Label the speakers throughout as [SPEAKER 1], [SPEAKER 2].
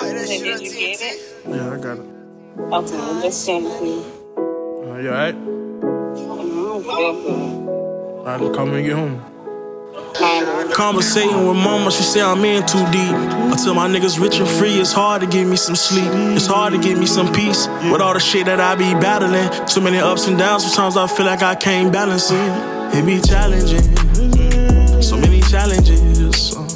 [SPEAKER 1] it. Did you get it?
[SPEAKER 2] Yeah, I got it.
[SPEAKER 1] Okay, well, let's send it to you.
[SPEAKER 2] Uh, you alright?
[SPEAKER 1] Mm, good, good.
[SPEAKER 2] I'll come and get home.
[SPEAKER 1] Kind of.
[SPEAKER 3] Conversating with mama, she say I'm in too deep. I tell my niggas rich and free, it's hard to give me some sleep. It's hard to give me some peace with all the shit that I be battling. Too many ups and downs, sometimes I feel like I can't balance it. It be challenging, so many challenges. uh,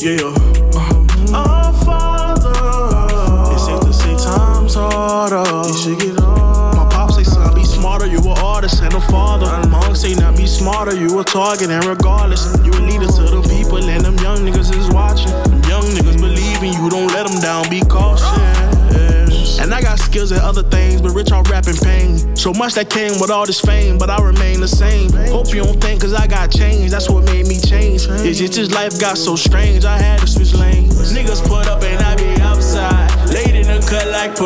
[SPEAKER 3] Yeah, uh. Our Father. It's safe to say times harder. You should get on. My pops say, son, be smarter, you a artist and a father. And mom say, now be smarter, you a target, and regardless, you a leader to the people, and them young niggas is watching. Them young niggas believing you, don't let them down, be Uh-huh. cautious. And I got skills at other things, but rich on rapping pain. So much that came with all this fame, but I remain the same. Hope you don't think, cause I got changed, that's what made me change. It's just this life got so strange, I had to switch lanes. Niggas put up and I be outside, late in the cut like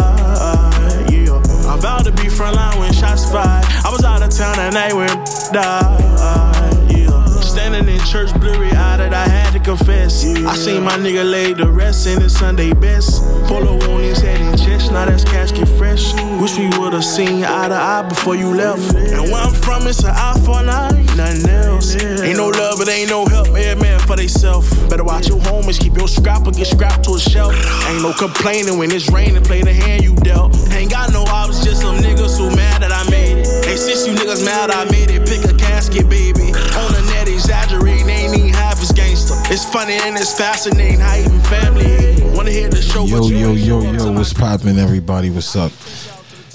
[SPEAKER 3] peroxide. Yeah. I vowed to be frontline when shots fired. I was out of town that night when died. Yeah. Standing in church, blurry eyed, I had to confess. I seen my nigga lay to rest in his Sunday best. Polo on his head and chest, now that's casket fresh. Wish we would've seen eye to eye before you left. And where I'm from, it's an eye for an eye, nothing else. Ain't no love, it ain't no help. Every man for theyself. Better watch your homies, keep your scrap or get scrapped to a shelf. Ain't no complaining when it's raining, play the hand you dealt. Ain't got no ops, just some niggas who mad that I made it. And since you niggas mad I made it, pick a casket, baby. On the net, exaggerating, ain't even half as gangster. It's funny and it's fascinating how even family hate it. wanna hear the show.
[SPEAKER 4] Yo,
[SPEAKER 3] but you
[SPEAKER 4] yo,
[SPEAKER 3] ain't
[SPEAKER 4] yo,
[SPEAKER 3] show up
[SPEAKER 4] yo,
[SPEAKER 3] to my
[SPEAKER 4] what's poppin', everybody? What's up?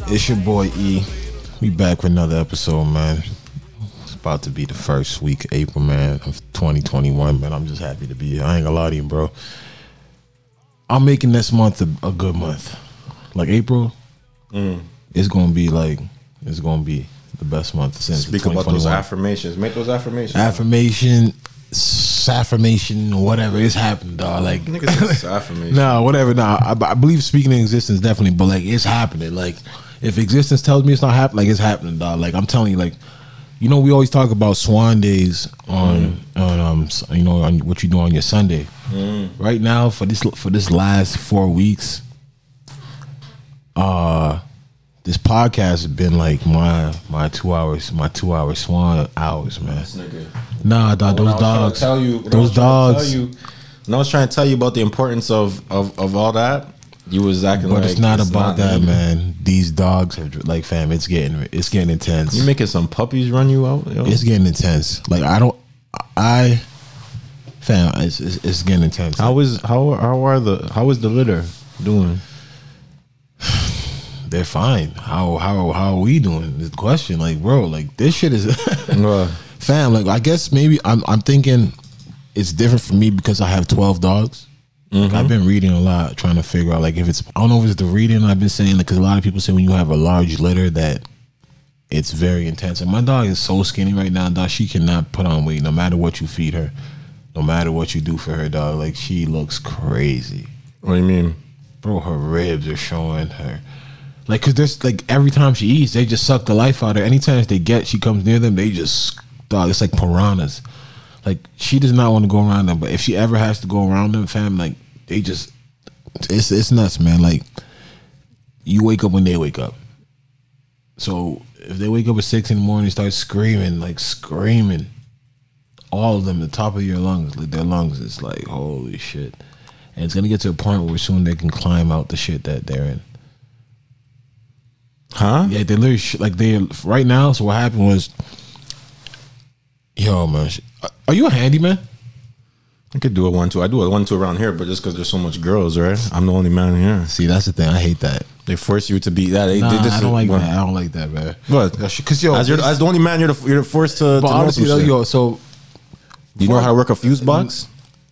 [SPEAKER 4] It's your boy E. We back with another episode, man. It's about to be the first week, April, man, of 2021, man. I'm just happy to be here. I ain't gonna lie to you, bro. I'm making this month a, a good month. Like April, Mm. it's gonna be like, it's gonna be the best month since
[SPEAKER 5] Speak about those
[SPEAKER 4] 2021
[SPEAKER 5] affirmations. Make those affirmations.
[SPEAKER 4] affirmation, s- affirmation, whatever. It's happened, dog. Like,
[SPEAKER 5] Niggas, it's affirmation.
[SPEAKER 4] nah, whatever. Nah, I, I believe speaking in existence definitely, but like, it's happening. Like, if existence tells me it's not happening, like, it's happening, dog. Like, I'm telling you, like, you know, we always talk about swan days on
[SPEAKER 5] Mm.
[SPEAKER 4] on um, s- you know, on what you do on your Sunday. Right now, for this for this last four weeks, uh, this podcast has been like my my two hours, my two hour swan hours, man.
[SPEAKER 5] Nigga.
[SPEAKER 4] Nah, dog,
[SPEAKER 5] When I
[SPEAKER 4] those
[SPEAKER 5] was trying to
[SPEAKER 4] dogs.
[SPEAKER 5] Tell you when I
[SPEAKER 4] those
[SPEAKER 5] was trying to
[SPEAKER 4] dogs.
[SPEAKER 5] Tell you, when I was trying to tell you about the importance of of, of all that. You was acting
[SPEAKER 4] But
[SPEAKER 5] like
[SPEAKER 4] it's not about that,
[SPEAKER 5] needed.
[SPEAKER 4] man. These dogs have like, fam. It's getting it's getting intense.
[SPEAKER 5] You making some puppies run you out? Yo?
[SPEAKER 4] It's getting intense. Like I don't, I, fam. It's it's, it's getting intense.
[SPEAKER 5] How is how how are the how is the litter doing?
[SPEAKER 4] They're fine. How how how are we doing? This question, like, bro, like this shit is,
[SPEAKER 5] Bruh.
[SPEAKER 4] fam. Like I guess maybe I'm I'm thinking it's different for me because I have twelve dogs. Like, I've been reading a lot, trying to figure out like if it's I don't know if it's the reading I've been saying because a lot of people say when you have a large litter that it's very intense. And my dog is so skinny right now, dog. She cannot put on weight no matter what you feed her, no matter what you do for her, dog. Like she looks crazy,
[SPEAKER 5] What do you mean?
[SPEAKER 4] bro. Her ribs are showing her. Like, cause there's like every time she eats, they just suck the life out of her. Anytime they get, she comes near them, they just dog. It's like piranhas. Like she does not want to go around them, but if she ever has to go around them, fam, like they just, it's it's nuts, man. Like you wake up when they wake up. So if they wake up at six in the morning, and start screaming, like screaming, all of them, the top of your lungs, like their lungs, it's like holy shit. And it's gonna get to a point where soon they can climb out the shit that they're in.
[SPEAKER 5] Huh?
[SPEAKER 4] Yeah, they literally sh- like they right now. So what happened was, yo man, sh- are you a handyman?
[SPEAKER 5] I could do a one two. I do a one two around here, but just because there's so much girls, right? I'm the only man here.
[SPEAKER 4] See, that's the thing. I hate that.
[SPEAKER 5] They force you to be that. They,
[SPEAKER 4] Nah,
[SPEAKER 5] they just,
[SPEAKER 4] I don't like
[SPEAKER 5] Well,
[SPEAKER 4] that. I don't like that, man.
[SPEAKER 5] What?
[SPEAKER 4] Because yo,
[SPEAKER 5] As, you're, as the only man, you're the, you're forced to.
[SPEAKER 4] but
[SPEAKER 5] to know
[SPEAKER 4] honestly,
[SPEAKER 5] some
[SPEAKER 4] though,
[SPEAKER 5] shit.
[SPEAKER 4] yo, so
[SPEAKER 5] you know how to work a
[SPEAKER 4] uh,
[SPEAKER 5] fuse box?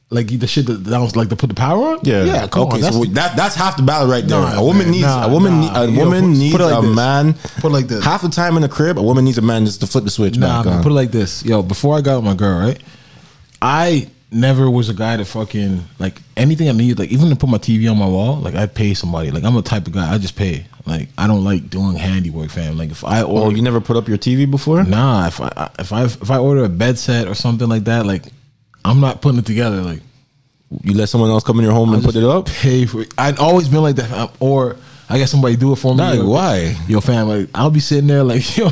[SPEAKER 4] like the shit that, that was like to put the power on. yeah. Come
[SPEAKER 5] okay,
[SPEAKER 4] on, that's
[SPEAKER 5] so that that's half the battle right there.
[SPEAKER 4] Nah,
[SPEAKER 5] a woman
[SPEAKER 4] man,
[SPEAKER 5] needs
[SPEAKER 4] nah,
[SPEAKER 5] a woman.
[SPEAKER 4] nah.
[SPEAKER 5] need- a
[SPEAKER 4] Yo,
[SPEAKER 5] woman
[SPEAKER 4] put- put
[SPEAKER 5] needs
[SPEAKER 4] it like
[SPEAKER 5] a
[SPEAKER 4] this.
[SPEAKER 5] man.
[SPEAKER 4] Put it like this.
[SPEAKER 5] Half the time in the crib, a woman needs a man just to flip the switch
[SPEAKER 4] Nah,
[SPEAKER 5] back
[SPEAKER 4] man,
[SPEAKER 5] on.
[SPEAKER 4] put it like this. Yo, before I got with my girl, right? I never was a guy to fucking like anything I need, like even to put my TV on my wall, like I pay somebody. Like I'm a type of guy, I just pay. Like I don't like doing handiwork, fam. Like if I
[SPEAKER 5] oh,
[SPEAKER 4] order
[SPEAKER 5] you never put up your TV before?
[SPEAKER 4] Nah, if I if I if I order a bed set or something like that, like I'm not putting it together. Like
[SPEAKER 5] You let someone else come in your home and put it up.
[SPEAKER 4] Pay for it. I'd always been like that, uh, or I guess somebody do it for me.
[SPEAKER 5] Like,
[SPEAKER 4] Yo,
[SPEAKER 5] why?
[SPEAKER 4] Yo, fam, like I'll be sitting there like yo.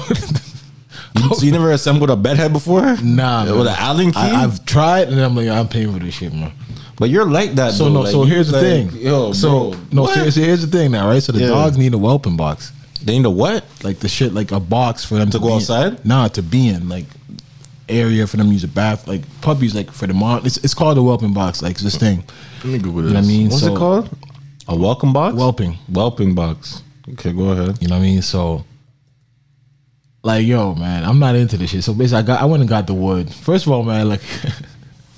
[SPEAKER 5] You, so you never assembled a bed head before?
[SPEAKER 4] Nah,
[SPEAKER 5] With an
[SPEAKER 4] man.
[SPEAKER 5] Allen key.
[SPEAKER 4] I, I've tried, and I'm like, I'm paying for this shit, man.
[SPEAKER 5] but you're like that.
[SPEAKER 4] So
[SPEAKER 5] though.
[SPEAKER 4] no,
[SPEAKER 5] Like,
[SPEAKER 4] so
[SPEAKER 5] you
[SPEAKER 4] here's the
[SPEAKER 5] like,
[SPEAKER 4] thing.
[SPEAKER 5] Yo,
[SPEAKER 4] so
[SPEAKER 5] bro,
[SPEAKER 4] no,
[SPEAKER 5] what?
[SPEAKER 4] seriously, here's the thing now, right? So the
[SPEAKER 5] Yeah.
[SPEAKER 4] dogs need a whelping box,
[SPEAKER 5] They need a what?
[SPEAKER 4] like the shit, like a box for them to,
[SPEAKER 5] go
[SPEAKER 4] be in.
[SPEAKER 5] outside?
[SPEAKER 4] Nah, to be in, like area for them to use a bath, like puppies, like for the mom. It's, it's called a whelping box, like this thing.
[SPEAKER 5] Let me Google
[SPEAKER 4] You know what I mean?
[SPEAKER 5] What's
[SPEAKER 4] So-
[SPEAKER 5] it called? A welcome box.
[SPEAKER 4] Whelping.
[SPEAKER 5] Whelping box. Okay, go ahead.
[SPEAKER 4] You know what I mean? So, like, yo, man, I'm not into this shit. So basically, I got I went and got the wood. First of all, man, like,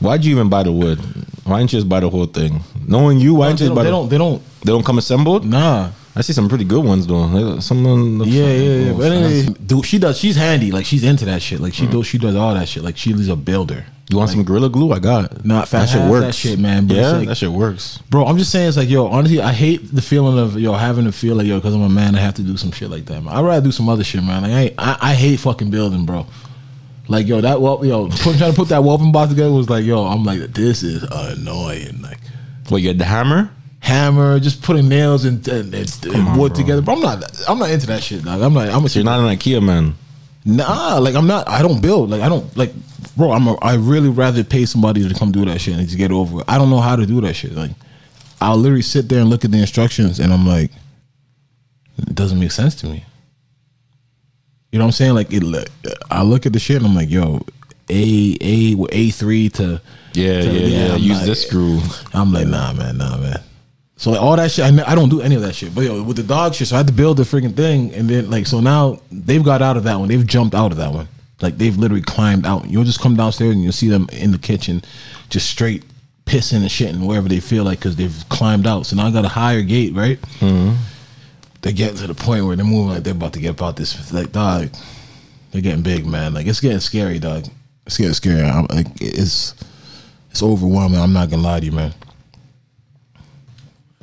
[SPEAKER 5] Why'd you even buy the wood? Why didn't you just buy the whole thing? Knowing you, why
[SPEAKER 4] they
[SPEAKER 5] didn't you
[SPEAKER 4] don't,
[SPEAKER 5] just buy
[SPEAKER 4] they
[SPEAKER 5] the-
[SPEAKER 4] don't, they don't,
[SPEAKER 5] They don't come assembled.
[SPEAKER 4] nah.
[SPEAKER 5] I see some pretty good ones though. They- Someone, looks-
[SPEAKER 4] Yeah, yeah, yeah.
[SPEAKER 5] Oh,
[SPEAKER 4] But anyway, Mm-hmm.
[SPEAKER 5] fancy.
[SPEAKER 4] dude, she does. She's handy. Like she's into that shit. Like she does. She does all that shit. Like she's a builder.
[SPEAKER 5] you want some gorilla glue? I got.
[SPEAKER 4] Nah, fam,
[SPEAKER 5] that shit
[SPEAKER 4] have
[SPEAKER 5] works.
[SPEAKER 4] that shit, man, but
[SPEAKER 5] yeah,
[SPEAKER 4] it's like-
[SPEAKER 5] that shit works.
[SPEAKER 4] Bro, I'm just saying, it's like, yo, honestly, I hate the feeling of yo having to feel like yo, because I'm a man, I have to do some shit like that. Man. I'd rather do some other shit, man. Like, I, ain't- I, I hate fucking building, bro. Like, yo, that well, yo, put, trying to put that whelping box together was like, yo, I'm like, this is annoying. Like,
[SPEAKER 5] What you had the hammer?
[SPEAKER 4] hammer, just putting nails and, and, and, and
[SPEAKER 5] on,
[SPEAKER 4] wood
[SPEAKER 5] bro.
[SPEAKER 4] together. But I'm not, I'm not into that shit. Dog. I'm not, I'm a
[SPEAKER 5] So you're not an IKEA man.
[SPEAKER 4] Nah, like I'm not. I don't build. Like I don't like, bro. I'm. A, I really rather pay somebody to come do that shit and to get over. it. I don't know how to do that shit. Like, I'll literally sit there and look at the instructions, and I'm like, it doesn't make sense to me. You know what I'm saying? Like, it. look- I look at the shit, and I'm like, yo, a a a three to
[SPEAKER 5] Yeah,
[SPEAKER 4] to-
[SPEAKER 5] yeah, yeah.
[SPEAKER 4] I'm
[SPEAKER 5] Use
[SPEAKER 4] not-
[SPEAKER 5] this screw.
[SPEAKER 4] I'm like, nah, man, nah, man. So like all that shit, I, ne- I don't do any of that shit. But yo, with the dog shit, so I had to build the freaking thing, and then like, so now they've got out of that one. They've jumped out of that one. Like they've literally climbed out. You'll just come downstairs and you'll see them in the kitchen, just straight pissing and shitting wherever they feel like because they've climbed out. So now I got a higher gate, right?
[SPEAKER 5] Mm-hmm.
[SPEAKER 4] They're getting to the point where they're moving like they're about to get about this. Like dog, they're getting big, man. Like it's getting scary, dog. It's getting scary. I'm, like it's it's overwhelming. I'm not gonna lie to you, man.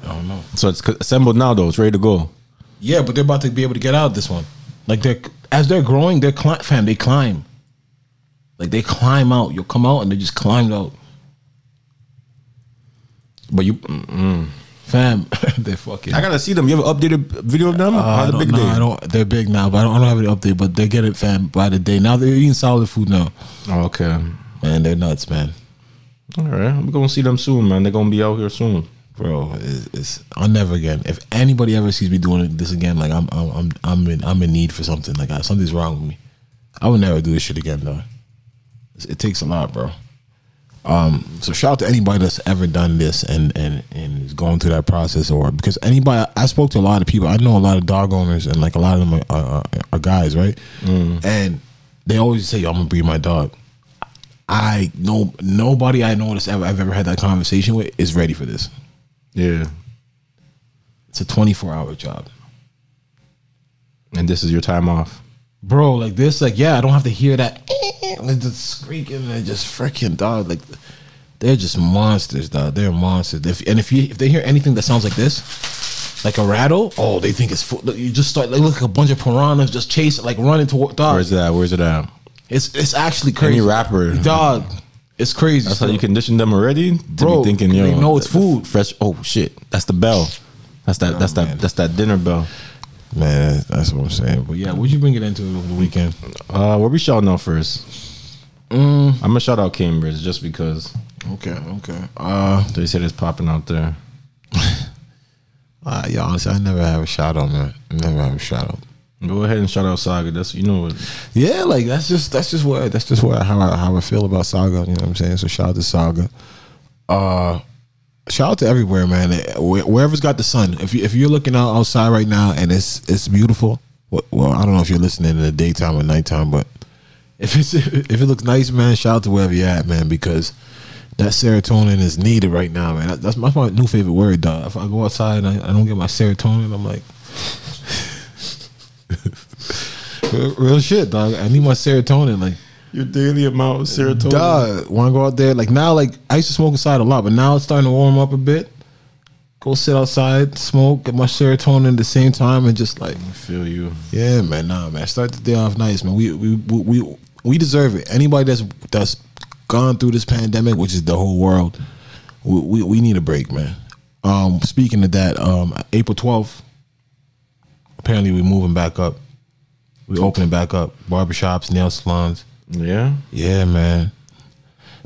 [SPEAKER 4] I don't know.
[SPEAKER 5] So it's c- assembled now though. It's ready to go.
[SPEAKER 4] Yeah, but they're about to be able to get out of this one. Like they're as they're growing, they're cli- fam. They climb. Like they climb out. You'll come out and they just climbed out,
[SPEAKER 5] But you,
[SPEAKER 4] fam. they're fucking.
[SPEAKER 5] I gotta see them. You have an updated video of them?
[SPEAKER 4] Uh, I
[SPEAKER 5] the
[SPEAKER 4] don't,
[SPEAKER 5] big
[SPEAKER 4] nah,
[SPEAKER 5] day?
[SPEAKER 4] I don't, they're big now, but I don't, I don't have any update. But they get it, fam, by the day. Now they're eating solid food now,
[SPEAKER 5] Oh, okay.
[SPEAKER 4] man. They're nuts, man.
[SPEAKER 5] All right. I'm gonna see them soon, man. They're gonna be out here soon.
[SPEAKER 4] bro. It's, it's I'll never again. If anybody ever sees me doing this again, like I'm, I'm, I'm, I'm in, I'm in need for something. Like I, something's wrong with me. I would never do this shit again, though. It's- It takes a lot, bro. Um, so shout out to anybody that's ever done this and and and is going through that process, or because anybody I spoke to a lot of people. I know a lot of dog owners, and like a lot of them are, are, are guys, right? And they always say, "Yo, I'm gonna breed my dog." I know nobody I know that's ever I've ever had that conversation with is ready for this.
[SPEAKER 5] Yeah.
[SPEAKER 4] It's a 24 hour job.
[SPEAKER 5] And this is your time off.
[SPEAKER 4] Bro, like this, like, yeah, I don't have to hear that. It's just squeaking and just freaking dog. Like, they're just monsters, dog. They're monsters. If, and if you if they hear anything that sounds like this, like a rattle, oh, they think it's full. You just start, like, look like a bunch of piranhas just chasing, like running toward dog.
[SPEAKER 5] Where's it at? Where's it at?
[SPEAKER 4] It's it's actually crazy.
[SPEAKER 5] rapper.
[SPEAKER 4] Dog, it's crazy.
[SPEAKER 5] That's how
[SPEAKER 4] still.
[SPEAKER 5] you condition them already to
[SPEAKER 4] Bro,
[SPEAKER 5] be thinking, yo,
[SPEAKER 4] they know it's
[SPEAKER 5] the- the
[SPEAKER 4] food.
[SPEAKER 5] Fresh. Oh shit, that's the bell. That's that. that's
[SPEAKER 4] man.
[SPEAKER 5] that. That's that dinner bell.
[SPEAKER 4] Man, that's what I'm saying. But yeah, what'd you bring it into over the weekend?
[SPEAKER 5] Uh, where we shouting out first?
[SPEAKER 4] Mm.
[SPEAKER 5] I'm gonna shout out Cambridge just because
[SPEAKER 4] Okay, okay. Uh,
[SPEAKER 5] they said it's popping out there.
[SPEAKER 4] uh yeah, honestly, I never have a shout out, man. Never have a shout out.
[SPEAKER 5] Go ahead and shout out Saga. That's you know what.
[SPEAKER 4] Yeah, like that's just that's just what that's just what how I, how I feel about Saga. You know what I'm saying? So shout out to Saga. Uh, shout out to everywhere, man. Eh, wh- Wherever's got the sun. If you if you're looking out outside right now and it's it's beautiful. Well, well, I don't know if you're listening in the daytime or nighttime, but if it's if it looks nice, man, shout out to wherever you're at, man, because that serotonin is needed right now, man. That- That's my, that's my new favorite word, dog. If I go outside and I, I don't get my serotonin, I'm like, real, real shit, dog. I need my serotonin, like.
[SPEAKER 5] Your daily amount of serotonin.
[SPEAKER 4] Duh, want to go out there? Like now, like I used to smoke inside a lot, but now it's starting to warm up a bit. Go sit outside, smoke, get my serotonin at the same time, and just like,
[SPEAKER 5] I feel you.
[SPEAKER 4] yeah, man, nah, man, start the day off nice, man. We we we we, we deserve it. Anybody that's that's gone through this pandemic, which is the whole world, we, we, we need a break, man. Um, speaking of that, um, April 12th, apparently we're moving back up. We're opening back up. Barbershops, nail salons.
[SPEAKER 5] Yeah.
[SPEAKER 4] Yeah, man.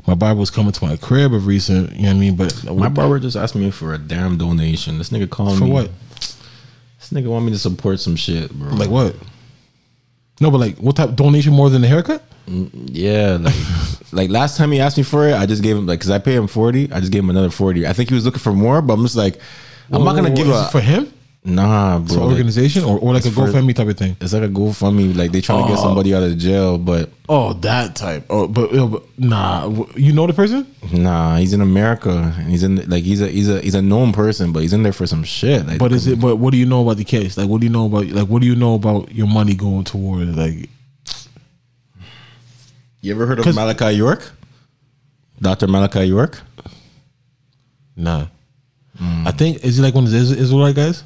[SPEAKER 4] My barber was coming to my crib of recent, you know what I mean? But
[SPEAKER 5] My barber just asked me for a damn donation. This nigga calling
[SPEAKER 4] For
[SPEAKER 5] me.
[SPEAKER 4] what?
[SPEAKER 5] This nigga want me to support some shit, bro.
[SPEAKER 4] Like what? No, but like what type donation more than a haircut?
[SPEAKER 5] yeah, like, like last time he asked me for it, I just gave him like, cause I pay him forty. I just gave him another forty. I think he was looking for more, but I'm just like, I'm not gonna
[SPEAKER 4] Or
[SPEAKER 5] give
[SPEAKER 4] is
[SPEAKER 5] a
[SPEAKER 4] it for him?
[SPEAKER 5] nah, bro.
[SPEAKER 4] For
[SPEAKER 5] like,
[SPEAKER 4] organization or, or like a
[SPEAKER 5] it's for-
[SPEAKER 4] GoFundMe Oh. type of thing?
[SPEAKER 5] it's like a GoFundMe. Like they trying to get somebody out of jail, but
[SPEAKER 4] Oh, that type. Oh, but, uh, but nah, W- you know the person?
[SPEAKER 5] nah, he's in America and he's in like he's a he's a he's a known person, but he's in there for some shit. Like,
[SPEAKER 4] But is it? But what do you know about the case? Like, what do you know about? Like, what do you know about your money going toward? it? Like,
[SPEAKER 5] you ever heard
[SPEAKER 4] 'Cause-
[SPEAKER 5] of Malachi York? Doctor Malachi York?
[SPEAKER 4] nah.
[SPEAKER 5] Mm.
[SPEAKER 4] I think is he like one of those Is- Israelite guys?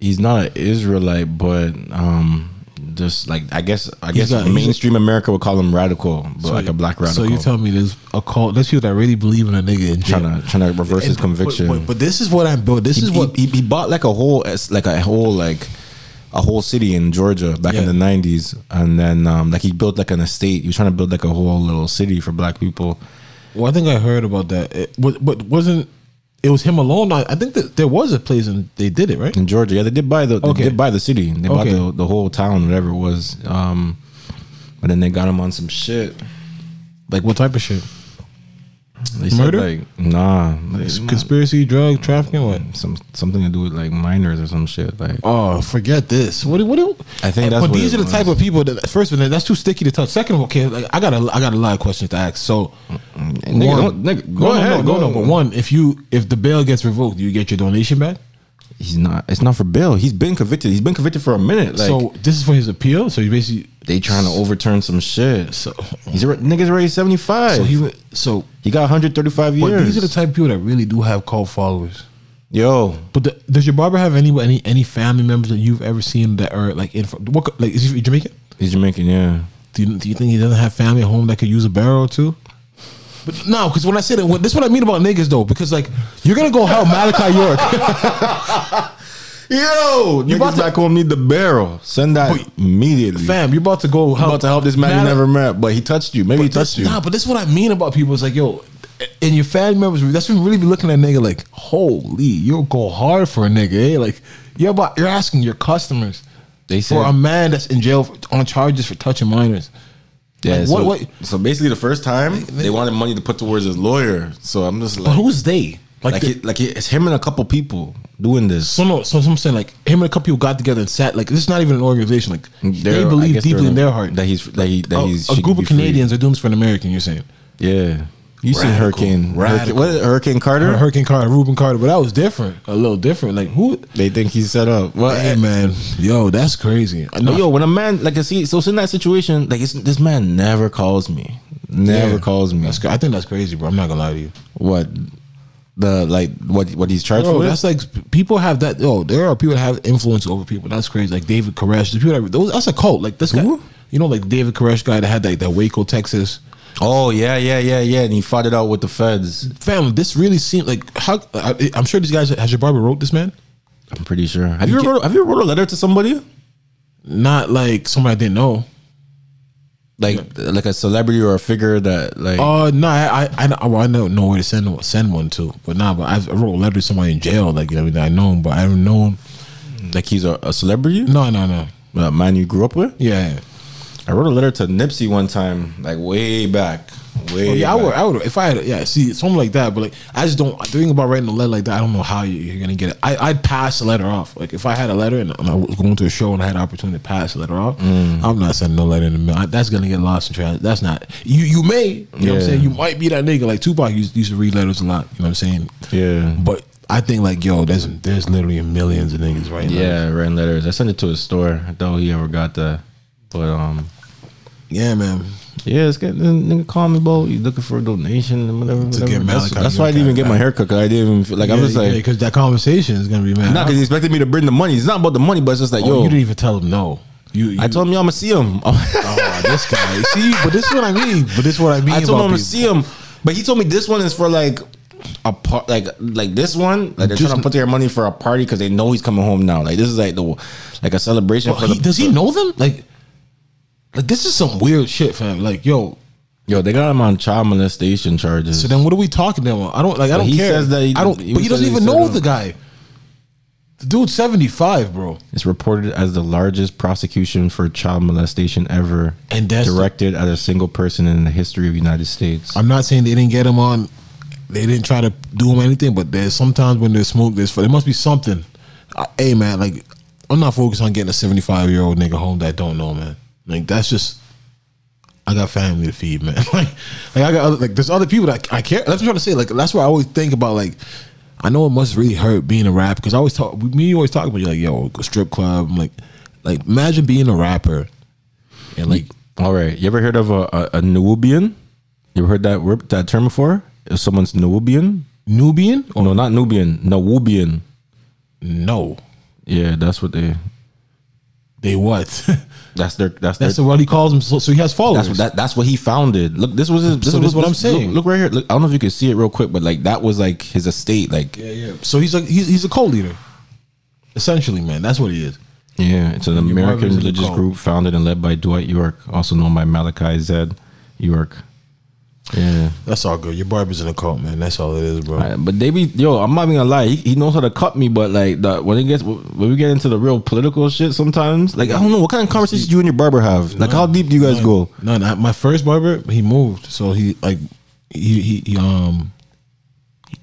[SPEAKER 5] he's not an Israelite, but um, just like I guess I
[SPEAKER 4] He's
[SPEAKER 5] guess
[SPEAKER 4] got- he's-
[SPEAKER 5] mainstream America would call him radical, but like a black radical.
[SPEAKER 4] So you tell me there's a cult? There's people that really believe in a nigga in jail.
[SPEAKER 5] trying to trying to reverse his
[SPEAKER 4] And-
[SPEAKER 5] conviction.
[SPEAKER 4] But, but, but this is what I'm. But this
[SPEAKER 5] he,
[SPEAKER 4] is
[SPEAKER 5] he-
[SPEAKER 4] what
[SPEAKER 5] he, he bought like a whole it's like a whole like a whole city in Georgia back in
[SPEAKER 4] Yeah.
[SPEAKER 5] the nineties, and then um, like he built like an estate. He was trying to build like a whole little city for black people.
[SPEAKER 4] Well, I think I heard about that. It, but, but wasn't it was him alone? I, I think that there was a place and they did it right.
[SPEAKER 5] in Georgia. Yeah, they did buy the they
[SPEAKER 4] Okay.
[SPEAKER 5] did buy the city. They bought
[SPEAKER 4] Okay.
[SPEAKER 5] the, the whole town, whatever it was. Um, but then they got him on some shit.
[SPEAKER 4] Like what type of shit?
[SPEAKER 5] They said,
[SPEAKER 4] Murder?
[SPEAKER 5] like nah, like,
[SPEAKER 4] Conspiracy, drug trafficking, what?
[SPEAKER 5] some something to do with like minors or some shit. Like
[SPEAKER 4] Oh, forget this. What? do- What? do-
[SPEAKER 5] I think that's
[SPEAKER 4] But
[SPEAKER 5] what
[SPEAKER 4] these
[SPEAKER 5] it
[SPEAKER 4] are the
[SPEAKER 5] was.
[SPEAKER 4] type of people that first of all, that's too sticky to touch. Second of all, okay, like, I got a, I got a lot of questions to ask. So,
[SPEAKER 5] nigga, don't- nigga, go
[SPEAKER 4] No, no,
[SPEAKER 5] ahead,
[SPEAKER 4] no, go,
[SPEAKER 5] go.
[SPEAKER 4] no. But one, if you if the bail gets revoked, do you get your donation back?
[SPEAKER 5] he's not. It's not for bail. He's been convicted. He's been convicted for a minute. Like
[SPEAKER 4] so this is for his appeal. So you basically,
[SPEAKER 5] they trying to overturn some shit.
[SPEAKER 4] so
[SPEAKER 5] He's alre- niggas already seventy five.
[SPEAKER 4] so
[SPEAKER 5] he,
[SPEAKER 4] he wa- so.
[SPEAKER 5] got one hundred thirty five
[SPEAKER 4] But
[SPEAKER 5] years.
[SPEAKER 4] these are the type of people that really do have cult followers.
[SPEAKER 5] Yo,
[SPEAKER 4] But the, does your barber have any any any family members that you've ever seen that are like in what co- like is he Jamaican?
[SPEAKER 5] he's Jamaican. Yeah,
[SPEAKER 4] Do you, do you think he doesn't have family at home that could use a barrel or two? But no, because when I say that, what, that's what I mean about niggas though. Because like you're gonna go help Malachi York,
[SPEAKER 5] yo, you
[SPEAKER 4] niggas
[SPEAKER 5] about to,
[SPEAKER 4] back
[SPEAKER 5] back home need the barrel. Send that immediately.
[SPEAKER 4] fam. You're about to go help
[SPEAKER 5] about to help this man you
[SPEAKER 4] Mala-
[SPEAKER 5] never met, but he touched you. Maybe he
[SPEAKER 4] But
[SPEAKER 5] touched
[SPEAKER 4] that's,
[SPEAKER 5] you.
[SPEAKER 4] nah, but that's what I mean about people. It's like yo, and your family members. That's when you really be looking at nigga like, holy, you'll go hard for a nigga. Eh? Like you're about you're asking your customers.
[SPEAKER 5] They
[SPEAKER 4] for a man that's in jail for, on charges for touching minors.
[SPEAKER 5] yeah,
[SPEAKER 4] like,
[SPEAKER 5] so,
[SPEAKER 4] what- what-
[SPEAKER 5] so basically, the first time they wanted money to put towards his lawyer. So I'm just
[SPEAKER 4] But
[SPEAKER 5] like,
[SPEAKER 4] who's they? Like,
[SPEAKER 5] like,
[SPEAKER 4] the-
[SPEAKER 5] he- like he- it's him and a couple people doing this.
[SPEAKER 4] so no, so so I'm saying like him and a couple people got together and sat like this is not even an organization. Like they
[SPEAKER 5] Mm, They're- I
[SPEAKER 4] believe
[SPEAKER 5] guess
[SPEAKER 4] deeply
[SPEAKER 5] they're-
[SPEAKER 4] in their heart
[SPEAKER 5] that he's that he that
[SPEAKER 4] a,
[SPEAKER 5] he's
[SPEAKER 4] a
[SPEAKER 5] she
[SPEAKER 4] group
[SPEAKER 5] could
[SPEAKER 4] of
[SPEAKER 5] be free.
[SPEAKER 4] Canadians are doing this for an American. You're saying
[SPEAKER 5] Yeah, you seen
[SPEAKER 4] Radical.
[SPEAKER 5] Hurricane?
[SPEAKER 4] Radical.
[SPEAKER 5] Hurricane what is it, Hurricane Carter?
[SPEAKER 4] Hurricane Carter, Ruben Carter, but that was different, a little different. Like who?
[SPEAKER 5] they think he's set up. Well,
[SPEAKER 4] Hey
[SPEAKER 5] eh,
[SPEAKER 4] man, yo, that's crazy. I
[SPEAKER 5] but
[SPEAKER 4] know.
[SPEAKER 5] yo, when a man like I see, so it's in that situation, like it's, this man never calls me, never
[SPEAKER 4] Yeah.
[SPEAKER 5] calls me.
[SPEAKER 4] That's cra- I think that's crazy, bro. I'm not gonna lie to you.
[SPEAKER 5] what the like what what he's charged
[SPEAKER 4] Bro,
[SPEAKER 5] with.
[SPEAKER 4] that's like p- people have that. Yo, there are people that have influence over people. That's crazy. Like David Koresh, the people that those, that's a cult. Like this guy,
[SPEAKER 5] Who?
[SPEAKER 4] you know, like David Koresh guy that had like that Waco, Texas
[SPEAKER 5] oh yeah, yeah, yeah, yeah, and he fought it out with the feds.
[SPEAKER 4] family. This really seemed like how I, I'm sure these guys has your barber wrote this man.
[SPEAKER 5] I'm pretty sure. Have you,
[SPEAKER 4] ca-
[SPEAKER 5] ever wrote, have you ever wrote a letter to somebody
[SPEAKER 4] Not like somebody I didn't know.
[SPEAKER 5] like like a celebrity or a figure that like
[SPEAKER 4] Uh, no, I I I, I, well, I don't know where to send one- send one to. But nah, but I've, I wrote a letter to somebody in jail. Like you know, what I mean, I know him, but I haven't known.
[SPEAKER 5] like he's a, a celebrity,
[SPEAKER 4] No, no, no.
[SPEAKER 5] a man you grew up with?
[SPEAKER 4] Yeah.
[SPEAKER 5] I wrote a letter to Nipsey one time, like way back, way.
[SPEAKER 4] Oh, yeah, I
[SPEAKER 5] back.
[SPEAKER 4] would. I would. If I had, yeah, see, something like that. But like, I just don't. The thing about writing a letter like that, I don't know how you, you're gonna get it. I, I'd pass the letter off. Like, if I had a letter and, and I was going to a show and I had an opportunity to pass the letter off,
[SPEAKER 5] Mm.
[SPEAKER 4] I'm not sending no letter in the mail. I- that's gonna get lost in transit. That's not. You you may. You know what I'm
[SPEAKER 5] Yeah.
[SPEAKER 4] saying? You might be that nigga. Like Tupac used, used to read letters a lot. You know what I'm saying?
[SPEAKER 5] Yeah.
[SPEAKER 4] But I think like, yo, there's there's literally millions of niggas right now.
[SPEAKER 5] Yeah, I ran letters. I sent it to a store. I doubt he ever got that. But um,
[SPEAKER 4] Yeah, man.
[SPEAKER 5] yeah, it's getting nigga call me, bro. You looking for a donation and whatever.
[SPEAKER 4] To
[SPEAKER 5] whatever.
[SPEAKER 4] get
[SPEAKER 5] that's
[SPEAKER 4] Malachi
[SPEAKER 5] that's why I didn't even get my haircut because I didn't even feel, like I'm just like
[SPEAKER 4] because that conversation is gonna be mad.
[SPEAKER 5] not because he expected me to bring the money. It's not about the money, but it's just like
[SPEAKER 4] Oh, you
[SPEAKER 5] yo,
[SPEAKER 4] didn't even tell him no. You, you
[SPEAKER 5] I told him, yo, I'm gonna see him.
[SPEAKER 4] oh, this guy. See, but this is what I mean. But this is what I mean.
[SPEAKER 5] I told
[SPEAKER 4] about
[SPEAKER 5] him I'm gonna
[SPEAKER 4] people.
[SPEAKER 5] see him, but he told me this one is for like a part, like like this one, like they're
[SPEAKER 4] Just-
[SPEAKER 5] trying to put their money for a party because they know he's coming home now. Like this is like the like a celebration
[SPEAKER 4] But
[SPEAKER 5] for
[SPEAKER 4] he,
[SPEAKER 5] the.
[SPEAKER 4] does he know them? Like, like this is some weird shit, fam. Like, yo.
[SPEAKER 5] Yo, they got him on child molestation charges.
[SPEAKER 4] So then, what are we talking about? I don't like. I don't
[SPEAKER 5] he
[SPEAKER 4] care.
[SPEAKER 5] says that he-
[SPEAKER 4] I don't.
[SPEAKER 5] he
[SPEAKER 4] but he
[SPEAKER 5] said
[SPEAKER 4] doesn't
[SPEAKER 5] he
[SPEAKER 4] even
[SPEAKER 5] said
[SPEAKER 4] know
[SPEAKER 5] no.
[SPEAKER 4] the guy. The dude's seventy five, bro.
[SPEAKER 5] it's reported as the largest prosecution for child molestation ever,
[SPEAKER 4] And that's the-
[SPEAKER 5] directed at a single person in the history of the United States.
[SPEAKER 4] I'm not saying they didn't get him on. They didn't try to do him anything, but there's sometimes when there's smoke, there's there must be something. I, hey man, like I'm not focused on getting a 75 year old nigga home that I don't know, man. Like that's just I got family to feed, man. like like I got other, like there's other people that I care. That's what I'm trying to say. Like that's why I always think about like. I know it must really hurt being a rapper because I always talk. Me, and you always talk about you like, yo, go strip club. I'm like, like imagine being a rapper and like
[SPEAKER 5] All right, you ever heard of a a, a Nubian? You ever heard that word- that term before? If someone's Nubian,
[SPEAKER 4] Nubian.
[SPEAKER 5] oh no, not Nubian, Nubian.
[SPEAKER 4] No,
[SPEAKER 5] Yeah, that's what they.
[SPEAKER 4] they what?
[SPEAKER 5] That's their. That's,
[SPEAKER 4] That's
[SPEAKER 5] their.
[SPEAKER 4] what he calls him. So, so he has followers.
[SPEAKER 5] that's what that, that's what he founded. Look, this was his, this
[SPEAKER 4] So
[SPEAKER 5] was
[SPEAKER 4] this is what I'm
[SPEAKER 5] look-
[SPEAKER 4] saying.
[SPEAKER 5] Look, right here. Look, I don't know if you can see it real quick, but like that was like his estate. Like yeah,
[SPEAKER 4] So he's like he's, he's a cult leader, essentially, man. That's what he is.
[SPEAKER 5] it's an
[SPEAKER 4] Your
[SPEAKER 5] American
[SPEAKER 4] brother's in the
[SPEAKER 5] religious
[SPEAKER 4] cult.
[SPEAKER 5] group founded and led by Dwight York, also known by Malachi Z. York. Yeah,
[SPEAKER 4] That's all good. Your barber's in a cult, man. That's all it is, bro.
[SPEAKER 5] I- Uh, but they be yo. I'm not even gonna lie. He, he knows how to cut me, but like the, when it gets when we get into the real political shit, sometimes like I don't know what kind of conversations you and your barber have. Like how deep do you guys
[SPEAKER 4] None.
[SPEAKER 5] go?
[SPEAKER 4] None. I, my first barber, he moved, so he like he he, he um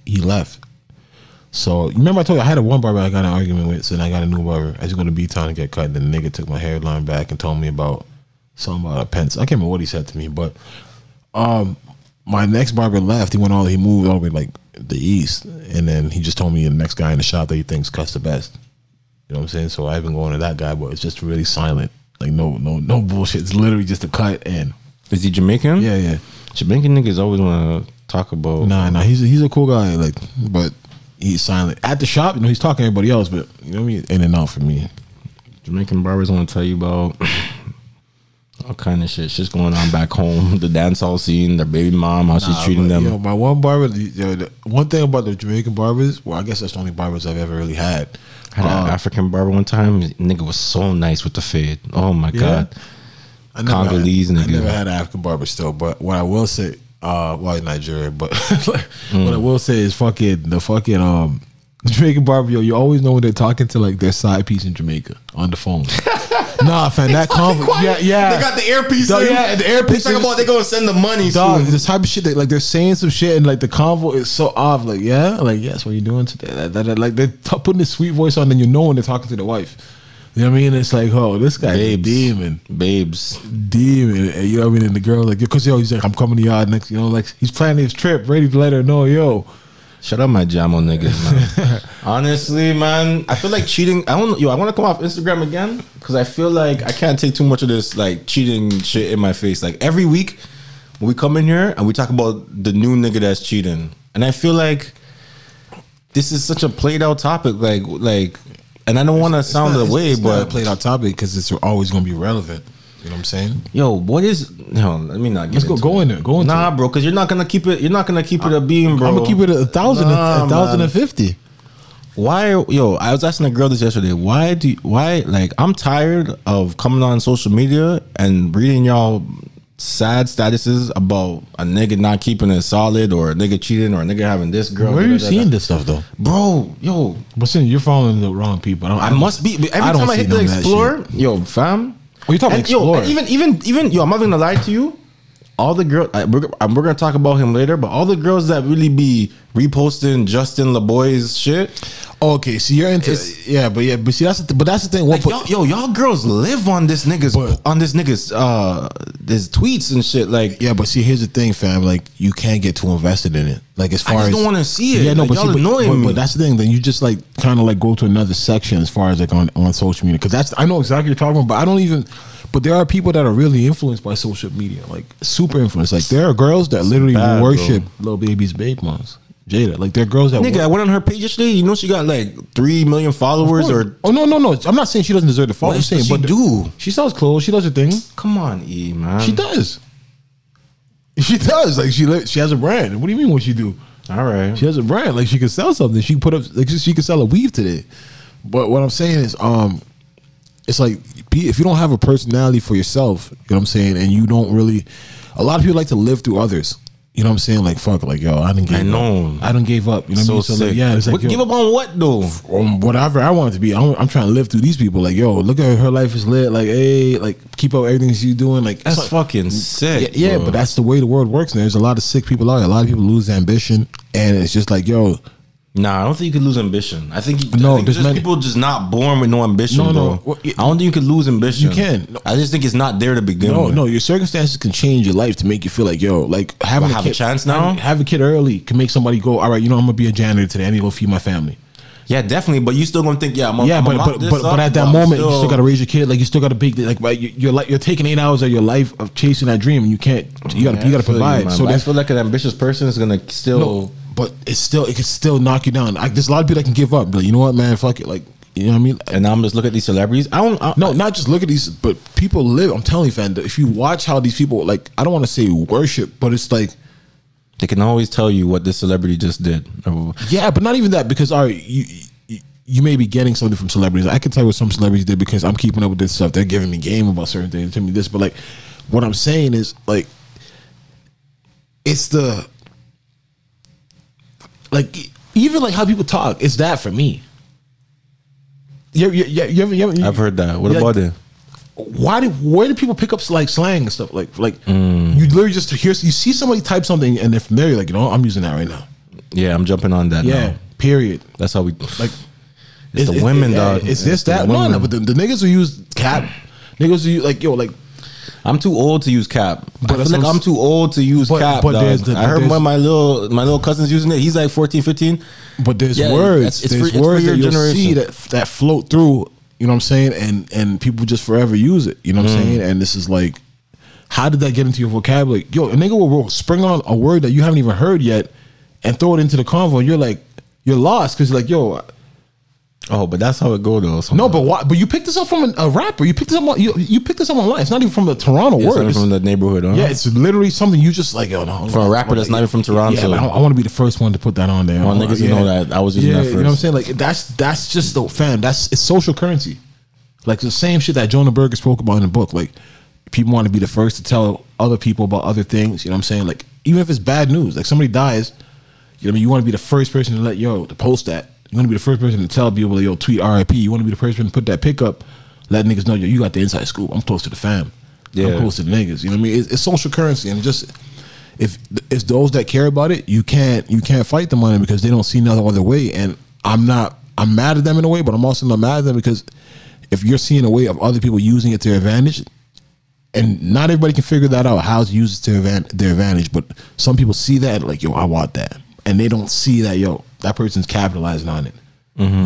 [SPEAKER 4] he left. So you remember I told you I had a one barber I got in an argument with, so then I got a new barber. I just go to B Town to get cut. Then the nigga took my hairline back and told me about something about a pencil. I can't remember what he said to me, but um my next barber left. He went all he moved all the way like the east, and then he just told me the next guy in the shop that he thinks cuts the best. You know what I'm saying? So I've been going to that guy, but it's just really silent. Like no, no, no bullshit. It's literally just a cut and
[SPEAKER 5] Is he Jamaican?
[SPEAKER 4] yeah, yeah.
[SPEAKER 5] Jamaican niggas always want to talk about.
[SPEAKER 4] Nah, nah. He's he's a cool guy, like, but he's silent at the shop. You know, he's talking to everybody else, but you know what I mean. In and out for me.
[SPEAKER 5] Jamaican barbers want to tell you about all kind of shit. Shit's going on back home. The dancehall scene, their baby mom, how she's treating
[SPEAKER 4] But,
[SPEAKER 5] them.
[SPEAKER 4] yo, my one barber. Yo, the one thing about the Jamaican barbers. Well, I guess that's the only barbers I've ever really had.
[SPEAKER 5] Had an African barber one time. Nigga was so nice with the fade. Oh my god.
[SPEAKER 4] I never had-
[SPEAKER 5] Congolese
[SPEAKER 4] I
[SPEAKER 5] nigga.
[SPEAKER 4] never had an African barber still, but what I will say, uh, well, in Nigeria, but what I
[SPEAKER 5] Mm.
[SPEAKER 4] will say is fucking the fucking um. Jamaican barber, yo, you always know when they're talking to like their side piece in Jamaica on the phone. nah, fam, that convo, yeah, yeah,
[SPEAKER 5] the earpiece.
[SPEAKER 4] Dog, in. yeah, the earpiece They talking in. about they
[SPEAKER 5] gonna send the money.
[SPEAKER 4] dog, this type of shit that like they're saying some shit and like the convo is so off. Like, yeah, like yes, what you doing today? That, that, that, like they're t- putting this sweet voice on, and you know when they're talking to the wife. You know what I mean? It's like, oh, this guy's a
[SPEAKER 5] Babes.
[SPEAKER 4] demon,
[SPEAKER 5] Babes.
[SPEAKER 4] demon. And, you know what I mean? And the girl like, because yo, he's like, I'm coming to y'all next. You know, like he's planning his trip, ready to let her know, yo.
[SPEAKER 5] Shut up, my Jamo niggas, man. Honestly, man, I feel like cheating. I don't. Yo, I want to come off Instagram again because I feel like I can't take too much of this like cheating shit in my face. Like every week, when we come in here and we talk about the new nigga that's cheating, and I feel like this is such a played out topic. Like, like, and I don't want to sound the way, but
[SPEAKER 4] played out topic because it's always gonna be relevant. You know what I'm saying?
[SPEAKER 5] yo, what is? No, let me not. Get
[SPEAKER 4] Let's go-
[SPEAKER 5] into
[SPEAKER 4] go
[SPEAKER 5] it.
[SPEAKER 4] in there, go into
[SPEAKER 5] Nah, bro, because you're not gonna keep it. You're not gonna keep it a beam, bro.
[SPEAKER 4] I'm gonna keep it a thousand,
[SPEAKER 5] Nah,
[SPEAKER 4] a thousand
[SPEAKER 5] man.
[SPEAKER 4] and fifty.
[SPEAKER 5] why yo i was asking a girl this yesterday why do you, why like i'm tired of coming on social media and reading y'all sad statuses about a nigga not keeping it solid or a nigga cheating or a nigga having this girl
[SPEAKER 4] Where are
[SPEAKER 5] da,
[SPEAKER 4] you
[SPEAKER 5] da, da,
[SPEAKER 4] seeing
[SPEAKER 5] da.
[SPEAKER 4] this stuff though?
[SPEAKER 5] bro yo
[SPEAKER 4] But since you're following the wrong people, I, don't,
[SPEAKER 5] i
[SPEAKER 4] don't-
[SPEAKER 5] must be every
[SPEAKER 4] I don't
[SPEAKER 5] time i
[SPEAKER 4] see
[SPEAKER 5] hit
[SPEAKER 4] none
[SPEAKER 5] the
[SPEAKER 4] of that
[SPEAKER 5] explorer yo fam
[SPEAKER 4] What you talking
[SPEAKER 5] and,
[SPEAKER 4] about? Explorer?
[SPEAKER 5] Yo, and even even even yo, I'm not even gonna lie to you. All the girls, we're, uh, we're gonna talk about him later, but all the girls that really be reposting Justin LeBoy's shit,
[SPEAKER 4] oh, Okay, so you're into
[SPEAKER 5] It's-
[SPEAKER 4] yeah, but yeah, but see that's the th- but that's the thing. What
[SPEAKER 5] Like, y'all, yo, y'all girls live on this niggas
[SPEAKER 4] But-
[SPEAKER 5] on this niggas uh his tweets and shit. Like
[SPEAKER 4] yeah, but see here's the thing, fam. Like you can't get too invested in it. Like as far
[SPEAKER 5] just
[SPEAKER 4] as
[SPEAKER 5] don't wanna see it. Like, y'all annoying
[SPEAKER 4] but,
[SPEAKER 5] me.
[SPEAKER 4] but that's the thing. Then you just like kind of like go to another section as far as like on on social media because that's I know exactly what you're talking about. But I don't even. But there are people that are really influenced by social media, like super influenced. Like there are girls that literally
[SPEAKER 5] bad, bro.
[SPEAKER 4] worship little baby's baby moms. Jada. Like there are girls that
[SPEAKER 5] Nigga, I
[SPEAKER 4] work-
[SPEAKER 5] went on her page yesterday. You know she got like three million followers, or
[SPEAKER 4] oh no no no! I'm not saying she doesn't deserve the fall.
[SPEAKER 5] What
[SPEAKER 4] I'm
[SPEAKER 5] does
[SPEAKER 4] saying,
[SPEAKER 5] she
[SPEAKER 4] but
[SPEAKER 5] do?
[SPEAKER 4] she sells clothes. She does her thing.
[SPEAKER 5] come on, E man.
[SPEAKER 4] She does. She does. Like she li- she has a brand. What do you mean? What she do?
[SPEAKER 5] All right.
[SPEAKER 4] She has a brand. Like she can sell something. She put up like she- she can sell a weave today. But what I'm saying is, um, it's like be- if you don't have a personality for yourself, you know what I'm saying, and you don't really. A lot of people like to live through others. You know what I'm saying? Like fuck, like yo, I didn't. Give
[SPEAKER 5] I know.
[SPEAKER 4] Up. I didn't give up. You know what I
[SPEAKER 5] so
[SPEAKER 4] mean? So
[SPEAKER 5] sick.
[SPEAKER 4] like, yeah, it's like
[SPEAKER 5] What-
[SPEAKER 4] yo,
[SPEAKER 5] give up on what though?
[SPEAKER 4] on whatever I want it to be. I'm, I'm trying to live through these people. Like yo, look at her, her life is lit. Like hey, like keep up everything she's doing. Like
[SPEAKER 5] That's
[SPEAKER 4] it's like-
[SPEAKER 5] fucking sick.
[SPEAKER 4] yeah, yeah,
[SPEAKER 5] bro.
[SPEAKER 4] but that's the way the world works. And there's a lot of sick people out here. A lot of people lose ambition, and it's just like, yo,
[SPEAKER 5] nah. I don't think you could lose ambition. I think you,
[SPEAKER 4] No,
[SPEAKER 5] I think
[SPEAKER 4] there's
[SPEAKER 5] just
[SPEAKER 4] many-
[SPEAKER 5] people just not born with no ambition,
[SPEAKER 4] No,
[SPEAKER 5] bro.
[SPEAKER 4] no. What-
[SPEAKER 5] I don't think you could lose ambition.
[SPEAKER 4] You can.
[SPEAKER 5] I just think it's not there to begin
[SPEAKER 4] no,
[SPEAKER 5] with.
[SPEAKER 4] Oh, no, your circumstances can change your life to make you feel like, yo, like having
[SPEAKER 5] I have a
[SPEAKER 4] kid-
[SPEAKER 5] chance now?
[SPEAKER 4] Have a kid early can make somebody go, all right, you know, I'm gonna be a janitor today. I need to go feed my family.
[SPEAKER 5] Yeah, definitely. But you still gonna think, yeah, I'm
[SPEAKER 4] yeah,
[SPEAKER 5] I'm
[SPEAKER 4] but
[SPEAKER 5] mop
[SPEAKER 4] but
[SPEAKER 5] this
[SPEAKER 4] but,
[SPEAKER 5] up,
[SPEAKER 4] but at that
[SPEAKER 5] I'm
[SPEAKER 4] moment, you still gotta raise your kid. Like you still gotta be like, like you- you're like you're taking eight hours of your life of chasing that dream, and you can't. You gotta
[SPEAKER 5] Yeah,
[SPEAKER 4] you gotta
[SPEAKER 5] I feel
[SPEAKER 4] provide.
[SPEAKER 5] man,
[SPEAKER 4] so
[SPEAKER 5] but I
[SPEAKER 4] that's
[SPEAKER 5] feel like an ambitious person is gonna still.
[SPEAKER 4] No, but it's still it could still knock you down. Like there's a lot of people that can give up. Like you know what, man, fuck it. Like you know what I mean.
[SPEAKER 5] And now I'm just look at these celebrities. I don't. I,
[SPEAKER 4] No, not just look at these, but people live. I'm telling you, fam. If you watch how these people, like, I don't want to say worship, but it's like,
[SPEAKER 5] They can always tell you what this celebrity just did.
[SPEAKER 4] yeah, but not even that because all right, you you, you may be getting something from celebrities. I can tell you what some celebrities did because I'm keeping up with this stuff. They're giving me game about certain things, telling me this, but like, what I'm saying is like, it's the like e- even like how people talk. It's that for me. You you you, you, ever- you, ever-
[SPEAKER 5] I've heard that. What
[SPEAKER 4] like,
[SPEAKER 5] about it?
[SPEAKER 4] why do where do people pick up like slang and stuff like like
[SPEAKER 5] Mm.
[SPEAKER 4] you literally just hear you see somebody type something and they're familiar like you know I'm using that right now
[SPEAKER 5] Yeah, I'm jumping on that.
[SPEAKER 4] yeah
[SPEAKER 5] now.
[SPEAKER 4] period
[SPEAKER 5] that's how we
[SPEAKER 4] like
[SPEAKER 5] like. It's the women,
[SPEAKER 4] yeah,
[SPEAKER 5] dog.
[SPEAKER 4] it's this
[SPEAKER 5] the
[SPEAKER 4] that no
[SPEAKER 5] women.
[SPEAKER 4] no but the, the niggas who use cap niggas who use, like yo like
[SPEAKER 5] I'm too old to use cap.
[SPEAKER 4] But
[SPEAKER 5] I feel
[SPEAKER 4] that's
[SPEAKER 5] like
[SPEAKER 4] what I'm
[SPEAKER 5] I'm too old to use
[SPEAKER 4] But-
[SPEAKER 5] cap.
[SPEAKER 4] but
[SPEAKER 5] dog.
[SPEAKER 4] there's the-
[SPEAKER 5] I heard
[SPEAKER 4] there's-
[SPEAKER 5] one of my little my little cousins using it. He's like 14, 15.
[SPEAKER 4] but there's
[SPEAKER 5] Yeah,
[SPEAKER 4] words
[SPEAKER 5] that's- it's for-
[SPEAKER 4] there's
[SPEAKER 5] it's for
[SPEAKER 4] words
[SPEAKER 5] your
[SPEAKER 4] that you'll see
[SPEAKER 5] generation.
[SPEAKER 4] that that float through you know what I'm saying and and people just forever use it you know
[SPEAKER 5] Mm.
[SPEAKER 4] what I'm saying and this is like how did that get into your vocabulary yo a nigga will, will spring on a word that you haven't even heard yet and throw it into the convo and you're like you're lost because like yo
[SPEAKER 5] Oh, but that's how it go though. So-
[SPEAKER 4] No, but why? But you picked this up from an- a, rapper. You picked this up. On, you, you picked this up online. It's not even from the Toronto
[SPEAKER 5] Yeah,
[SPEAKER 4] word.
[SPEAKER 5] something
[SPEAKER 4] It's-
[SPEAKER 5] from the neighborhood. Huh?
[SPEAKER 4] yeah, it's literally something you just like. Oh, no,
[SPEAKER 5] From a rapper that's not even from
[SPEAKER 4] Yeah,
[SPEAKER 5] Toronto.
[SPEAKER 4] but I, want to be the first one to put that on there.
[SPEAKER 5] want niggas to know that I was using
[SPEAKER 4] yeah,
[SPEAKER 5] that
[SPEAKER 4] You know what I'm
[SPEAKER 5] first.
[SPEAKER 4] saying? Like that's that's just the fam. That's it's social currency. Like the same shit that Jonah Berger spoke about in the book. Like people want to be the first to tell other people about other things. You know what I'm saying? Like even if it's bad news, like somebody dies, you know what I mean? You want to be the first person to let yo to post that. You want to be the first person to tell people like yo tweet RIP. You want to be the first person to put that pick up, let niggas know yo you got the inside scoop. I'm close to the fam.
[SPEAKER 5] Yeah.
[SPEAKER 4] I'm close to the niggas. You know what I mean? It's, it's social currency and just if it's those that care about it, you can't you can't fight them on it because they don't see another other way. And I'm not I'm mad at them in a way, but I'm also not mad at them because if you're seeing a way of other people using it to their advantage, and not everybody can figure that out how to use it to advan- their advantage, but some people see that like yo I want that, and they don't see that yo that person's capitalizing on it.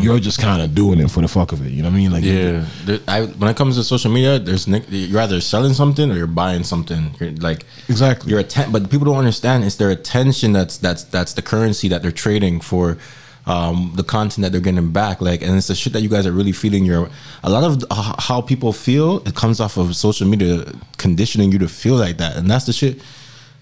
[SPEAKER 4] You're just kind of doing it for the fuck of it. You know what I mean? Like
[SPEAKER 5] Yeah, There- I, when it comes to social media, there's nic- you're either selling something or you're buying something. You're like
[SPEAKER 4] Exactly.
[SPEAKER 5] your atten- but people don't understand it's their attention that's that's that's the currency that they're trading for um, the content that they're getting back. Like, and it's the shit that you guys are really feeling. Your a lot of h- how people feel it comes off of social media conditioning you to feel like that, and that's the shit.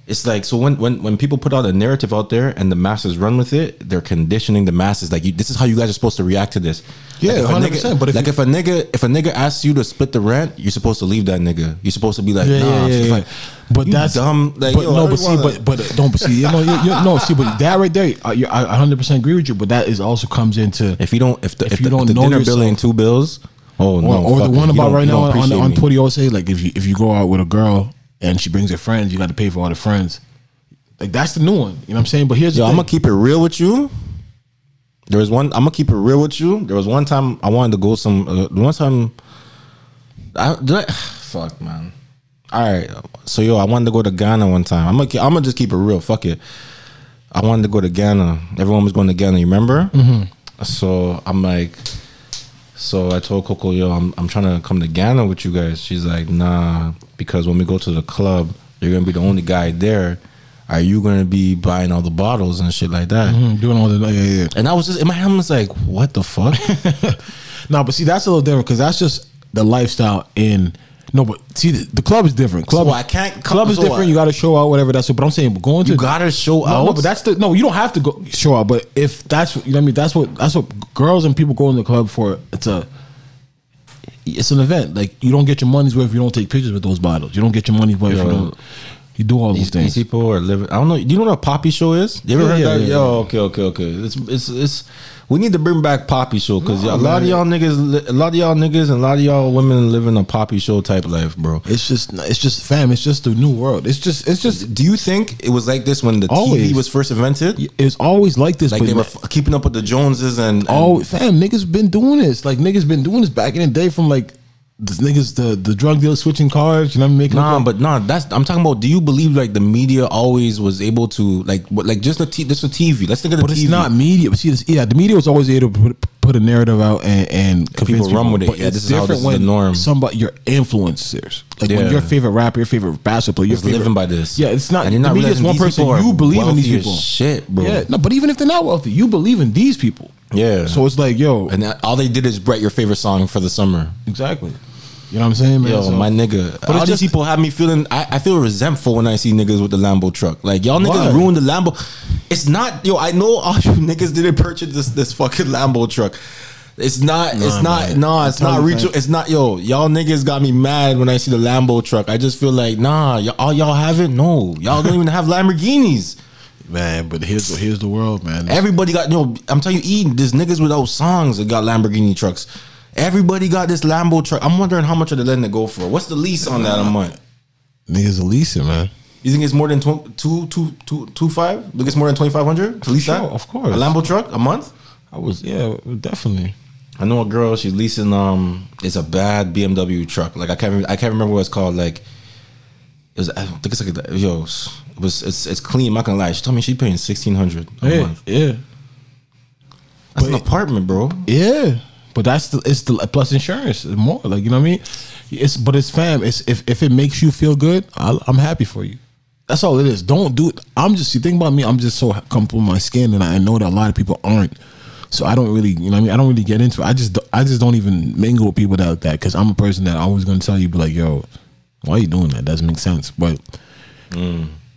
[SPEAKER 5] It's like so when, when when people put out a narrative out there and the masses run with it, they're conditioning the masses like you. This is how you guys are supposed to react to this.
[SPEAKER 4] Yeah,
[SPEAKER 5] like if a
[SPEAKER 4] 100%,
[SPEAKER 5] Nigga,
[SPEAKER 4] but if
[SPEAKER 5] like
[SPEAKER 4] you-
[SPEAKER 5] if a nigga if a nigga asks you to split the rent, you're supposed to leave that nigga. You're supposed to be like,
[SPEAKER 4] Yeah,
[SPEAKER 5] nah,
[SPEAKER 4] yeah, yeah,
[SPEAKER 5] if
[SPEAKER 4] yeah.
[SPEAKER 5] I-
[SPEAKER 4] But
[SPEAKER 5] you
[SPEAKER 4] that's
[SPEAKER 5] dumb. Like,
[SPEAKER 4] but no,
[SPEAKER 5] yo, I
[SPEAKER 4] but
[SPEAKER 5] don't
[SPEAKER 4] see,
[SPEAKER 5] wanna-
[SPEAKER 4] but but uh, don't but see. You know, you, you, no, see, but that right there, I you- I 100 percent agree with you. But that is also comes into
[SPEAKER 5] if you don't if the,
[SPEAKER 4] If
[SPEAKER 5] if,
[SPEAKER 4] you
[SPEAKER 5] the,
[SPEAKER 4] don't
[SPEAKER 5] if the
[SPEAKER 4] know
[SPEAKER 5] dinner
[SPEAKER 4] yourself-
[SPEAKER 5] bill ain't two bills, oh no,
[SPEAKER 4] or, or the
[SPEAKER 5] fuck it.
[SPEAKER 4] one
[SPEAKER 5] You
[SPEAKER 4] about
[SPEAKER 5] don't-
[SPEAKER 4] right
[SPEAKER 5] you
[SPEAKER 4] now
[SPEAKER 5] don't
[SPEAKER 4] on
[SPEAKER 5] appreciate
[SPEAKER 4] on
[SPEAKER 5] me.
[SPEAKER 4] Putty say like if you if you go out with a girl and she brings her friends, you got to pay for all the friends. Like that's the new one. You know what I'm saying? But here's
[SPEAKER 5] Yo,
[SPEAKER 4] the
[SPEAKER 5] I'm
[SPEAKER 4] thing.
[SPEAKER 5] gonna keep it real with you. There was one. I'm gonna keep it real with you. There was one time I wanted to go some. Uh, the one time, I, did I fuck man. All right, so yo, I wanted to go to Ghana one time. I'm gonna ke- I'm gonna just keep it real. Fuck it. I wanted to go to Ghana. Everyone was going to Ghana. You remember? Mm-hmm. So I'm like, so I told Coco, yo, I'm I'm trying to come to Ghana with you guys. She's like, nah, because when we go to the club, you're gonna be the only guy there. are you gonna be buying all the bottles and shit like that?
[SPEAKER 4] Mm, doing all the yeah, yeah, yeah.
[SPEAKER 5] And I was just in my head, I was like, what the fuck?
[SPEAKER 4] No, but see, that's a little different because that's just the lifestyle in. No, but see, the, the club is different. Club,
[SPEAKER 5] So I can't-
[SPEAKER 4] Club is
[SPEAKER 5] so
[SPEAKER 4] different.
[SPEAKER 5] what?
[SPEAKER 4] You got to show out, whatever. That's what. But I'm saying, but going to
[SPEAKER 5] you gotta show
[SPEAKER 4] no,
[SPEAKER 5] out.
[SPEAKER 4] no, but that's the no. You don't have to go show out, but if that's what you know, what I mean, that's what that's what girls and people go in the club for. It's a it's an event. Like you don't get your money's worth if you don't take pictures with those bottles. You don't get your money's worth if you
[SPEAKER 5] Yo.
[SPEAKER 4] don't. You do all those
[SPEAKER 5] these, these
[SPEAKER 4] things.
[SPEAKER 5] people are living. I don't know. Do you know what a poppy show is? You ever
[SPEAKER 4] Yeah,
[SPEAKER 5] heard
[SPEAKER 4] yeah,
[SPEAKER 5] that?
[SPEAKER 4] yeah,
[SPEAKER 5] Yo,
[SPEAKER 4] yeah.
[SPEAKER 5] okay, okay, okay. It's it's it's. We need to bring back poppy show because a lot
[SPEAKER 4] man.
[SPEAKER 5] of y'all niggas, li- a lot of y'all niggas, and a lot of y'all women living a poppy show type life, bro.
[SPEAKER 4] It's just it's just fam. It's just the new world. It's just it's just
[SPEAKER 5] Do you think it was like this when the
[SPEAKER 4] Always.
[SPEAKER 5] TV was first invented?
[SPEAKER 4] it's always like this.
[SPEAKER 5] Like
[SPEAKER 4] but
[SPEAKER 5] they were f- keeping up with the Joneses and, and
[SPEAKER 4] Oh, fam, niggas been doing this. Like niggas been doing this back in the day from like the niggas the the drug dealer switching cars. You know, what I'm making up
[SPEAKER 5] Nah,
[SPEAKER 4] like-
[SPEAKER 5] but nah. That's I'm talking about. Do you believe like the media always was able to like what like just the t- this the TV? Let's think of the
[SPEAKER 4] but
[SPEAKER 5] TV.
[SPEAKER 4] it's not media. But see, this, yeah, the media was always able to put, put a narrative out and and convince
[SPEAKER 5] run with it.
[SPEAKER 4] But
[SPEAKER 5] Yeah,
[SPEAKER 4] it's
[SPEAKER 5] this is how-
[SPEAKER 4] different
[SPEAKER 5] this is the
[SPEAKER 4] when
[SPEAKER 5] norm.
[SPEAKER 4] Somebody your influencers, like
[SPEAKER 5] Yeah.
[SPEAKER 4] when your favorite rapper, your favorite basketball, your
[SPEAKER 5] It's
[SPEAKER 4] favorite,
[SPEAKER 5] living by this.
[SPEAKER 4] Yeah, it's not.
[SPEAKER 5] And you're not
[SPEAKER 4] the media is
[SPEAKER 5] realizing
[SPEAKER 4] one
[SPEAKER 5] these
[SPEAKER 4] person.
[SPEAKER 5] people are
[SPEAKER 4] You believe in these
[SPEAKER 5] wealthy as
[SPEAKER 4] people.
[SPEAKER 5] Shit, bro.
[SPEAKER 4] Yeah, no, but even if they're not wealthy, you believe in these people.
[SPEAKER 5] Yeah.
[SPEAKER 4] So it's like, yo,
[SPEAKER 5] And that, all they did is write your favorite song for the summer.
[SPEAKER 4] exactly. You know what I'm saying, man?
[SPEAKER 5] Yo,
[SPEAKER 4] So-
[SPEAKER 5] my nigga.
[SPEAKER 4] it's
[SPEAKER 5] all these
[SPEAKER 4] just-
[SPEAKER 5] people have me feeling. I, I feel resentful when I see niggas with the Lambo truck. Like y'all
[SPEAKER 4] Why?
[SPEAKER 5] niggas ruined the Lambo. It's not yo. I know all you niggas didn't purchase this this fucking Lambo truck. It's not. it's not.
[SPEAKER 4] man.
[SPEAKER 5] Nah.
[SPEAKER 4] I'm
[SPEAKER 5] It's not
[SPEAKER 4] telling you,
[SPEAKER 5] reach.
[SPEAKER 4] fam.
[SPEAKER 5] It's not. Yo, y'all niggas got me mad when I see the Lambo truck. I just feel like nah. Y'all, all y'all have it. No, y'all don't even have Lamborghinis.
[SPEAKER 4] man, but here's the- here's the world, man.
[SPEAKER 5] Everybody got no. I'm telling you, Eden, there's niggas without songs that got Lamborghini trucks. Everybody got this Lambo truck. I'm wondering how much are they letting it go for? What's the lease on that a month?
[SPEAKER 4] Niggas a leasing, man.
[SPEAKER 5] You think it's more than tw- two, two, two, two, five? Think it's more than twenty five hundred to lease
[SPEAKER 4] sure,
[SPEAKER 5] that?
[SPEAKER 4] of course.
[SPEAKER 5] A Lambo truck a month?
[SPEAKER 4] I was, yeah, definitely.
[SPEAKER 5] I know a girl. She's leasing. Um, it's a bad BMW truck. Like I can't. Remember, I can't remember what it's called. Like it was. I think it's like a, yo. It was. It's. It's clean. I'm not gonna lie. She told me she paying sixteen hundred a
[SPEAKER 4] Yeah,
[SPEAKER 5] month.
[SPEAKER 4] yeah,
[SPEAKER 5] That's an
[SPEAKER 4] but-
[SPEAKER 5] apartment, bro.
[SPEAKER 4] yeah. But that's the it's the plus insurance it's more like you know what I mean. It's but it's fam. It's if, if it makes you feel good, I'll, I'm happy for you. That's all it is. Don't do it. I'm just you think about me. I'm just so comfortable with my skin, and I know that a lot of people aren't. So I don't really, you know, what I mean, I don't really get into it. I just, I just don't even mingle with people that like that because I'm a person that always gonna tell you, be like, yo, why you doing that? Doesn't make sense. But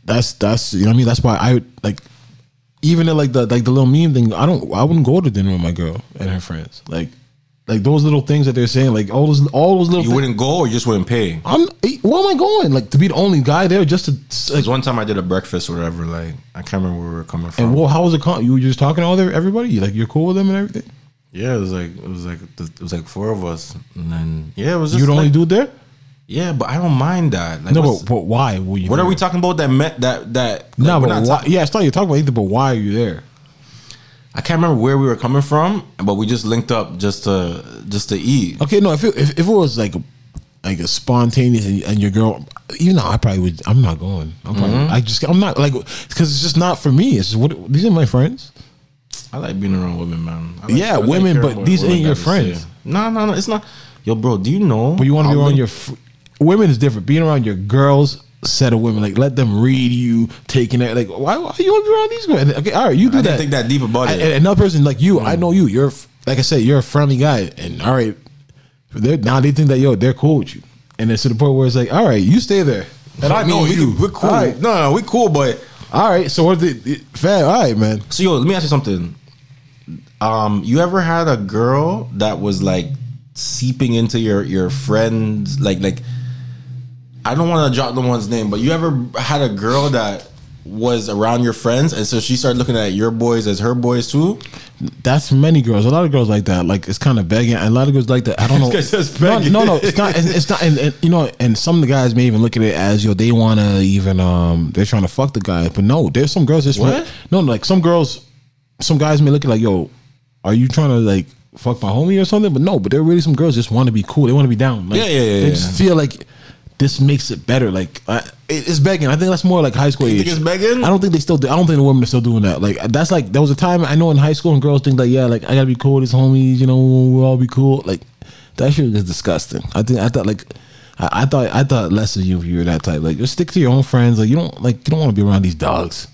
[SPEAKER 4] that's that's you know what I mean. That's why I like even at like the like the little meme thing, I don't I wouldn't go to dinner with my girl and her friends. Like like those little things that they're saying, like all those all those little
[SPEAKER 5] You
[SPEAKER 4] thi-
[SPEAKER 5] wouldn't go, or you just wouldn't pay.
[SPEAKER 4] I'm eh, where am I going? Like to be the only guy there just to like
[SPEAKER 5] Because one time I did a breakfast or whatever, like I can't remember where we were coming from.
[SPEAKER 4] and well, how was it con- you were just talking to all their everybody? You, Like you're cool with them and everything?
[SPEAKER 5] yeah, it was like it was like the, it was like four of us, and then yeah, it was. Just
[SPEAKER 4] You'd only
[SPEAKER 5] like-
[SPEAKER 4] do it there?
[SPEAKER 5] yeah, but I don't mind that. Like,
[SPEAKER 4] No,
[SPEAKER 5] what's-
[SPEAKER 4] but, but why were you
[SPEAKER 5] what
[SPEAKER 4] there?
[SPEAKER 5] are we talking about? That met that that
[SPEAKER 4] No,
[SPEAKER 5] like, we're
[SPEAKER 4] but
[SPEAKER 5] not
[SPEAKER 4] why,
[SPEAKER 5] talking-
[SPEAKER 4] yeah, it's not you're talking about either, but why are you there?
[SPEAKER 5] I can't remember where we were coming from, but we just linked up just to just to eat.
[SPEAKER 4] Okay, no, if it, if, if it was like a, like a spontaneous and, and your girl, even though I probably would, I'm not going. I'm probably,
[SPEAKER 5] Mm-hmm.
[SPEAKER 4] I just, I'm not like, because it's just not for me. It's just, what these are my friends.
[SPEAKER 5] I like being around women, man. I like-
[SPEAKER 4] Yeah,
[SPEAKER 5] I like
[SPEAKER 4] women,
[SPEAKER 5] hearing
[SPEAKER 4] but
[SPEAKER 5] what
[SPEAKER 4] these
[SPEAKER 5] women
[SPEAKER 4] ain't your
[SPEAKER 5] got to say.
[SPEAKER 4] friends.
[SPEAKER 5] No, no, no, it's not. Yo, bro, do you know?
[SPEAKER 4] But you want to be
[SPEAKER 5] I'll
[SPEAKER 4] around
[SPEAKER 5] link-
[SPEAKER 4] your fr- women is different. Being around your girls set of women, like let them read you, taking it. Like why, why you want to be around these women? Okay, all right, you do
[SPEAKER 5] I
[SPEAKER 4] that.
[SPEAKER 5] didn't think that deep about
[SPEAKER 4] I-
[SPEAKER 5] it. Mm.
[SPEAKER 4] and another person like you, I know you. You're f- like I said, you're a friendly guy, and all right, they're, now they think that yo, they're cool with you, and it's to the point where it's like, all right, you stay there, and I know
[SPEAKER 5] No, we,
[SPEAKER 4] you.
[SPEAKER 5] We're cool.
[SPEAKER 4] All right,
[SPEAKER 5] No, no, we cool, but
[SPEAKER 4] all right. So what? The, it, fam, all right, man.
[SPEAKER 5] So yo, let me ask you something. Um, you ever had a girl that was like seeping into your your friends, like like I don't want to drop the one's name, but you ever had a girl that was around your friends, and so she started looking at your boys as her boys too.
[SPEAKER 4] That's many girls. A lot of girls like that. Like it's kind of begging. And a lot of girls like that. I don't know.
[SPEAKER 5] guy says
[SPEAKER 4] no,
[SPEAKER 5] begging.
[SPEAKER 4] no, no, it's not. It's, it's not. And, and you know, and some of the guys may even look at it as yo, they wanna even um, they're trying to fuck the guy. But no, there's some girls that's
[SPEAKER 5] What?
[SPEAKER 4] no, like some girls, some guys may look at it like yo, are you trying to like fuck my homie or something? But no, but there are really some girls just want to be cool. They want to be down. Like,
[SPEAKER 5] Yeah, yeah, yeah,
[SPEAKER 4] They
[SPEAKER 5] yeah.
[SPEAKER 4] just feel like. This makes it better. Like I, it- it's begging. I think that's more like high school
[SPEAKER 5] You
[SPEAKER 4] age.
[SPEAKER 5] think it's begging?
[SPEAKER 4] I don't think they still do. I don't think the women are still doing that. Like that's like there was a time I know in high school and girls think like yeah like I gotta be cool with these homies you know we'll all be cool like that shit is disgusting. I think I thought like I, I thought I thought less of you if you were that type. Like, just stick to your own friends. Like, you don't like you don't want to be around these dogs.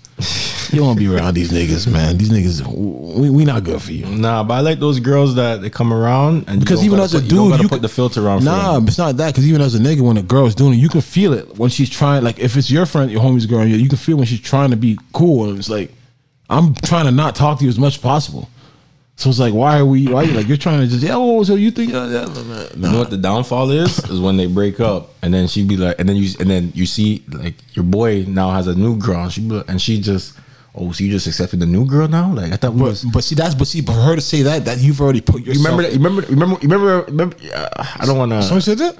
[SPEAKER 4] you don't want to be around these niggas, man. These niggas, we we not good for you.
[SPEAKER 5] Nah, but I like those girls that they come around and you
[SPEAKER 4] Because
[SPEAKER 5] don't
[SPEAKER 4] even
[SPEAKER 5] gotta
[SPEAKER 4] as a
[SPEAKER 5] put-
[SPEAKER 4] dude,
[SPEAKER 5] you, don't gotta
[SPEAKER 4] you
[SPEAKER 5] put
[SPEAKER 4] could-
[SPEAKER 5] the filter on.
[SPEAKER 4] Nah,
[SPEAKER 5] for them.
[SPEAKER 4] it's not that. Because even as a nigga, when a girl's doing it, you can feel it when she's trying. Like if it's your friend, your homie's girl, you you can feel when she's trying to be cool. And it's like, I'm trying to not talk to you as much as possible. So it's like, why are we? Why you like you're trying to just yeah? Oh, so you think? Uh, yeah, nah.
[SPEAKER 5] You know what the downfall is? Is when they break up, and then she'd be like, and then you, and then you see like your boy now has a new girl, and she, be like- and she just, oh, so you just accepted the new girl now? Like I thought we
[SPEAKER 4] But,
[SPEAKER 5] was.
[SPEAKER 4] but see, that's but see, but for her to say that, that you've already put yourself.
[SPEAKER 5] You remember that? You remember? Remember? Remember? remember uh, I don't want
[SPEAKER 4] Someone
[SPEAKER 5] to.
[SPEAKER 4] said that.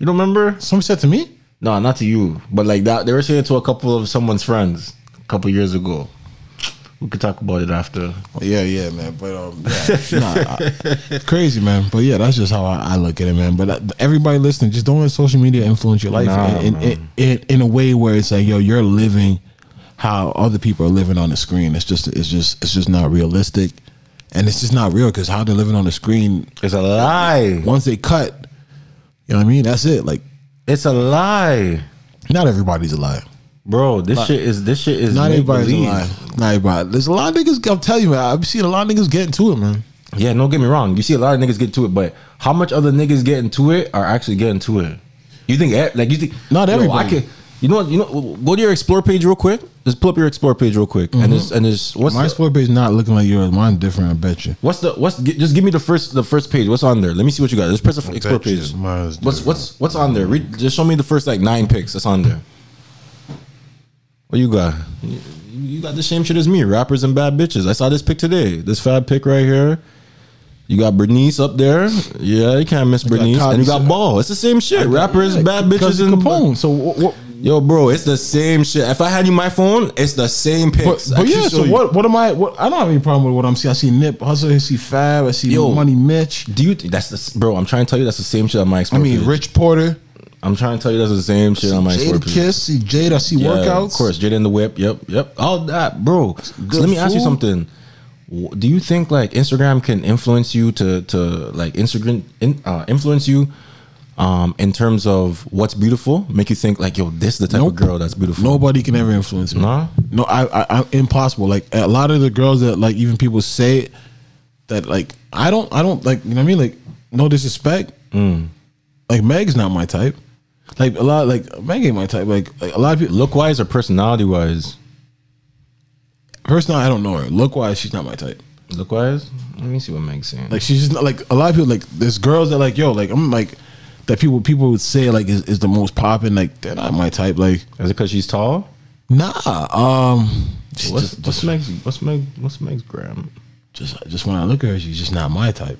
[SPEAKER 5] You don't remember?
[SPEAKER 4] Someone said to me.
[SPEAKER 5] No, not to you, but like that. They were saying it to a couple of someone's friends a couple years ago. We could talk about it after.
[SPEAKER 4] Yeah, yeah, man. But um, yeah. nah, I- crazy, man. But yeah, that's just how I, I look at it, man. But uh, everybody listening, just don't let social media influence your life
[SPEAKER 5] Nah,
[SPEAKER 4] in, in, in, in, in a way where it's like, yo, you're living how other people are living on the screen. It's just, it's just, it's just not realistic, and it's just not real because how they're living on the screen.
[SPEAKER 5] It's a lie.
[SPEAKER 4] Once they cut, you know what I mean. That's it. Like,
[SPEAKER 5] It's a lie,
[SPEAKER 4] not everybody's alive.
[SPEAKER 5] bro. This shit is. This shit is
[SPEAKER 4] Not
[SPEAKER 5] make
[SPEAKER 4] everybody's
[SPEAKER 5] believe.
[SPEAKER 4] alive. Not everybody. There's a lot of niggas. I'm telling you, man. I've seen a lot of niggas getting to it, man.
[SPEAKER 5] Yeah, don't get me wrong. You see a lot of niggas get to it, but how much other niggas getting to it are actually getting to it? You think e- like you think
[SPEAKER 4] Not
[SPEAKER 5] Yo,
[SPEAKER 4] everybody.
[SPEAKER 5] I can, you know what? You know, go to your explore page real quick. Just pull up your explore page real quick,
[SPEAKER 4] Mm-hmm.
[SPEAKER 5] and it's and it's what's
[SPEAKER 4] My
[SPEAKER 5] the,
[SPEAKER 4] sport page not looking like yours. Mine's different. I bet you.
[SPEAKER 5] what's the what's gi- just give me the first the first page. What's on there? Let me see what you got. Just press the f- explore
[SPEAKER 4] bet you
[SPEAKER 5] page.
[SPEAKER 4] mine's
[SPEAKER 5] What's
[SPEAKER 4] different.
[SPEAKER 5] what's what's on there? Read, just show me the first like nine picks that's on there. What you got? You, you got the same shit as me. Rappers and bad bitches. I saw this pick today. This fab pick right here. You got Bernice up there. Yeah, you can't miss Bernice.
[SPEAKER 4] Todd-
[SPEAKER 5] and you got Ball. It's the same shit. Rappers, bad bitches, and
[SPEAKER 4] Capone. So what? what
[SPEAKER 5] Yo, bro, it's the same shit. If I had you my phone, it's the same
[SPEAKER 4] but,
[SPEAKER 5] picks. I
[SPEAKER 4] but
[SPEAKER 5] can
[SPEAKER 4] yeah.
[SPEAKER 5] show
[SPEAKER 4] So
[SPEAKER 5] you.
[SPEAKER 4] what? What am I? What I don't have any problem with what I'm seeing. I see Nip Hustle. I see Fab. I see
[SPEAKER 5] Yo.
[SPEAKER 4] Money Mitch.
[SPEAKER 5] Do you? That's the s- bro. I'm trying to tell you that's the same shit on my.
[SPEAKER 4] I
[SPEAKER 5] Explore
[SPEAKER 4] mean
[SPEAKER 5] page.
[SPEAKER 4] Rich Porter.
[SPEAKER 5] I'm trying to tell you that's the same shit
[SPEAKER 4] See
[SPEAKER 5] on my. Explore
[SPEAKER 4] Jada
[SPEAKER 5] page.
[SPEAKER 4] Kiss. See Jade. I see
[SPEAKER 5] Yeah,
[SPEAKER 4] workouts.
[SPEAKER 5] Of course, Jada in the whip. Yep, yep. All that, bro.
[SPEAKER 4] Good
[SPEAKER 5] let me ask you
[SPEAKER 4] food.
[SPEAKER 5] something. W- Do you think like Instagram can influence you to to like Instagram in, uh, influence you um in terms of what's beautiful? Make you think like, yo, this is the type
[SPEAKER 4] Nope.
[SPEAKER 5] of girl that's beautiful.
[SPEAKER 4] Nobody can ever influence me.
[SPEAKER 5] Nah?
[SPEAKER 4] No, I, I, I'm impossible. Like a lot of the girls that like even people say it, that like I don't, I don't like. You know what I mean? Like no disrespect.
[SPEAKER 5] Mm.
[SPEAKER 4] Like Meg's not my type. Like a lot, like Meg ain't my type. Like, like a lot of people.
[SPEAKER 5] Look wise or personality wise?
[SPEAKER 4] Personally, I don't know her. Look wise, she's not my type.
[SPEAKER 5] Look wise. Let me see what Meg's saying.
[SPEAKER 4] Like she's just not like a lot of people. Like there's girls that like yo, like I'm like that people people would say like is, is the most popping. Like they're not my type. Like
[SPEAKER 5] is it because she's tall?
[SPEAKER 4] nah. Um, she's
[SPEAKER 5] What's
[SPEAKER 4] just,
[SPEAKER 5] what's Meg's what's Meg what's Meg's gram?
[SPEAKER 4] just just when I look at her, she's just not my type.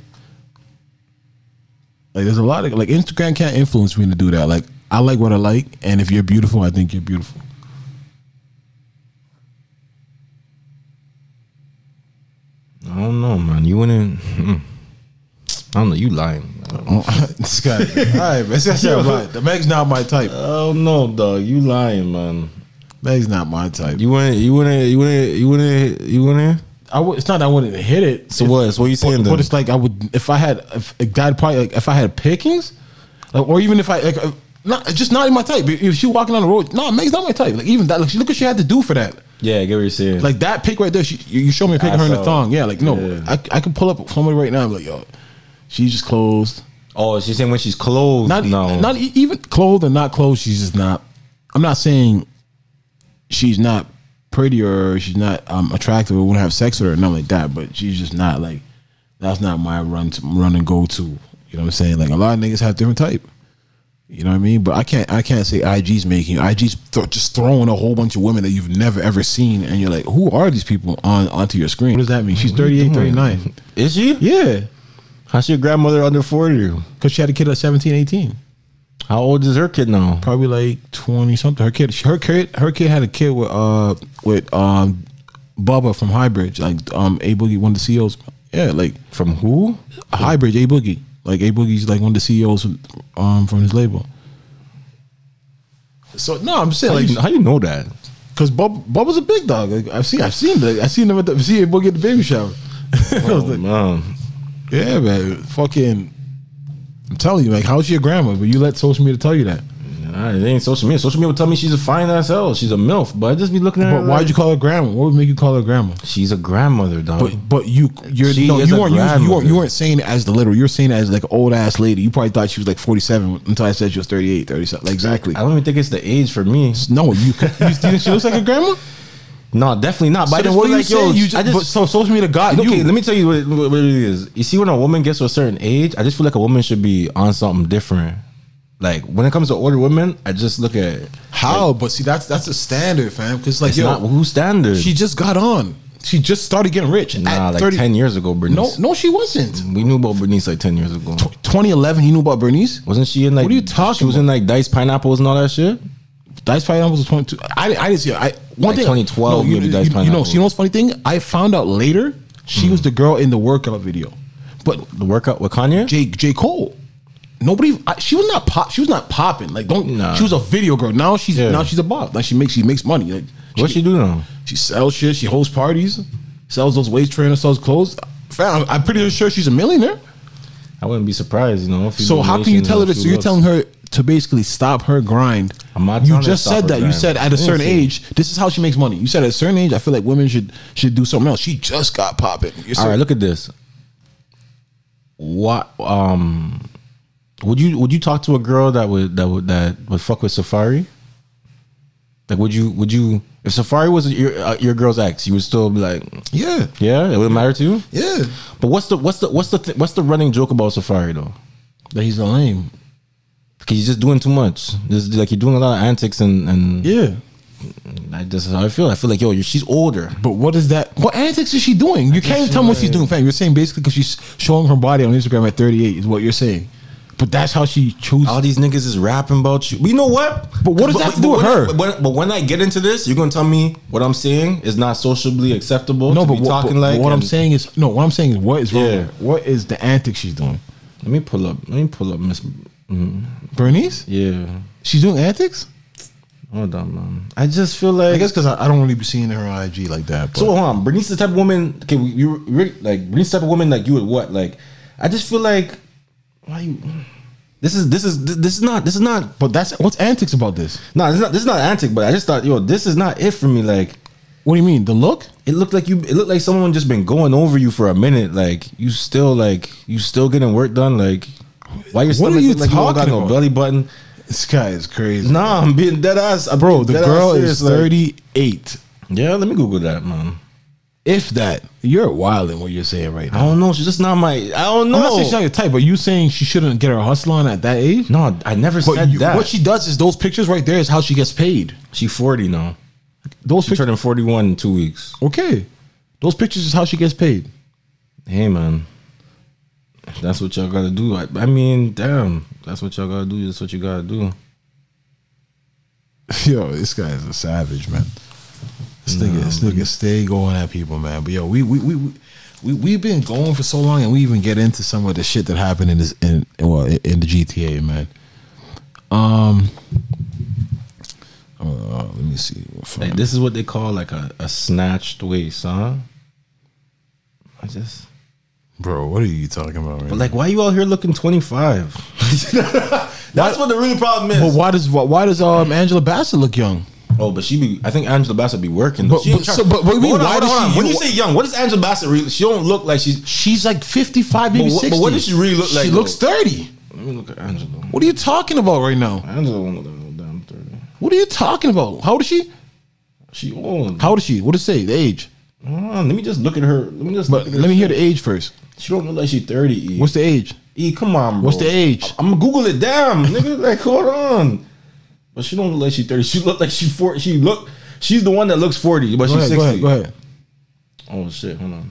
[SPEAKER 4] Like there's a lot of like Instagram can't influence me to do that. Like I like what I like, and if you're beautiful, I think you're beautiful.
[SPEAKER 5] I don't know, man. You wouldn't. I don't know. You lying. I don't-
[SPEAKER 4] this guy, all right, man. See, I said I'm lying. the Meg's not my type.
[SPEAKER 5] I don't know, dog. You lying, man.
[SPEAKER 4] Meg's not my type.
[SPEAKER 5] You wouldn't, you wouldn't, you wouldn't, you wouldn't, you wouldn't.
[SPEAKER 4] I would, it's not that I wouldn't hit it.
[SPEAKER 5] So what? So what you saying
[SPEAKER 4] But,
[SPEAKER 5] then?
[SPEAKER 4] but it's like I would if I had if a guy probably like if I had pickings, like or even if I like uh, not just not in my type. If if she walking on the road, no, Meg's not my type. Like even that, like she look what she had to do for that.
[SPEAKER 5] yeah, I get what you're saying.
[SPEAKER 4] Like that pick right there, she, you you show me a pick of her in
[SPEAKER 5] Ass
[SPEAKER 4] the
[SPEAKER 5] out.
[SPEAKER 4] thong. Yeah, like no,
[SPEAKER 5] Yeah.
[SPEAKER 4] I I can pull up somebody right now. I'm like yo, she's just closed.
[SPEAKER 5] oh, she's saying when she's clothed.
[SPEAKER 4] Not
[SPEAKER 5] no,
[SPEAKER 4] not e- even clothed or not clothed. She's just not. I'm not saying she's not pretty or she's not um, attractive. or wouldn't have sex with her, nothing like that. But she's just not like that's not my run to, run and go to. You know what I'm saying? Like a lot of niggas have different type. You know what I mean? But I can't I can't say IG's making IG's th- just throwing a whole bunch of women that you've never ever seen, and you're like, who are these people on onto your screen? What does that mean? She's 38, 39.
[SPEAKER 5] is she?
[SPEAKER 4] Yeah,
[SPEAKER 5] How's your grandmother under forty?
[SPEAKER 4] because she had a kid at 17, 18.
[SPEAKER 5] How old is her kid now?
[SPEAKER 4] probably like twenty something. Her kid, her kid, her kid had a kid with uh with um Bubba from High Bridge, like um A Boogie, one of the CEOs. Yeah, like
[SPEAKER 5] From who?
[SPEAKER 4] High Bridge, A Boogie, like A Boogie's like one of the CEOs um from his label. So no, I'm
[SPEAKER 5] How,
[SPEAKER 4] saying
[SPEAKER 5] you,
[SPEAKER 4] like
[SPEAKER 5] how you know that?
[SPEAKER 4] because Bub, Bubba's a big dog. Like, I've seen, I've seen, the, I've seen him at the, see A Boogie at the baby shower. I was
[SPEAKER 5] Oh,
[SPEAKER 4] like,
[SPEAKER 5] man.
[SPEAKER 4] yeah, man, fucking I'm telling you, like, how's your grandma? But you let social media tell you that.
[SPEAKER 5] Nah, it ain't social media. Social media would tell me she's a fine ass hell. She's a milf, but I just be looking at her.
[SPEAKER 4] But why'd you call her grandma? What would make you call her grandma?
[SPEAKER 5] She's a grandmother, dog.
[SPEAKER 4] But but you you're
[SPEAKER 5] She
[SPEAKER 4] no
[SPEAKER 5] is
[SPEAKER 4] you
[SPEAKER 5] a
[SPEAKER 4] weren't, using, you weren't you
[SPEAKER 5] grandmother.
[SPEAKER 4] weren't saying it as the literal. You were saying it as like old ass lady. You probably thought she was like 47 until I said she was 38, 37. Like, exactly.
[SPEAKER 5] I don't even think it's the age for me.
[SPEAKER 4] No, you, you think she looks like a grandma?
[SPEAKER 5] No, definitely not.
[SPEAKER 4] So
[SPEAKER 5] But I just
[SPEAKER 4] then what are you
[SPEAKER 5] feel like, yo,
[SPEAKER 4] saying? You just-
[SPEAKER 5] I
[SPEAKER 4] but- so
[SPEAKER 5] social media got
[SPEAKER 4] you.
[SPEAKER 5] Okay, let me tell you what, what, what it is. You see, when a woman gets to a certain age, I just feel like a woman should be on something different. Like when it comes to older women, I just look at
[SPEAKER 4] How? but see, that's that's a standard, fam. Because like,
[SPEAKER 5] it's
[SPEAKER 4] yo,
[SPEAKER 5] not who's standard.
[SPEAKER 4] she just got on. She just started getting rich.
[SPEAKER 5] nah,
[SPEAKER 4] at
[SPEAKER 5] like
[SPEAKER 4] 30
[SPEAKER 5] ten years ago, Bernice.
[SPEAKER 4] No, no, she wasn't.
[SPEAKER 5] we knew about Bernice like ten years ago.
[SPEAKER 4] 2011, he knew about Bernice.
[SPEAKER 5] Wasn't she in like?
[SPEAKER 4] What are you talking
[SPEAKER 5] She was in like diced pineapples and all that shit.
[SPEAKER 4] Dice Pineapples was 22. I, I didn't see. I one
[SPEAKER 5] Like
[SPEAKER 4] thing.
[SPEAKER 5] 2012
[SPEAKER 4] you,
[SPEAKER 5] maybe
[SPEAKER 4] you,
[SPEAKER 5] Dice
[SPEAKER 4] you know,
[SPEAKER 5] Pineapples. Hmm.
[SPEAKER 4] you know what's funny thing? I found out later she was the girl in the workout video, but
[SPEAKER 5] The workout with Kanye.
[SPEAKER 4] J J Cole. Nobody. I, she was not pop. She was not popping. Like don't.
[SPEAKER 5] Nah.
[SPEAKER 4] She was a video girl. Now she's
[SPEAKER 5] Yeah.
[SPEAKER 4] now she's a bop. Like she makes she makes money. Like
[SPEAKER 5] What's she doing? Now?
[SPEAKER 4] She sells shit. She hosts parties. Sells those waist trainers. Sells clothes. Fam, I'm pretty sure she's a millionaire.
[SPEAKER 5] I wouldn't be surprised, you know. if you
[SPEAKER 4] So
[SPEAKER 5] do
[SPEAKER 4] how can you
[SPEAKER 5] donations
[SPEAKER 4] tell her
[SPEAKER 5] and
[SPEAKER 4] this?
[SPEAKER 5] she
[SPEAKER 4] So you're
[SPEAKER 5] looks-
[SPEAKER 4] telling her to basically stop her grind.
[SPEAKER 5] I'm not
[SPEAKER 4] you
[SPEAKER 5] telling her
[SPEAKER 4] just
[SPEAKER 5] to stop
[SPEAKER 4] said
[SPEAKER 5] her
[SPEAKER 4] that. You
[SPEAKER 5] grind.
[SPEAKER 4] said at
[SPEAKER 5] I
[SPEAKER 4] a
[SPEAKER 5] didn't
[SPEAKER 4] certain
[SPEAKER 5] say-
[SPEAKER 4] age, this is how she makes money. You said at a certain age, I feel like women should should do something else. She just got popping. You're
[SPEAKER 5] All
[SPEAKER 4] saying-
[SPEAKER 5] right, look at this. What um would you would you talk to a girl that would that would that would fuck with Safari? Like would you would you if Safari was your uh, your girl's ex, you would still be like,
[SPEAKER 4] Yeah.
[SPEAKER 5] yeah, it wouldn't matter to you.
[SPEAKER 4] Yeah.
[SPEAKER 5] But what's the what's the what's the th- what's the running joke about Safari though?
[SPEAKER 4] That he's a lame.
[SPEAKER 5] Because he's just doing too much. Just like you're doing a lot of antics and and
[SPEAKER 4] Yeah.
[SPEAKER 5] I just how I feel. I feel like yo, you she's older.
[SPEAKER 4] But what is that? What antics is she doing? You can't even tell me what she's doing. Fam, you're saying basically because she's showing her body on Instagram at 38 is what you're saying. But that's how she chose.
[SPEAKER 5] All these niggas is rapping about you. But you know what?
[SPEAKER 4] But what does that have to do with
[SPEAKER 5] when I-
[SPEAKER 4] her?
[SPEAKER 5] but, when- but when I get into this, you're gonna tell me what I'm saying is not sociably acceptable.
[SPEAKER 4] No,
[SPEAKER 5] to
[SPEAKER 4] but
[SPEAKER 5] be
[SPEAKER 4] what,
[SPEAKER 5] talking
[SPEAKER 4] but
[SPEAKER 5] like
[SPEAKER 4] what I'm
[SPEAKER 5] and-
[SPEAKER 4] saying is no. What I'm saying is what is wrong?
[SPEAKER 5] Yeah.
[SPEAKER 4] with her? What is the antics she's doing?
[SPEAKER 5] Let me pull up. Let me pull up, Miss.
[SPEAKER 4] Bernice,
[SPEAKER 5] Yeah,
[SPEAKER 4] she's doing antics.
[SPEAKER 5] hold on, man. I just feel like.
[SPEAKER 4] I guess because I, I don't really be seeing her on IG like that. But.
[SPEAKER 5] so. Hold on, Bernice the type of woman. Okay, we, you really, like Bernice the type of woman like you would what? Like, I just feel like why you. This is this is this is not this is not
[SPEAKER 4] but that's what's antics about this.
[SPEAKER 5] no this is not this is not antic. But I just thought yo, this is not it for me. Like,
[SPEAKER 4] What do you mean? The look?
[SPEAKER 5] it looked like you it looked like someone just been going over you for a minute like you still like you still getting work done like why
[SPEAKER 4] What
[SPEAKER 5] your
[SPEAKER 4] are
[SPEAKER 5] stomach
[SPEAKER 4] you
[SPEAKER 5] look like you don't got
[SPEAKER 4] talking
[SPEAKER 5] no
[SPEAKER 4] about?
[SPEAKER 5] belly button
[SPEAKER 4] This guy is crazy,
[SPEAKER 5] nah i'm being dead ass I'm
[SPEAKER 4] bro.
[SPEAKER 5] being
[SPEAKER 4] The
[SPEAKER 5] dead ass
[SPEAKER 4] girl is
[SPEAKER 5] serious, like-
[SPEAKER 4] 38.
[SPEAKER 5] yeah let me google that man
[SPEAKER 4] If that, you're wilding what you're saying right
[SPEAKER 5] i
[SPEAKER 4] now.
[SPEAKER 5] don't know she's just not my i don't
[SPEAKER 4] I'm not saying she's not
[SPEAKER 5] know
[SPEAKER 4] your type, but you saying she shouldn't get her hustle on at that age?
[SPEAKER 5] no i never
[SPEAKER 4] But
[SPEAKER 5] said
[SPEAKER 4] you-
[SPEAKER 5] that
[SPEAKER 4] what she does is those pictures right there is how she gets paid.
[SPEAKER 5] she 40 now
[SPEAKER 4] Those
[SPEAKER 5] she
[SPEAKER 4] pictures,
[SPEAKER 5] turning 41 in two weeks
[SPEAKER 4] okay. Those pictures is how she gets paid.
[SPEAKER 5] hey man that's what y'all gotta do i, I mean damn that's what y'all gotta do that's what you gotta do
[SPEAKER 4] Yo, this guy is a savage, man. This nigga, this nigga stay going at people, man. But yo, we we we we we we've been going for so long, and we even get into some of the shit that happened in this in well in the GTA, man. Um, uh, let me see. what
[SPEAKER 5] Like,
[SPEAKER 4] fuck-
[SPEAKER 5] this is what they call like a, a snatched waist, huh? I just
[SPEAKER 4] bro, what are you talking about? Right
[SPEAKER 5] but like why you all here looking 25? That's what the real problem is.
[SPEAKER 4] now? But why does why, why does um Angela Bassett look young?
[SPEAKER 5] oh, but she be I think Angela Bassett be working.
[SPEAKER 4] But- but- so- but what do you mean,
[SPEAKER 5] hold on,
[SPEAKER 4] why
[SPEAKER 5] hold
[SPEAKER 4] does
[SPEAKER 5] on,
[SPEAKER 4] she-
[SPEAKER 5] hold on. when
[SPEAKER 4] you-
[SPEAKER 5] you say young, what does Angela Bassett really she don't look like she's
[SPEAKER 4] She's like fifty five, maybe
[SPEAKER 5] But what-
[SPEAKER 4] sixty.
[SPEAKER 5] but what does she really look like,
[SPEAKER 4] She
[SPEAKER 5] though?
[SPEAKER 4] looks thirty.
[SPEAKER 5] Let me look at Angela.
[SPEAKER 4] What are you talking about right now?
[SPEAKER 5] Angela won't look like no damn 30.
[SPEAKER 4] What are you talking about? How old is she?
[SPEAKER 5] She old.
[SPEAKER 4] How old is she? What does it say? The age.
[SPEAKER 5] Hold on, let me just look at her. Let me just
[SPEAKER 4] But
[SPEAKER 5] look at
[SPEAKER 4] let me hear the age first.
[SPEAKER 5] She don't look like she 30. E.
[SPEAKER 4] What's the age?
[SPEAKER 5] E, come on, bro.
[SPEAKER 4] What's the age?
[SPEAKER 5] I'm gonna Google it. Damn, nigga, like hold on. But she don't look like she 30. She look like she 40. She look. She's the one that looks 40, but
[SPEAKER 4] Go ahead,
[SPEAKER 5] she's 60.
[SPEAKER 4] go ahead, go ahead.
[SPEAKER 5] Oh shit, hold on.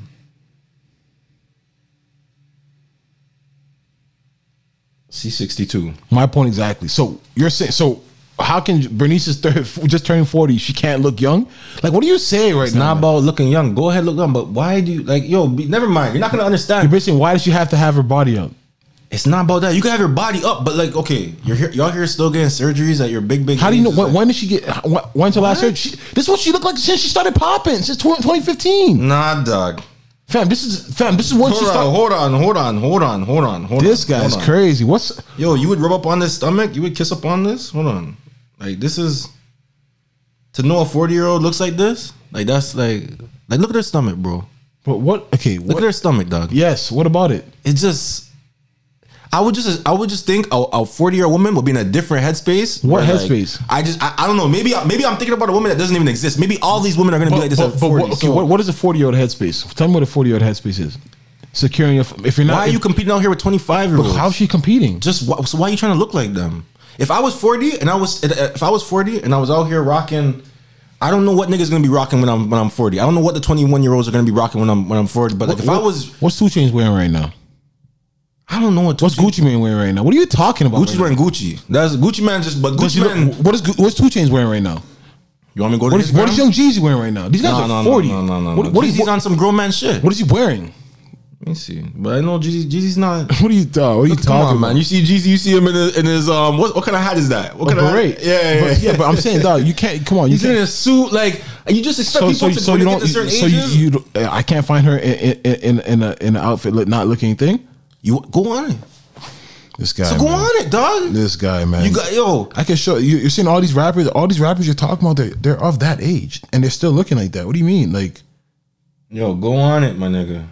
[SPEAKER 5] She's 62.
[SPEAKER 4] My point exactly. So you're saying so. How can Bernice is thir- just turning forty? She can't look young. Like, what do you say right
[SPEAKER 5] It's
[SPEAKER 4] now?
[SPEAKER 5] not
[SPEAKER 4] man?
[SPEAKER 5] about looking young. Go ahead, look young. But why do you like yo? Be, never mind. You're not gonna
[SPEAKER 4] You're
[SPEAKER 5] understand.
[SPEAKER 4] basically why does she have to have her body up?
[SPEAKER 5] It's not about that. You can have your body up, but like okay, you're here, y'all here still getting surgeries at your big big.
[SPEAKER 4] How do you know?
[SPEAKER 5] ages,
[SPEAKER 4] When,
[SPEAKER 5] like-
[SPEAKER 4] when did she get? When, when's her last surgery? She, this is what she looked like since she started popping since 20, 2015.
[SPEAKER 5] Nah, dog.
[SPEAKER 4] Fam, this is fam. This is once
[SPEAKER 5] Hold
[SPEAKER 4] you
[SPEAKER 5] on,
[SPEAKER 4] start.
[SPEAKER 5] hold on, hold on, hold on, hold on, hold on.
[SPEAKER 4] This guy is
[SPEAKER 5] hold on.
[SPEAKER 4] crazy. What's
[SPEAKER 5] Yo, you would rub up on this stomach? You would kiss up on this? Hold on. Like this is to know a 40 year old looks like this? Like that's like like look at her stomach, bro.
[SPEAKER 4] but what? Okay,
[SPEAKER 5] Look
[SPEAKER 4] what?
[SPEAKER 5] at her stomach, dog.
[SPEAKER 4] Yes. What about it?
[SPEAKER 5] It just I would just I would just think a- a 40 year old woman would be in a different headspace.
[SPEAKER 4] What
[SPEAKER 5] where,
[SPEAKER 4] headspace?
[SPEAKER 5] Like, I just I, I don't know. Maybe I- maybe I'm thinking about a woman that doesn't even exist. Maybe all these women are gonna be like this
[SPEAKER 4] But-
[SPEAKER 5] at
[SPEAKER 4] but
[SPEAKER 5] 40.
[SPEAKER 4] what, okay,
[SPEAKER 5] so
[SPEAKER 4] what, what is a forty year old headspace? Tell me what a forty year old headspace is. Securing your. If you're not,
[SPEAKER 5] why are
[SPEAKER 4] if-
[SPEAKER 5] you competing out here with 25 year olds?
[SPEAKER 4] how's she competing?
[SPEAKER 5] just why, so why you trying to look like them? If I was 40 and I was if I was 40 and I was out here rocking I don't know what niggas gonna be rocking when I'm when I'm 40. I don't know what the 21 year olds are gonna be rocking when I'm when I'm 40. But like if I was
[SPEAKER 4] what's Two Chainz wearing right now?
[SPEAKER 5] I don't know what
[SPEAKER 4] What's Gucci Mane wearing right now? What are you talking about?
[SPEAKER 5] Gucci's
[SPEAKER 4] right
[SPEAKER 5] wearing Gucci. That's Gucci man just but
[SPEAKER 4] now? Does
[SPEAKER 5] Gucci
[SPEAKER 4] she look-
[SPEAKER 5] man
[SPEAKER 4] what is Gu- what's Two Chainz wearing right now?
[SPEAKER 5] You want me to go to
[SPEAKER 4] What is
[SPEAKER 5] Instagram?
[SPEAKER 4] what is Young Jeezy wearing right now? These guys
[SPEAKER 5] No,
[SPEAKER 4] are
[SPEAKER 5] no, no,
[SPEAKER 4] forty.
[SPEAKER 5] No, no, no.
[SPEAKER 4] What, what is
[SPEAKER 5] Jeezy's
[SPEAKER 4] what,
[SPEAKER 5] on some grown man shit.
[SPEAKER 4] what is he wearing?
[SPEAKER 5] Let me see. But I know Jeezy, Jeezy's not.
[SPEAKER 4] What are you? Uh, what are you
[SPEAKER 5] Come
[SPEAKER 4] talking
[SPEAKER 5] on,
[SPEAKER 4] about?
[SPEAKER 5] man. You see Jeezy, you see him in his, in his um. What, what kind of hat is that? What
[SPEAKER 4] A
[SPEAKER 5] kind of
[SPEAKER 4] beret.
[SPEAKER 5] Hat? Yeah, yeah,
[SPEAKER 4] But,
[SPEAKER 5] yeah.
[SPEAKER 4] yeah, but I'm saying, dog, you can't. Come on, you
[SPEAKER 5] He's in
[SPEAKER 4] can't.
[SPEAKER 5] a suit. Like you just expect
[SPEAKER 4] So,
[SPEAKER 5] people
[SPEAKER 4] so,
[SPEAKER 5] to
[SPEAKER 4] so
[SPEAKER 5] when
[SPEAKER 4] you
[SPEAKER 5] they get
[SPEAKER 4] don't.
[SPEAKER 5] to certain
[SPEAKER 4] So you,
[SPEAKER 5] ages. You,
[SPEAKER 4] you, don't- uh, I can't find her in in in, in a in an outfit look, not looking thing.
[SPEAKER 5] go on it.
[SPEAKER 4] This guy.
[SPEAKER 5] So go
[SPEAKER 4] man.
[SPEAKER 5] on it, dog.
[SPEAKER 4] This guy, man.
[SPEAKER 5] You got yo.
[SPEAKER 4] I can show you. You're seeing all these rappers. All these rappers you're talking about, they're, they're of that age, and they're still looking like that. What do you mean? Like
[SPEAKER 5] Yo, go on it, my nigga.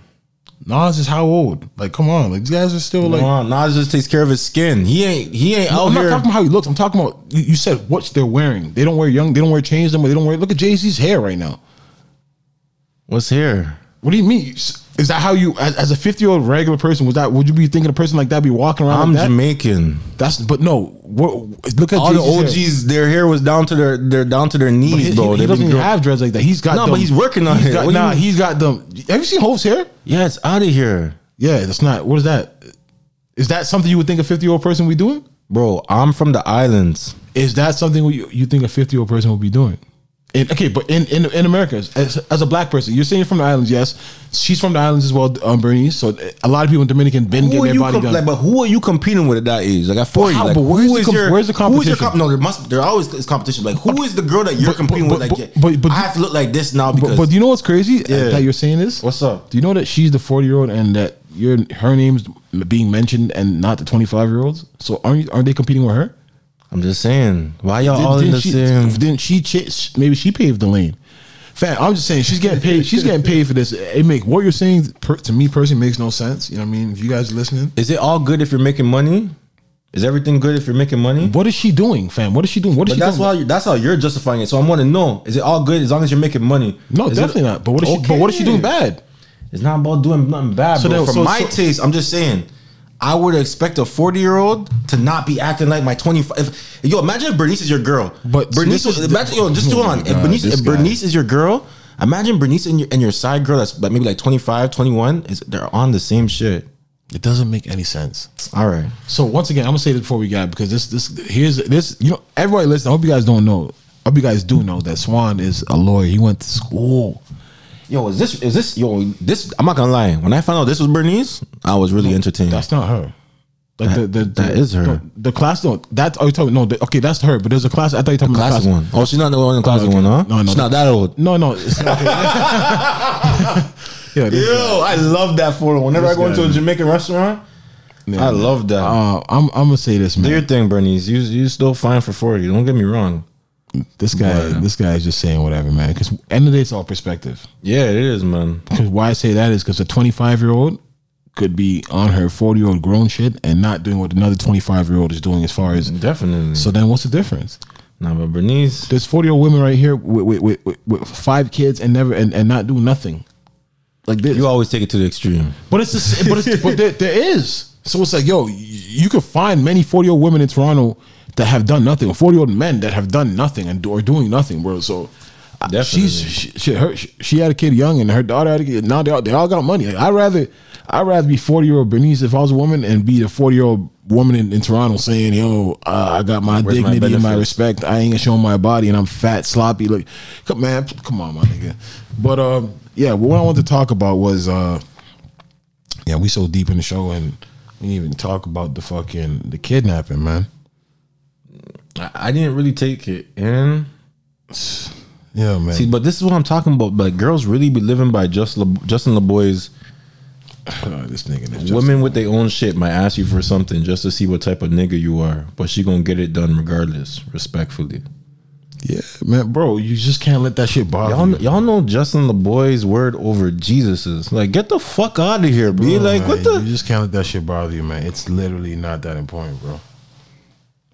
[SPEAKER 4] Nas is how old? Like, come on. Like these guys are still like.
[SPEAKER 5] Come on, Nas just takes care of his skin. He ain't. He ain't out
[SPEAKER 4] I'm not
[SPEAKER 5] here.
[SPEAKER 4] talking about how he looks. I'm talking about you, you said what they're wearing. They don't wear young. They don't wear chains. Them. They don't wear. Look at Jay Z's hair right now.
[SPEAKER 5] What's here?
[SPEAKER 4] What do you mean? Is that how you, as, as a 50 year old regular person, was that? Would you be thinking a person like that be walking around?
[SPEAKER 5] I'm
[SPEAKER 4] like that?
[SPEAKER 5] Jamaican.
[SPEAKER 4] That's but no. What, look at
[SPEAKER 5] All the
[SPEAKER 4] Jay-Z's hair.
[SPEAKER 5] OGs, their hair was down to their, their down to their
[SPEAKER 4] He,
[SPEAKER 5] knees,
[SPEAKER 4] he- he
[SPEAKER 5] bro. They've been
[SPEAKER 4] doesn't even
[SPEAKER 5] grow-
[SPEAKER 4] have dreads like that. He's got
[SPEAKER 5] No, but
[SPEAKER 4] them-
[SPEAKER 5] he's working on
[SPEAKER 4] he's
[SPEAKER 5] it.
[SPEAKER 4] got-
[SPEAKER 5] What do you
[SPEAKER 4] nah,
[SPEAKER 5] mean?
[SPEAKER 4] he's got them. Have you seen Hope's hair?
[SPEAKER 5] Yeah, it's out of here.
[SPEAKER 4] Yeah, that's not. What is that? Is that something you would think a 50 year old person would be doing?
[SPEAKER 5] Bro, I'm from the islands.
[SPEAKER 4] Is that something you, you think a 50 year old person would be doing? In, okay, but in, in, in America, as, as a black person, you're saying you're from the islands, yes. She's from the islands as well, um, Bernice. So a lot of people in Dominican been
[SPEAKER 5] Who
[SPEAKER 4] getting
[SPEAKER 5] are
[SPEAKER 4] their
[SPEAKER 5] you
[SPEAKER 4] body
[SPEAKER 5] comp-
[SPEAKER 4] done.
[SPEAKER 5] like, but who are you competing with at that age? Like at 40.
[SPEAKER 4] how-
[SPEAKER 5] like,
[SPEAKER 4] but where's
[SPEAKER 5] who
[SPEAKER 4] the
[SPEAKER 5] is
[SPEAKER 4] com- where's the
[SPEAKER 5] Who is your comp-
[SPEAKER 4] competition?
[SPEAKER 5] no, there must there always is competition. Like who is the girl that you're
[SPEAKER 4] But-
[SPEAKER 5] competing
[SPEAKER 4] but-
[SPEAKER 5] with?
[SPEAKER 4] but-
[SPEAKER 5] Like
[SPEAKER 4] but- but-
[SPEAKER 5] I have to look like this now
[SPEAKER 4] But,
[SPEAKER 5] because
[SPEAKER 4] but do you know what's crazy
[SPEAKER 5] Yeah.
[SPEAKER 4] that you're saying this?
[SPEAKER 5] What's up?
[SPEAKER 4] Do you know that she's the 40 year old and that your her name's being mentioned and not the 25 year olds? So aren't you, aren't they competing with her?
[SPEAKER 5] I'm just saying. Why y'all all
[SPEAKER 4] didn't
[SPEAKER 5] in the
[SPEAKER 4] she,
[SPEAKER 5] same
[SPEAKER 4] didn't she ch- maybe she paved the lane? Fat, I'm just saying she's getting paid. She's getting paid for this. It make what you're saying per, to me personally makes no sense. You know what I mean? If you guys are listening,
[SPEAKER 5] Is it all good if you're making money? Is everything good if you're making money?
[SPEAKER 4] what is she doing, fam? What is she doing? What is
[SPEAKER 5] But
[SPEAKER 4] she
[SPEAKER 5] that's
[SPEAKER 4] doing?
[SPEAKER 5] why you, that's how you're justifying it. So I want to know: Is it all good as long as you're making money?
[SPEAKER 4] no,
[SPEAKER 5] Is it-
[SPEAKER 4] definitely not. But what is she? But what is she doing
[SPEAKER 5] Okay.
[SPEAKER 4] bad?
[SPEAKER 5] It's not about doing nothing bad,
[SPEAKER 4] So
[SPEAKER 5] bro.
[SPEAKER 4] then-
[SPEAKER 5] For
[SPEAKER 4] so-
[SPEAKER 5] my
[SPEAKER 4] so-
[SPEAKER 5] taste, I'm just saying, I would expect a 40 year old to not be acting like my 25. If, yo, imagine if Bernice is your girl.
[SPEAKER 4] But
[SPEAKER 5] Bernice,
[SPEAKER 4] this is-
[SPEAKER 5] imagine yo, just
[SPEAKER 4] Oh
[SPEAKER 5] hold
[SPEAKER 4] my
[SPEAKER 5] on. If
[SPEAKER 4] God,
[SPEAKER 5] Bernice,
[SPEAKER 4] this
[SPEAKER 5] if
[SPEAKER 4] guy.
[SPEAKER 5] Bernice is your girl, imagine Bernice and your and your side girl that's like maybe like 25, 21. Is they're on the same shit?
[SPEAKER 4] It doesn't make any sense.
[SPEAKER 5] All right.
[SPEAKER 4] So once again, I'm gonna say this before we got because this this here's this you know everybody listen. I hope you guys don't know. I hope you guys do know that Swan is a lawyer. He went to school.
[SPEAKER 5] Yo, is this is this yo this? I'm not gonna lie. When I found out this was Bernice, I was really entertained.
[SPEAKER 4] That's not her. Like
[SPEAKER 5] That- that is her.
[SPEAKER 4] no, the class no. That's oh you talking no. The, okay, that's her. But there's a class. I thought you talking about
[SPEAKER 5] classic
[SPEAKER 4] the class
[SPEAKER 5] one. Oh, she's not the one in the classic
[SPEAKER 4] Okay.
[SPEAKER 5] one, huh?
[SPEAKER 4] No, no,
[SPEAKER 5] she's
[SPEAKER 4] no.
[SPEAKER 5] not that old.
[SPEAKER 4] No, no. It's not yeah, this-
[SPEAKER 5] Yo, I love that photo. Whenever I go into a Jamaican restaurant, I love that.
[SPEAKER 4] uh, I'm I'm gonna say this
[SPEAKER 5] Do your
[SPEAKER 4] man.
[SPEAKER 5] thing, Bernice. You you still fine for forty. Don't get me wrong.
[SPEAKER 4] This guy, this guy is just saying whatever, man. Because end of the day, it's all perspective.
[SPEAKER 5] Yeah, it is, man.
[SPEAKER 4] Because why I say that is because a 25 year old could be on her 40 year old grown shit and not doing what another 25 year old is doing as far as.
[SPEAKER 5] Definitely.
[SPEAKER 4] So then, what's the difference?
[SPEAKER 5] nah, but Bernice.
[SPEAKER 4] There's 40 year old women right here with, with, with- with, with five kids and never and, and not do nothing. Like this,
[SPEAKER 5] You always take it to the extreme.
[SPEAKER 4] But it's the same. But, it's, but there, there is. So it's like, yo, y- you can find many forty-year-old women in Toronto that have done nothing, or forty-year-old men that have done nothing and do, are doing nothing, bro. So I-
[SPEAKER 5] Definitely.
[SPEAKER 4] she's she, she, her, she, she had a kid young, and her daughter had a kid. Now they all, they all got money. Like, I rather I rather be forty-year-old Bernice if I was a woman, and be a forty-year-old woman in, in Toronto saying, yo, uh, I got my
[SPEAKER 5] Where's my
[SPEAKER 4] dignity and my
[SPEAKER 5] benefits?
[SPEAKER 4] respect. I ain't showing my body, and I'm fat, sloppy. Look, come man, come on, my nigga. But um, yeah, what I wanted to talk about was uh. Yeah, we so deep in the show and we didn't even talk about the fucking the kidnapping, man.
[SPEAKER 5] I, I didn't really take it in.
[SPEAKER 4] Yeah, man.
[SPEAKER 5] See, but this is what I'm talking about. But girls really be living by just Le- Justin LeBoy's
[SPEAKER 4] God, this nigga is just
[SPEAKER 5] women with their own shit might ask you for something just to see what type of nigga you are, but she gonna get it done regardless, respectfully.
[SPEAKER 4] Yeah, man, bro, you just can't let that shit bother
[SPEAKER 5] Y'all,
[SPEAKER 4] you.
[SPEAKER 5] y'all know Justin LeBoy's word over Jesus's. Like, get the fuck out of here, bro. like,
[SPEAKER 4] man,
[SPEAKER 5] what the?
[SPEAKER 4] You just can't let that shit bother you, man. It's literally not that important, bro.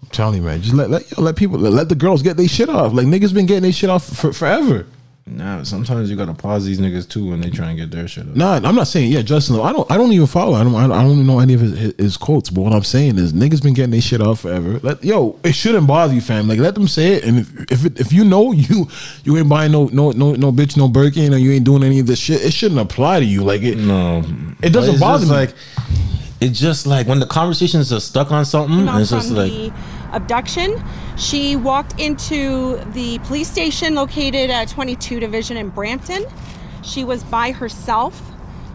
[SPEAKER 4] I'm telling you, man. Just let let, yo, let people let, let the girls get their shit off. Like niggas been getting their shit off for, forever.
[SPEAKER 5] Nah, sometimes you gotta pause these niggas too when they try and get their shit up.
[SPEAKER 4] Nah, I'm not saying yeah, Justin. Lo- I don't. I don't even follow. I don't. I don't I don't even know any of his, his quotes. But what I'm saying is, niggas been getting their shit off forever. Let, yo, it shouldn't bother you, fam. Like let them say it. And if if, it, if you know you you ain't buying no no no no bitch no Birkin or you ain't doing any of this shit, it shouldn't apply to you. Like it
[SPEAKER 5] No,
[SPEAKER 4] it
[SPEAKER 5] But
[SPEAKER 4] doesn't
[SPEAKER 5] it's
[SPEAKER 4] bother
[SPEAKER 5] just
[SPEAKER 4] me.
[SPEAKER 5] Like, it's just like when the conversations are stuck on something,
[SPEAKER 6] came out
[SPEAKER 5] it's just
[SPEAKER 6] from
[SPEAKER 5] like
[SPEAKER 6] the abduction. She walked into the police station located at 22 Division in Brampton. She was by herself.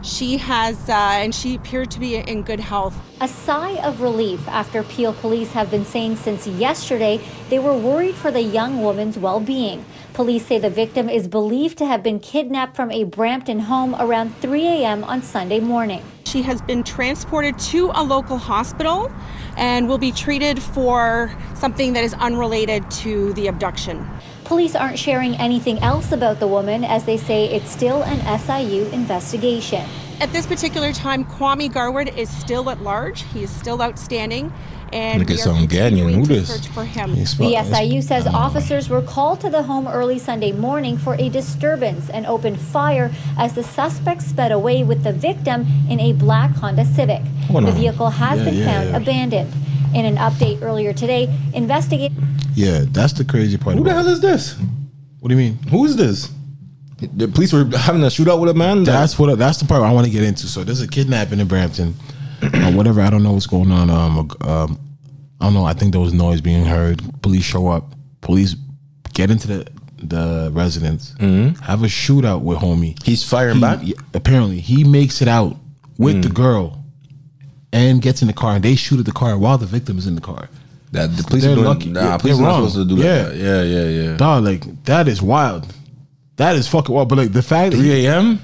[SPEAKER 6] She has, uh, and she appeared to be in good health.
[SPEAKER 7] A sigh of relief after Peel police have been saying since yesterday they were worried for the young woman's well being. Police say the victim is believed to have been kidnapped from a Brampton home around 3 a.m. on Sunday morning.
[SPEAKER 6] She has been transported to a local hospital and will be treated for something that is unrelated to the abduction.
[SPEAKER 7] Police aren't sharing anything else about the woman as they say it's still an SIU investigation.
[SPEAKER 6] At this particular time, Kwame Garwood is still at large. He is still outstanding, and
[SPEAKER 5] Look
[SPEAKER 6] we
[SPEAKER 5] at
[SPEAKER 6] are
[SPEAKER 5] some Ghanaian.
[SPEAKER 6] continuing
[SPEAKER 5] Who
[SPEAKER 6] to
[SPEAKER 5] this?
[SPEAKER 6] search for him.
[SPEAKER 7] The SIU says officers were called to the home early Sunday morning for a disturbance and opened fire as the suspect sped away with the victim in a black Honda Civic.
[SPEAKER 5] Hold
[SPEAKER 7] the
[SPEAKER 5] on.
[SPEAKER 7] vehicle has
[SPEAKER 4] Yeah,
[SPEAKER 7] been
[SPEAKER 4] yeah,
[SPEAKER 7] found
[SPEAKER 4] yeah.
[SPEAKER 7] abandoned. In an update earlier today, investigators
[SPEAKER 4] Yeah, that's the crazy part.
[SPEAKER 5] who the
[SPEAKER 4] about it.
[SPEAKER 5] hell is this?
[SPEAKER 4] What do you mean?
[SPEAKER 5] Who is this? The police were having a shootout with a man. Like,
[SPEAKER 4] That's what. That's the part I want to get into. So there's a kidnapping in Brampton, or whatever. I don't know what's going on. Um, um, I don't know. I think there was noise being heard. Police show up. Police get into the the residence. Have a shootout with homie.
[SPEAKER 5] he's firing back.
[SPEAKER 4] He- apparently, he makes it out with the girl, and gets in the car. And they shoot at the car while the victim is in the car.
[SPEAKER 5] That the police
[SPEAKER 4] They're
[SPEAKER 5] are doing,
[SPEAKER 4] lucky.
[SPEAKER 5] Nah,
[SPEAKER 4] Yeah,
[SPEAKER 5] police are
[SPEAKER 4] they're
[SPEAKER 5] not
[SPEAKER 4] wrong.
[SPEAKER 5] supposed to do
[SPEAKER 4] Yeah.
[SPEAKER 5] that. Yeah, yeah, yeah.
[SPEAKER 4] Dog, like that is wild. That is fucking wild. But like the fact that he-
[SPEAKER 5] 3 a.m.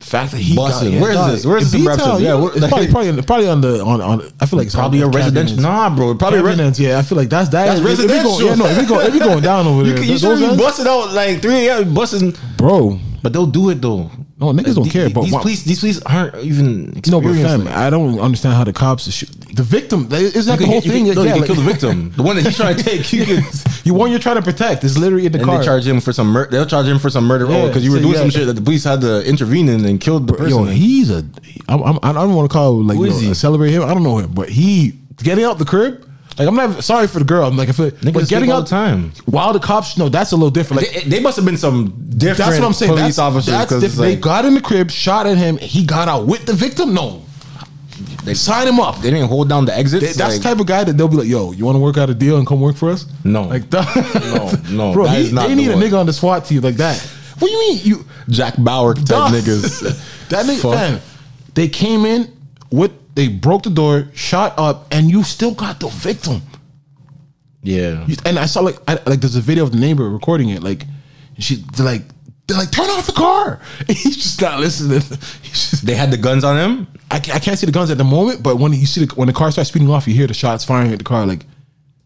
[SPEAKER 4] fact that he
[SPEAKER 5] Busted. Where's
[SPEAKER 4] dog,
[SPEAKER 5] this? Where's
[SPEAKER 4] in
[SPEAKER 5] this in
[SPEAKER 4] detail,
[SPEAKER 5] Brampton?
[SPEAKER 4] you
[SPEAKER 5] Yeah,
[SPEAKER 4] know,
[SPEAKER 5] where-
[SPEAKER 4] it's probably probably on, probably on the on, on I feel like it's
[SPEAKER 5] Probably
[SPEAKER 4] on,
[SPEAKER 5] a
[SPEAKER 4] it's
[SPEAKER 5] residential.
[SPEAKER 4] cabinets.
[SPEAKER 5] Nah, bro. Probably a re-
[SPEAKER 4] Cabinets, yeah, I feel like that's that
[SPEAKER 5] That's
[SPEAKER 4] is- if we go-
[SPEAKER 5] residential.
[SPEAKER 4] yeah, no, if we go if we going down over
[SPEAKER 5] You,
[SPEAKER 4] there,
[SPEAKER 5] can- you
[SPEAKER 4] those
[SPEAKER 5] should be
[SPEAKER 4] ends-
[SPEAKER 5] busting out like 3 a.m. busting,
[SPEAKER 4] bro.
[SPEAKER 5] but they'll do it though.
[SPEAKER 4] No, niggas don't
[SPEAKER 5] These-
[SPEAKER 4] care. But
[SPEAKER 5] these
[SPEAKER 4] why-
[SPEAKER 5] police, these police aren't even.
[SPEAKER 4] no, but
[SPEAKER 5] experienced,
[SPEAKER 4] fam,
[SPEAKER 5] like-
[SPEAKER 4] I don't understand how the cops is shoot. the victim. that- Is that the whole
[SPEAKER 5] you
[SPEAKER 4] thing?
[SPEAKER 5] Can, no,
[SPEAKER 4] Yeah,
[SPEAKER 5] you
[SPEAKER 4] like-
[SPEAKER 5] can kill the victim, the one that he's trying to take. You can.
[SPEAKER 4] You one you're trying to protect is literally in the
[SPEAKER 5] And
[SPEAKER 4] car.
[SPEAKER 5] they charge him for some murder. They'll charge him for some murder. Oh,
[SPEAKER 4] Yeah,
[SPEAKER 5] because you were
[SPEAKER 4] so
[SPEAKER 5] doing some
[SPEAKER 4] yeah.
[SPEAKER 5] shit that the police had to intervene in and killed the person.
[SPEAKER 4] Yo, he's a. I'm, I'm, I don't want to call like
[SPEAKER 5] Who
[SPEAKER 4] you
[SPEAKER 5] is
[SPEAKER 4] know,
[SPEAKER 5] he?
[SPEAKER 4] celebrate him. I don't know him, but he getting out the crib. Like I'm not sorry for the girl. I'm like, I feel,
[SPEAKER 5] Niggas
[SPEAKER 4] but getting
[SPEAKER 5] sleep all
[SPEAKER 4] out
[SPEAKER 5] the time.
[SPEAKER 4] while the cops. No, that's a little different. Like
[SPEAKER 5] they, they must have been some different.
[SPEAKER 4] that's what I'm saying.
[SPEAKER 5] Police
[SPEAKER 4] that's
[SPEAKER 5] officers.
[SPEAKER 4] that's
[SPEAKER 5] 'cause it's
[SPEAKER 4] different. they
[SPEAKER 5] like,
[SPEAKER 4] got in the crib, shot at him. He got out with the victim. No,
[SPEAKER 5] they,
[SPEAKER 4] sign him up.
[SPEAKER 5] they didn't hold down the exits.
[SPEAKER 4] They- that's
[SPEAKER 5] like-
[SPEAKER 4] the type of guy that they'll be like, "Yo, you want to work out a deal and come work for us?"
[SPEAKER 5] No.
[SPEAKER 4] like that,
[SPEAKER 5] No, no,
[SPEAKER 4] bro.
[SPEAKER 5] that
[SPEAKER 4] he-
[SPEAKER 5] is not
[SPEAKER 4] they
[SPEAKER 5] the
[SPEAKER 4] need a
[SPEAKER 5] one.
[SPEAKER 4] nigga on the SWAT team like that. What do you mean you?
[SPEAKER 5] Jack Bauer type
[SPEAKER 4] Duh.
[SPEAKER 5] niggas.
[SPEAKER 4] that nigga,
[SPEAKER 5] Fuck.
[SPEAKER 4] fam, they came in with they broke the door, shot up, and you still got the victim.
[SPEAKER 5] Yeah.
[SPEAKER 4] You- And I saw like I, like there's a video of the neighbor recording it. Like she they're like they're like turn off the car. And he's just not listening. He's just
[SPEAKER 5] They had the guns on him.
[SPEAKER 4] I, ca- I can't see the guns at the moment, but when you see the, when the car starts speeding off, you hear the shots firing at the car. Like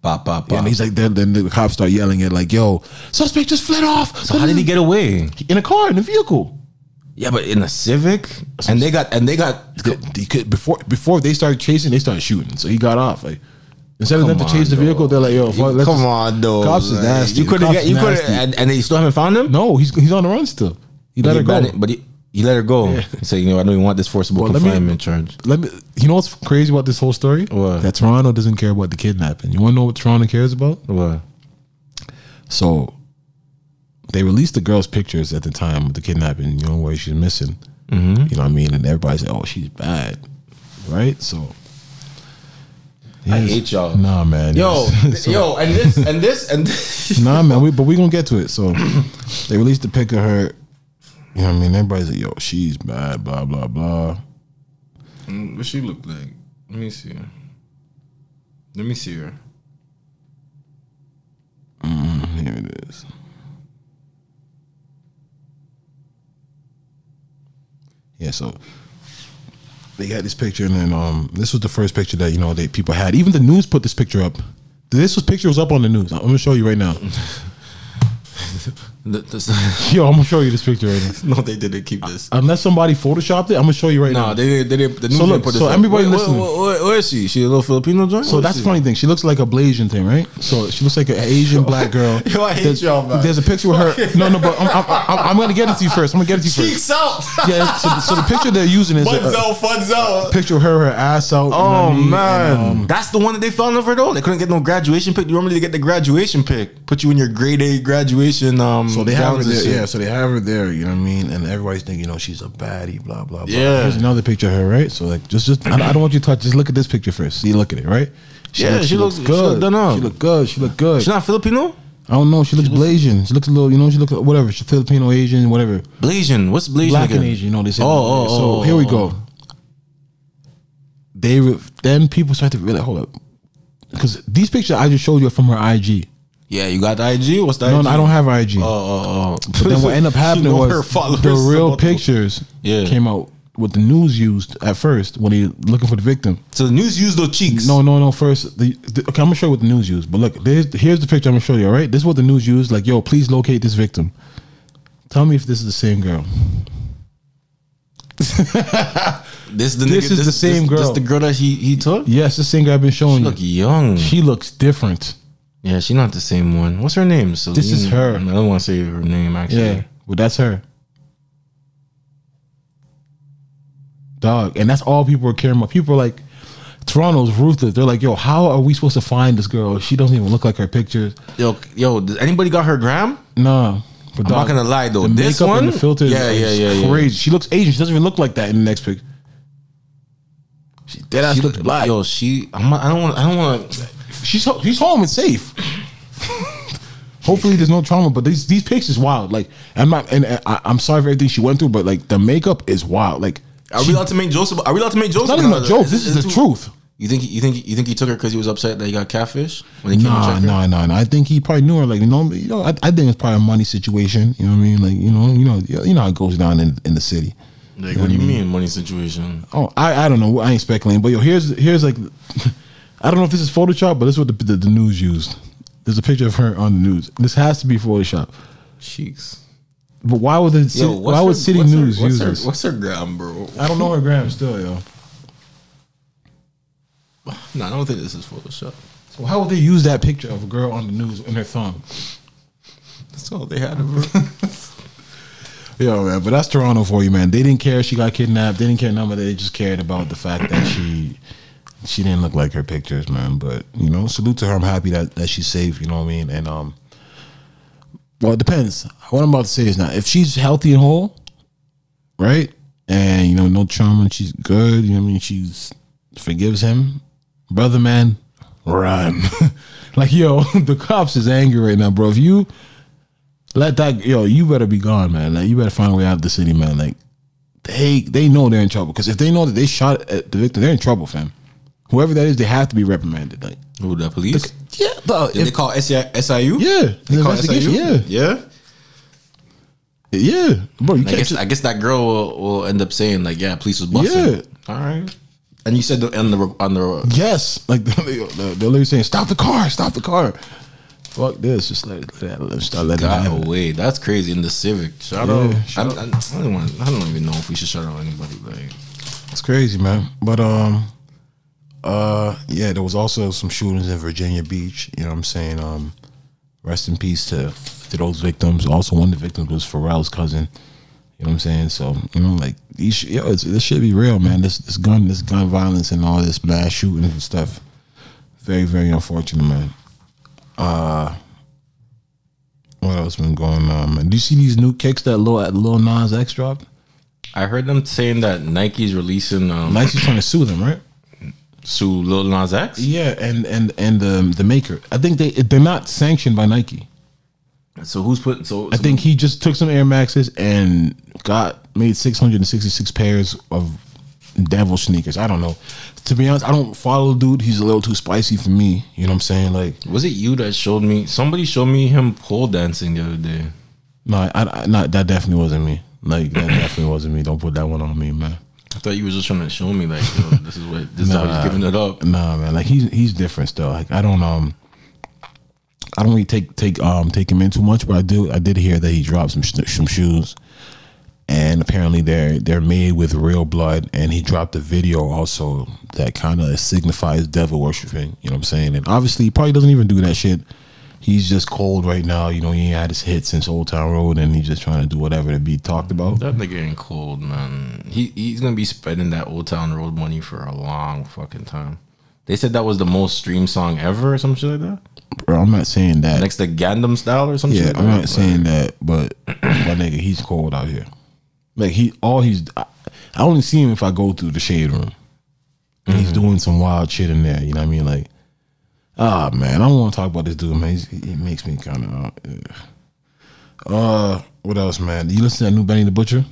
[SPEAKER 5] Pop, pop,
[SPEAKER 4] and he's like then, then the cops start yelling at like yo suspect just fled off.
[SPEAKER 5] so how did he get away?
[SPEAKER 4] in a car in a vehicle?
[SPEAKER 5] Yeah, but in a Civic, and they got and they got.
[SPEAKER 4] They could- before before they started chasing, they started shooting. So he got off. Like instead of them to
[SPEAKER 5] Come
[SPEAKER 4] chase the
[SPEAKER 5] on,
[SPEAKER 4] vehicle,
[SPEAKER 5] dog.
[SPEAKER 4] they're like, "Yo, fuck, let's
[SPEAKER 5] come
[SPEAKER 4] just-
[SPEAKER 5] on, though.
[SPEAKER 4] Cops is nasty.
[SPEAKER 5] You couldn't
[SPEAKER 4] Cops
[SPEAKER 5] get.
[SPEAKER 4] is
[SPEAKER 5] You could
[SPEAKER 4] nasty.
[SPEAKER 5] and, and they still haven't found him.
[SPEAKER 4] No, he's he's on the run still. He let
[SPEAKER 5] he
[SPEAKER 4] her go.
[SPEAKER 5] banned it, but he, he let her go. He said, "You know, I don't even want this forcible
[SPEAKER 4] Well, let me-
[SPEAKER 5] confinement charge."
[SPEAKER 4] Let me. You know what's crazy about this whole story?
[SPEAKER 5] What?
[SPEAKER 4] That Toronto doesn't care about the kidnapping. You want to know what Toronto cares about?
[SPEAKER 5] What?
[SPEAKER 4] So they released the girl's pictures at the time of the kidnapping, you know, where she's missing.
[SPEAKER 5] Mm-hmm.
[SPEAKER 4] You know what I mean? And everybody said, oh, she's bad. Right? So.
[SPEAKER 5] I hate y'all.
[SPEAKER 4] Nah, man.
[SPEAKER 5] Yo,
[SPEAKER 4] Yes. So-
[SPEAKER 5] yo, and this, and this, and this.
[SPEAKER 4] nah, man. We, but we going to get to it. So they released the pic of her. You know what I mean? Everybody's like, yo, she's bad, blah, blah, blah.
[SPEAKER 5] What she look like? Let me see. her. Let me see her.
[SPEAKER 4] Here it is. Yeah, so they had this picture, and then um, this was the first picture that you know they people had. Even the news put this picture up. This was picture was up on the news. I'm gonna show you right now.
[SPEAKER 5] Th- this-
[SPEAKER 4] Yo, I'm gonna show you this picture right now.
[SPEAKER 5] no, they didn't keep this.
[SPEAKER 4] Unless somebody photoshopped it, I'm gonna show you right
[SPEAKER 5] No,
[SPEAKER 4] now.
[SPEAKER 5] they didn't. They didn't. The news
[SPEAKER 4] So
[SPEAKER 5] didn't
[SPEAKER 4] look,
[SPEAKER 5] put this
[SPEAKER 4] so
[SPEAKER 5] up.
[SPEAKER 4] everybody
[SPEAKER 5] Wait,
[SPEAKER 4] listening.
[SPEAKER 5] where- where- where is she? She a little Filipino joint?
[SPEAKER 4] So
[SPEAKER 5] Where
[SPEAKER 4] that's
[SPEAKER 5] is she?
[SPEAKER 4] funny thing. She looks like a Blasian thing, right? So she looks like an Asian black girl.
[SPEAKER 5] Yo, I hate
[SPEAKER 4] there's,
[SPEAKER 5] y'all, man.
[SPEAKER 4] there's a picture with her. No, no, but I'm, I'm, I'm, I'm gonna get it to you first. I'm gonna get it to you first.
[SPEAKER 5] Cheeks out.
[SPEAKER 4] Yeah. So, so the picture they're using is
[SPEAKER 5] Funzo,
[SPEAKER 4] a,
[SPEAKER 5] funzo.
[SPEAKER 4] a picture of her, her ass out. you know what I
[SPEAKER 5] Oh
[SPEAKER 4] mean?
[SPEAKER 5] man,
[SPEAKER 4] And, um,
[SPEAKER 5] that's the one that they fell in love with. though. they couldn't get no graduation pick. Normally they get the graduation pick, put you in your grade A graduation. Um,
[SPEAKER 4] So they have her
[SPEAKER 5] gowns and
[SPEAKER 4] there,
[SPEAKER 5] shit.
[SPEAKER 4] yeah. So they have her there, you know what I mean? And everybody's thinking, you know, she's a baddie, blah blah blah.
[SPEAKER 5] Yeah.
[SPEAKER 4] Here's another picture of her, right? So like, just just I, I don't want you to touch. Just look at this picture first. See, look at it, right?
[SPEAKER 5] Yeah, she looks- she look done up.
[SPEAKER 4] She look good. She look good.
[SPEAKER 5] She's not Filipino.
[SPEAKER 4] I don't know. She looks Blasian. She looks a little, you know, she looks whatever. She's Filipino, Asian, whatever.
[SPEAKER 5] Blasian. What's Blasian?
[SPEAKER 4] Black
[SPEAKER 5] again?
[SPEAKER 4] and Asian, you know, they say.
[SPEAKER 5] Oh, oh,
[SPEAKER 4] so
[SPEAKER 5] oh,
[SPEAKER 4] here we
[SPEAKER 5] oh,
[SPEAKER 4] go. They re- then people start to realize, hold up, because these pictures I just showed you are from her IG.
[SPEAKER 5] Yeah, you got the IG. What's the
[SPEAKER 4] No,
[SPEAKER 5] IG?
[SPEAKER 4] no, I don't have her IG.
[SPEAKER 5] Oh, oh, oh.
[SPEAKER 4] But then what ended up
[SPEAKER 5] She
[SPEAKER 4] happening
[SPEAKER 5] know
[SPEAKER 4] was
[SPEAKER 5] her followers
[SPEAKER 4] the real
[SPEAKER 5] about to-
[SPEAKER 4] pictures
[SPEAKER 5] Yeah.
[SPEAKER 4] came out what the news used at first when they looking for the victim.
[SPEAKER 5] So the news used those cheeks.
[SPEAKER 4] No, no, no. First, the, the, okay, I'm gonna show you what the news used. But look, there's, here's the picture I'm gonna show you. All right, this is what the news used. Like, yo, please locate this victim. Tell me if this is the same girl.
[SPEAKER 5] this the
[SPEAKER 4] this
[SPEAKER 5] nigga,
[SPEAKER 4] is the same
[SPEAKER 5] this, This
[SPEAKER 4] girl.
[SPEAKER 5] the girl that he he took.
[SPEAKER 4] Yes, the same girl I've been showing
[SPEAKER 5] Look e-
[SPEAKER 4] you.
[SPEAKER 5] young.
[SPEAKER 4] She looks different.
[SPEAKER 5] yeah, she not the same one. What's her name? So
[SPEAKER 4] This is her.
[SPEAKER 5] I don't want to say her name actually.
[SPEAKER 4] Yeah, but that's her. Dog, and that's all people are caring about. People are like, Toronto's ruthless. They're like, yo, how are we supposed to find this girl? She doesn't even look like her pictures.
[SPEAKER 5] Yo, yo, does anybody got her gram?
[SPEAKER 4] Nah. But
[SPEAKER 5] I'm not gonna lie, though.
[SPEAKER 4] The
[SPEAKER 5] This
[SPEAKER 4] makeup
[SPEAKER 5] one-
[SPEAKER 4] and the filter
[SPEAKER 5] Yeah,
[SPEAKER 4] is
[SPEAKER 5] yeah,
[SPEAKER 4] is
[SPEAKER 5] yeah, yeah.
[SPEAKER 4] crazy. She looks Asian. She doesn't even look like that in the next picture. She dead ass
[SPEAKER 5] She
[SPEAKER 4] looks
[SPEAKER 5] looked
[SPEAKER 4] black.
[SPEAKER 5] Yo, she. I'm not, I don't want. I don't want.
[SPEAKER 4] she's ho- she's home and safe. Hopefully, there's no trauma. But these these pics is wild. Like I'm not, and uh, I, I'm sorry for everything she went through, but like the makeup is wild. Like
[SPEAKER 5] Are we allowed to make jokes? About, are we allowed to make
[SPEAKER 4] it's
[SPEAKER 5] jokes?
[SPEAKER 4] not
[SPEAKER 5] about
[SPEAKER 4] even a
[SPEAKER 5] it?
[SPEAKER 4] joke. This is the
[SPEAKER 5] too-
[SPEAKER 4] truth.
[SPEAKER 5] You think? You think? You think he took her because he was upset that he got catfish when he came and
[SPEAKER 4] Nah,
[SPEAKER 5] checked her?
[SPEAKER 4] nah, nah, nah. I think he probably knew her. Like you know, you know. I, I think it's probably a money situation. You know what I mean? Like you know, you know, you know how it goes down in in the city.
[SPEAKER 5] Like, what do you
[SPEAKER 4] Mm.
[SPEAKER 5] mean money situation?
[SPEAKER 4] Oh, I I don't know. I ain't speculating. But yo, here's here's like, I don't know if this is Photoshop, but this is what the, the, the news used. There's a picture of her on the news. This has to be Photoshop.
[SPEAKER 5] Cheeks.
[SPEAKER 4] But why would the ci- why would City
[SPEAKER 5] what's
[SPEAKER 4] News
[SPEAKER 5] her, what's
[SPEAKER 4] use
[SPEAKER 5] her,
[SPEAKER 4] this?
[SPEAKER 5] What's her gram, bro?
[SPEAKER 4] I don't know her gram still, yo.
[SPEAKER 5] No, I don't think this is Photoshop.
[SPEAKER 4] So how would they use that picture of a girl on the news in her thumb?
[SPEAKER 5] That's all they had of her.
[SPEAKER 4] Yo, man, but that's Toronto for you, man. They didn't care she got kidnapped. They didn't care none of that. They just cared about the fact that she she didn't look like her pictures, man. But you know, salute to her. I'm happy that that she's safe. You know what I mean? And um, well, it depends. What I'm about to say is not if she's healthy and whole, right? And you know, no trauma. She's good. You know what I mean? She's forgives him, brother, man. Run, like yo, the cops is angry right now, bro. If you let that yo, you better be gone, man. Like you better find a way out of the city, man. Like they they know they're in trouble because if they know that they shot at the victim, they're in trouble, fam. Whoever that is, they have to be reprimanded. Like
[SPEAKER 5] Who the police?
[SPEAKER 4] yeah, the,
[SPEAKER 5] Did they call SI, SIU?
[SPEAKER 4] yeah, the
[SPEAKER 5] Call
[SPEAKER 4] investigation, yeah,
[SPEAKER 5] yeah.
[SPEAKER 4] yeah, bro. You
[SPEAKER 5] I
[SPEAKER 4] can't
[SPEAKER 5] guess
[SPEAKER 4] just-
[SPEAKER 5] I guess that girl will, will end up saying like, "Yeah, police was busting."
[SPEAKER 4] Yeah.
[SPEAKER 5] All right. And you said the, on the on the
[SPEAKER 4] yes, like the, the, the lady saying, "Stop the car, stop the car." Fuck this, just let it, let it, let it start letting it
[SPEAKER 5] got
[SPEAKER 4] happen.
[SPEAKER 5] away. That's crazy in the Civic. Shout
[SPEAKER 4] Yeah,
[SPEAKER 5] out.
[SPEAKER 4] shout
[SPEAKER 5] I, don't- I don't want, I don't even know if we should shout out anybody. Like,
[SPEAKER 4] It's crazy, man. But um, uh, yeah, there was also some shootings in Virginia Beach. You know what I'm saying? Um, rest in peace to to those victims. Also, one of the victims was Pharrell's cousin. You know what I'm saying? So you know, like these, sh- yo, it's, this should be real, man. This this gun, this gun violence, and all this mass shootings and stuff. Very, very unfortunate, man. Uh, what else been going on, man? Do you see these new kicks that Lil Lil Nas X dropped?
[SPEAKER 5] I heard them saying that Nike's releasing um,
[SPEAKER 4] Nice, he's trying to sue them, right?
[SPEAKER 5] sue Lil Nas X.
[SPEAKER 4] Yeah, and and and um, the maker. I think they they're not sanctioned by Nike.
[SPEAKER 5] So who's putting? So
[SPEAKER 4] I think he just took some Air Maxes and got made six hundred and sixty six pairs of devil sneakers. I don't know. To be honest, I don't follow the dude. He's a little too spicy for me. You know what I'm saying? Like,
[SPEAKER 5] was it you that showed me? Somebody showed me him pole dancing the other day.
[SPEAKER 4] no, I, I not that definitely wasn't me. Like that definitely wasn't me. Don't put that one on me, man.
[SPEAKER 5] I thought you were just trying to show me like yo, this is what this is how he's giving it up.
[SPEAKER 4] Nah, man. Like he's he's different still. Like I don't um I don't really take take um take him in too much, but I do I did hear that he dropped some sh- some shoes, and apparently they're they're made with real blood, and he dropped a video also that kind of signifies devil worshiping. You know what I'm saying? And obviously he probably doesn't even do that shit. He's just cold right now. You know he ain't had his hit since Old Town Road, and he's just trying to do whatever to be talked about.
[SPEAKER 5] That nigga ain't cold, man. He he's gonna be spending that Old Town Road money for a long fucking time. They said that was the most streamed song ever or some shit like that.
[SPEAKER 4] Bro, I'm not saying that.
[SPEAKER 5] Next to Gandam Style or some shit.
[SPEAKER 4] Yeah,
[SPEAKER 5] like
[SPEAKER 4] I'm
[SPEAKER 5] that.
[SPEAKER 4] not saying that, but my nigga, he's cold out here. Like he, all he's, I, I only see him if I go through the shade room, and he's
[SPEAKER 5] Mm-hmm.
[SPEAKER 4] doing some wild shit in there. You know what I mean? Like, ah man, I don't want to talk about this dude, man. He's, it makes me kind of. Uh, uh, what else, man? You listen to that new Benny the Butcher,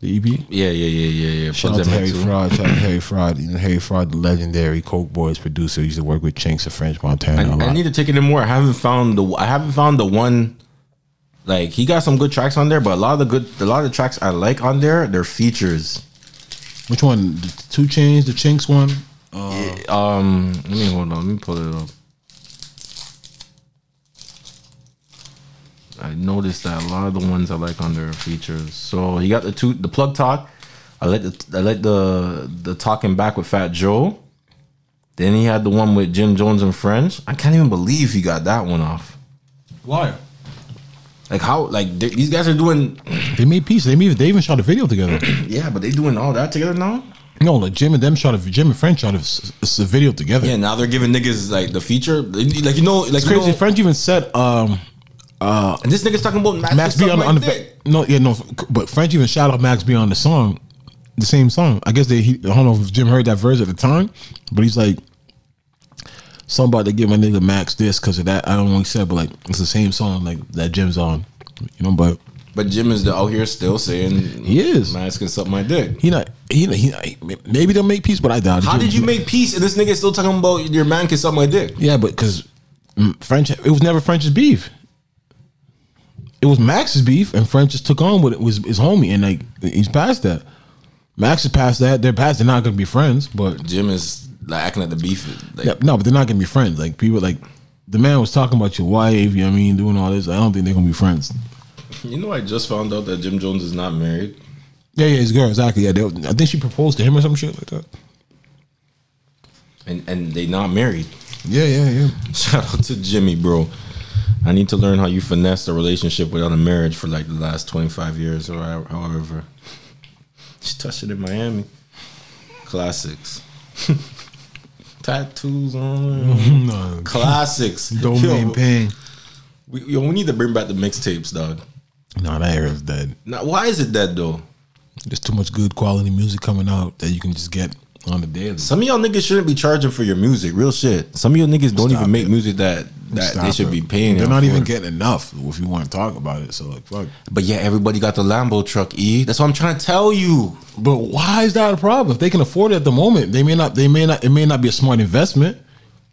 [SPEAKER 4] the EP?
[SPEAKER 5] Yeah, yeah, yeah, yeah, yeah.
[SPEAKER 4] Shout
[SPEAKER 5] Plugs
[SPEAKER 4] out to
[SPEAKER 5] that
[SPEAKER 4] Harry
[SPEAKER 5] too.
[SPEAKER 4] Fraud. Shout out to Harry Fraud. You know, Harry Fraud, the legendary Coke Boys producer, used to work with Chinks of French Montana.
[SPEAKER 5] I,
[SPEAKER 4] a lot.
[SPEAKER 5] I need to take it in more. I haven't found the I haven't found the one like he got some good tracks on there, but a lot of the good a lot of the tracks I like on there, they're features.
[SPEAKER 4] Which one? The two Chains, the Chinks one.
[SPEAKER 5] Um let me hold on, let me pull it up. I noticed that a lot of the ones I like on there are features. So he got the two the plug talk. I like the I like the the talking back with Fat Joe. Then he had the one with Jim Jones and French. I can't even believe he got that one off.
[SPEAKER 4] Why?
[SPEAKER 5] Like how like they- these guys are doing
[SPEAKER 4] They made peace. They made, they even shot a video together.
[SPEAKER 5] Yeah, but they doing all that together now.
[SPEAKER 4] no, like Jim and them shot a Jim and French shot a, s- s- a video together.
[SPEAKER 5] Yeah, now they're giving niggas like the feature, like you know, like
[SPEAKER 4] it's
[SPEAKER 5] you
[SPEAKER 4] crazy.
[SPEAKER 5] know-
[SPEAKER 4] French even said, um,
[SPEAKER 5] and this nigga's talking about Max,
[SPEAKER 4] Max B on, the- on the no, yeah, no, but French even shout out Max B on the song, the same song. I guess they he, I don't know if Jim heard that verse at the time, but he's like, somebody give my nigga Max this because of that. I don't know what he said, but like it's the same song like that Jim's on, you know. But
[SPEAKER 5] But Jim is the, out here still saying
[SPEAKER 4] He is.
[SPEAKER 5] Max can suck my dick.
[SPEAKER 4] he not he, he maybe they'll make peace, but I doubt. it.
[SPEAKER 5] How
[SPEAKER 4] Jim-
[SPEAKER 5] did you make peace and this nigga's still talking about your man can suck my dick?
[SPEAKER 4] Yeah, but because French, it was never French's beef. It was Max's beef, and French just took on what it was his homie, and like he's past that. Max is past that. They're past. They're not gonna be friends, but
[SPEAKER 5] Jim is like acting like the beef. Like,
[SPEAKER 4] yeah, no, but they're not gonna be friends. Like people, like the man was talking about your wife. You know what I mean, doing all this. I don't think they're gonna be friends.
[SPEAKER 5] You know, I just found out that Jim Jones is not married.
[SPEAKER 4] Yeah, yeah, his girl exactly. Yeah, they, I think she proposed to him or some shit like that.
[SPEAKER 5] And, and they not married.
[SPEAKER 4] Yeah, yeah, yeah.
[SPEAKER 5] Shout out to Jimmy, bro. I need to learn how you finesse a relationship without a marriage for like the last 25 years or how- however. She touched it in Miami. Classics. Tattoos on.
[SPEAKER 4] no,
[SPEAKER 5] Classics.
[SPEAKER 4] don't
[SPEAKER 5] yo,
[SPEAKER 4] pain.
[SPEAKER 5] we, yo, we need to bring back the mixtapes, dog.
[SPEAKER 4] No, that era's dead.
[SPEAKER 5] Now, why is it that though?
[SPEAKER 4] There's too much good quality music coming out that you can just get on the daily.
[SPEAKER 5] Some of y'all niggas shouldn't be charging for your music. Real shit. Some of y'all niggas don't even
[SPEAKER 4] Stop
[SPEAKER 5] make
[SPEAKER 4] it.
[SPEAKER 5] music that, that
[SPEAKER 4] Stop
[SPEAKER 5] they should
[SPEAKER 4] it.
[SPEAKER 5] be paying.
[SPEAKER 4] They're
[SPEAKER 5] y'all
[SPEAKER 4] not
[SPEAKER 5] for.
[SPEAKER 4] even getting enough if you want to talk about it. So like, fuck.
[SPEAKER 5] But yeah, everybody got the Lambo truck. E. That's what I'm trying to tell you.
[SPEAKER 4] But why is that a problem? If they can afford it at the moment, they may not. They may not. It may not be a smart investment.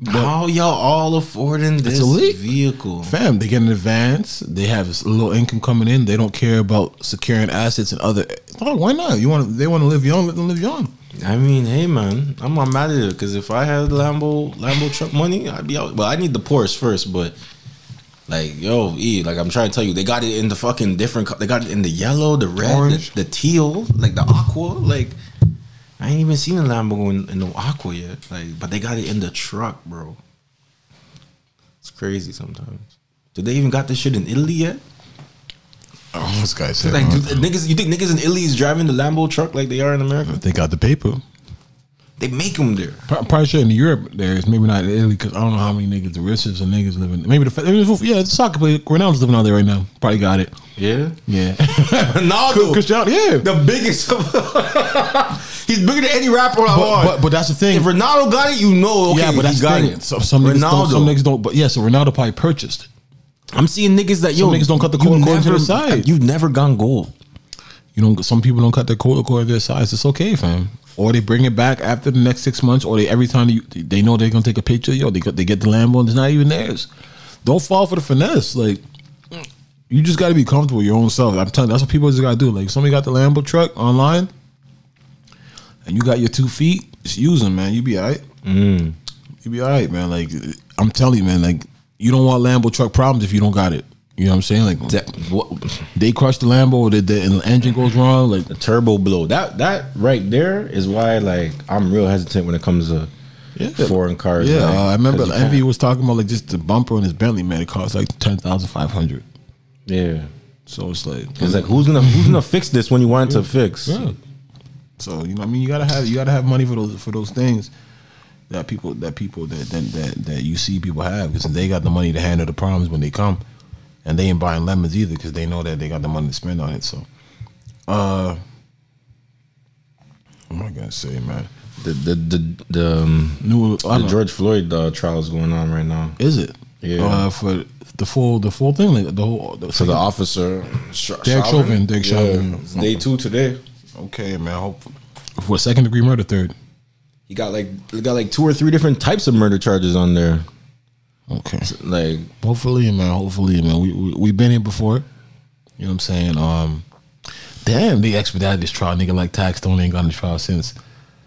[SPEAKER 5] How y'all all affording this
[SPEAKER 4] elite.
[SPEAKER 5] vehicle?
[SPEAKER 4] Fam, they get an advance. They have a little income coming in. They don't care about securing assets and other. Oh, why not? You want? They want to live young. Let them live young.
[SPEAKER 5] I mean, hey man, I'm not mad at it because if I had Lambo Lambo truck money, I'd be out. Well, I need the Porsche first, but like yo, e like I'm trying to tell you, they got it in the fucking different. co- They got it in the yellow, the red,
[SPEAKER 4] Orange.
[SPEAKER 5] the, the teal, like the aqua. Like I ain't even seen a Lambo in, in the aqua yet. Like, but they got it in the truck, bro. It's crazy sometimes. Do they even got this shit in Italy yet?
[SPEAKER 4] Oh, this guy said.
[SPEAKER 5] Like,
[SPEAKER 4] huh?
[SPEAKER 5] do, niggas, you think niggas in Italy is driving the Lambo truck like they are in America?
[SPEAKER 4] they got the paper.
[SPEAKER 5] They make them there.
[SPEAKER 4] Pro- Probably sure in Europe there is maybe not in Italy because I don't know how many niggas the richest and niggas living. Maybe the fa- yeah, the soccer player Ronaldo's living out there right now. Probably got it.
[SPEAKER 5] Yeah.
[SPEAKER 4] Yeah,
[SPEAKER 5] Ronaldo,
[SPEAKER 4] Cristiano. Yeah,
[SPEAKER 5] the biggest. he's bigger than any rapper I
[SPEAKER 4] but,
[SPEAKER 5] want.
[SPEAKER 4] but but that's the thing.
[SPEAKER 5] if Ronaldo got it, you know. Okay,
[SPEAKER 4] yeah, but that's
[SPEAKER 5] he got
[SPEAKER 4] the thing.
[SPEAKER 5] it.
[SPEAKER 4] Some, some niggas don't. Some niggas don't. But yeah, so Ronaldo probably purchased.
[SPEAKER 5] I'm seeing niggas that yo
[SPEAKER 4] niggas don't cut the
[SPEAKER 5] you
[SPEAKER 4] cord according to
[SPEAKER 5] never-
[SPEAKER 4] the side.
[SPEAKER 5] You've never gone gold.
[SPEAKER 4] You know, some people don't cut their quota according to their size. It's okay, fam. Or they bring it back after the next six months, or they every time you, they know they're gonna take a picture. Yo, they got they get the Lambo and it's not even theirs. Don't fall for the finesse. Like you just got to be comfortable with your own self. I'm telling you, that's what people just got to do. Like, somebody got the Lambo truck online, and you got your two feet, just use them, man. You be all right. You be all right, man. Like, I'm telling you, man. Like, you don't want Lambo truck problems if you don't got it. You know what I'm saying? Like,
[SPEAKER 5] That, what,
[SPEAKER 4] they crush the Lambo, or the, the, and the engine goes wrong. Like,
[SPEAKER 5] the turbo blow. That that right there is why like I'm real hesitant when it comes to foreign cars.
[SPEAKER 4] Yeah,
[SPEAKER 5] like,
[SPEAKER 4] uh, I remember
[SPEAKER 5] 'cause you
[SPEAKER 4] Envy
[SPEAKER 5] can't-
[SPEAKER 4] was talking about like just the bumper on his Bentley, man. It cost like ten thousand five hundred.
[SPEAKER 5] Yeah,
[SPEAKER 4] So it's like,
[SPEAKER 5] it's like who's gonna who's gonna fix this when you want it to fix?
[SPEAKER 4] Yeah. so you know, I mean, you gotta have you gotta have money for those for those things that people that people that that that, that you see people have because they got the money to handle the problems when they come, and they ain't buying lemons either because they know that they got the money to spend on it. So, uh, what am I gonna say, man?
[SPEAKER 5] The the the the, um,
[SPEAKER 4] New I
[SPEAKER 5] the
[SPEAKER 4] don't-
[SPEAKER 5] George Floyd uh, trial is going on right now.
[SPEAKER 4] is it?
[SPEAKER 5] Yeah.
[SPEAKER 4] uh, for the full the full thing, like the whole the,
[SPEAKER 5] So the officer, Sh-
[SPEAKER 4] Derek Chauvin, Derek Chauvin.
[SPEAKER 5] it's day two today.
[SPEAKER 4] Okay, man. Hope for second degree murder, third.
[SPEAKER 5] He got like he got like two or three different types of murder charges on there.
[SPEAKER 4] Okay.
[SPEAKER 5] Like
[SPEAKER 4] Hopefully, man. Hopefully, man. We we we been here before. You know what I'm saying? Um, damn, they expedited this trial, nigga. Like tax don't ain't gone to trial since.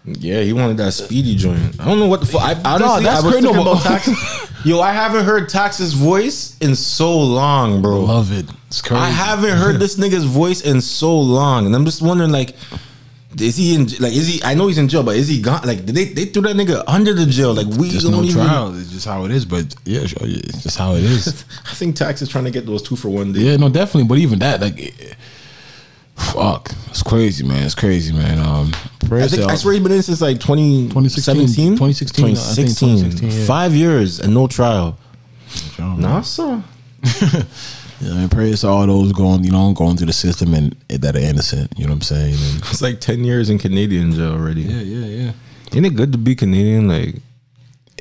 [SPEAKER 5] Yeah, he wanted that speedy joint. I don't know what the fuck. I, honestly,
[SPEAKER 4] that's
[SPEAKER 5] I was
[SPEAKER 4] crazy,
[SPEAKER 5] thinking
[SPEAKER 4] but-
[SPEAKER 5] about Tax. Yo, I haven't heard Tax's voice in so long, bro.
[SPEAKER 4] Love it. It's crazy.
[SPEAKER 5] Oh. I haven't heard this nigga's voice in so long, and I'm just wondering, like, is he in? Like, is he? I know he's in jail, but is he gone? Like, did they they threw that nigga under the jail. Like, we
[SPEAKER 4] There's
[SPEAKER 5] don't
[SPEAKER 4] no
[SPEAKER 5] even.
[SPEAKER 4] trial. It's just how it is. But yeah, sure, yeah, it's just how it is.
[SPEAKER 5] I think Tax is trying to get those two for one day.
[SPEAKER 4] yeah, no, definitely. But even that, like, eh, fuck, it's crazy, man. It's crazy, man. Um,
[SPEAKER 5] I, think, I swear he's been in since like 20,
[SPEAKER 4] 2016,
[SPEAKER 5] 2016?
[SPEAKER 4] 2016, I think 2016, yeah.
[SPEAKER 5] Five years and no trial.
[SPEAKER 4] Nah,
[SPEAKER 5] NASA.
[SPEAKER 4] I mean, prayers to all those going, you know, going through the system and and that are innocent. You know what I'm saying? And-
[SPEAKER 5] It's like 10 years in Canadian jail already.
[SPEAKER 4] yeah, yeah, yeah.
[SPEAKER 5] Ain't it good to be Canadian? Like,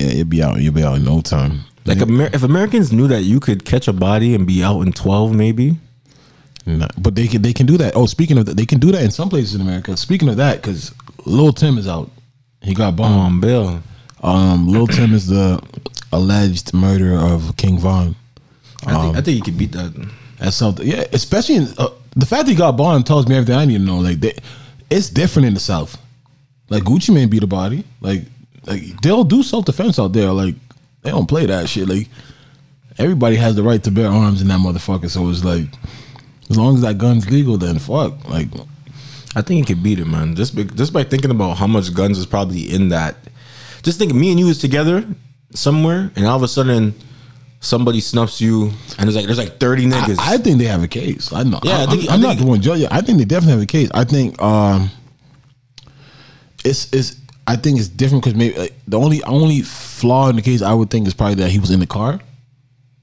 [SPEAKER 4] Yeah, you'll be out. You'll be out in no time.
[SPEAKER 5] like Amer- if Americans knew that you could catch a body and be out in twelve, maybe.
[SPEAKER 4] Nah, but they can they can do that. Oh, speaking of that, they can do that in some places in America. Speaking of that, because Lil Tim is out. He got bombed.
[SPEAKER 5] Um, Bill.
[SPEAKER 4] Um, Lil Tim is the alleged murderer of King Von.
[SPEAKER 5] I, think,
[SPEAKER 4] Um,
[SPEAKER 5] I think you could beat that.
[SPEAKER 4] That's something. Yeah, especially in, uh, the fact that he got bombed tells me everything I need to know. Like, they, it's different in the South. Like Gucci Mane beat a body. Like, like they'll do self defense out there. Like, they don't play that shit. Like, everybody has the right to bear arms in that motherfucker. So it's like, as long as that gun's legal, then fuck. Like,
[SPEAKER 5] I think you could beat it, man. Just be, just by thinking about how much guns is probably in that. Just think, me and you is together somewhere, and all of a sudden, somebody snubs you, and there's like there's like thirty
[SPEAKER 4] I,
[SPEAKER 5] niggas.
[SPEAKER 4] I think they have a case. I know.
[SPEAKER 5] Yeah, I
[SPEAKER 4] I,
[SPEAKER 5] think-
[SPEAKER 4] am
[SPEAKER 5] I
[SPEAKER 4] not
[SPEAKER 5] think-
[SPEAKER 4] the one judge. I think they definitely have a case. I think um, it's it's. I think it's different because maybe like, the only only flaw in the case I would think is probably that he was in the car,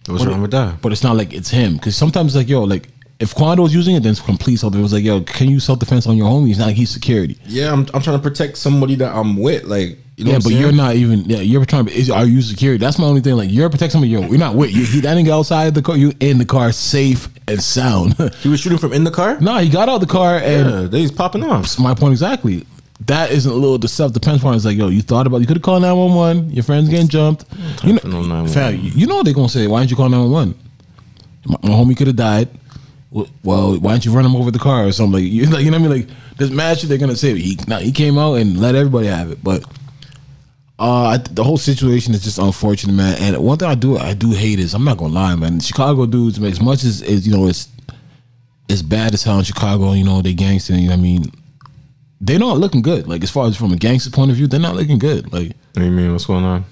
[SPEAKER 5] What's wrong with that?
[SPEAKER 4] but it's not like it's him because sometimes like yo like if Quando was using it, then it's complete self defense. It was like yo, can you self defense on your homies? Not like he's security.
[SPEAKER 5] Yeah, I'm, I'm trying to protect somebody that I'm with. Like, you know
[SPEAKER 4] yeah, but
[SPEAKER 5] what I'm saying?
[SPEAKER 4] you're not even. Yeah, you're trying to. Is, are you security? That's my only thing. Like you're protecting somebody. Yo, you're not with you. He that nigga outside the car. You in the car, safe and sound.
[SPEAKER 5] He was shooting from in the car.
[SPEAKER 4] nah, he got out the car and.
[SPEAKER 5] Yeah, they he's popping off.
[SPEAKER 4] my point exactly. That isn't a little the self defense part. It's like, yo, you thought about you could have called nine one one. Your friend's getting jumped. You
[SPEAKER 5] for no
[SPEAKER 4] know,
[SPEAKER 5] 911.
[SPEAKER 4] fam, you know what they're gonna say? Why didn't you call nine one one? My my homie could have died. Well, well, why didn't you run him over with the car or something? Like, you, like, you know what I mean? Like, this mad shit they're gonna say. He now he came out and let everybody have it, but. Uh, I, the whole situation is just unfortunate, man. And one thing I do, I do hate is I'm not gonna lie, man. Chicago dudes, man, as much as, as you know, it's it's bad as hell in Chicago. You know, they gangster. You know what I mean, they're not looking good. Like as far as from a gangster point of view, they're not looking good. Like
[SPEAKER 5] What do you mean? What's going on?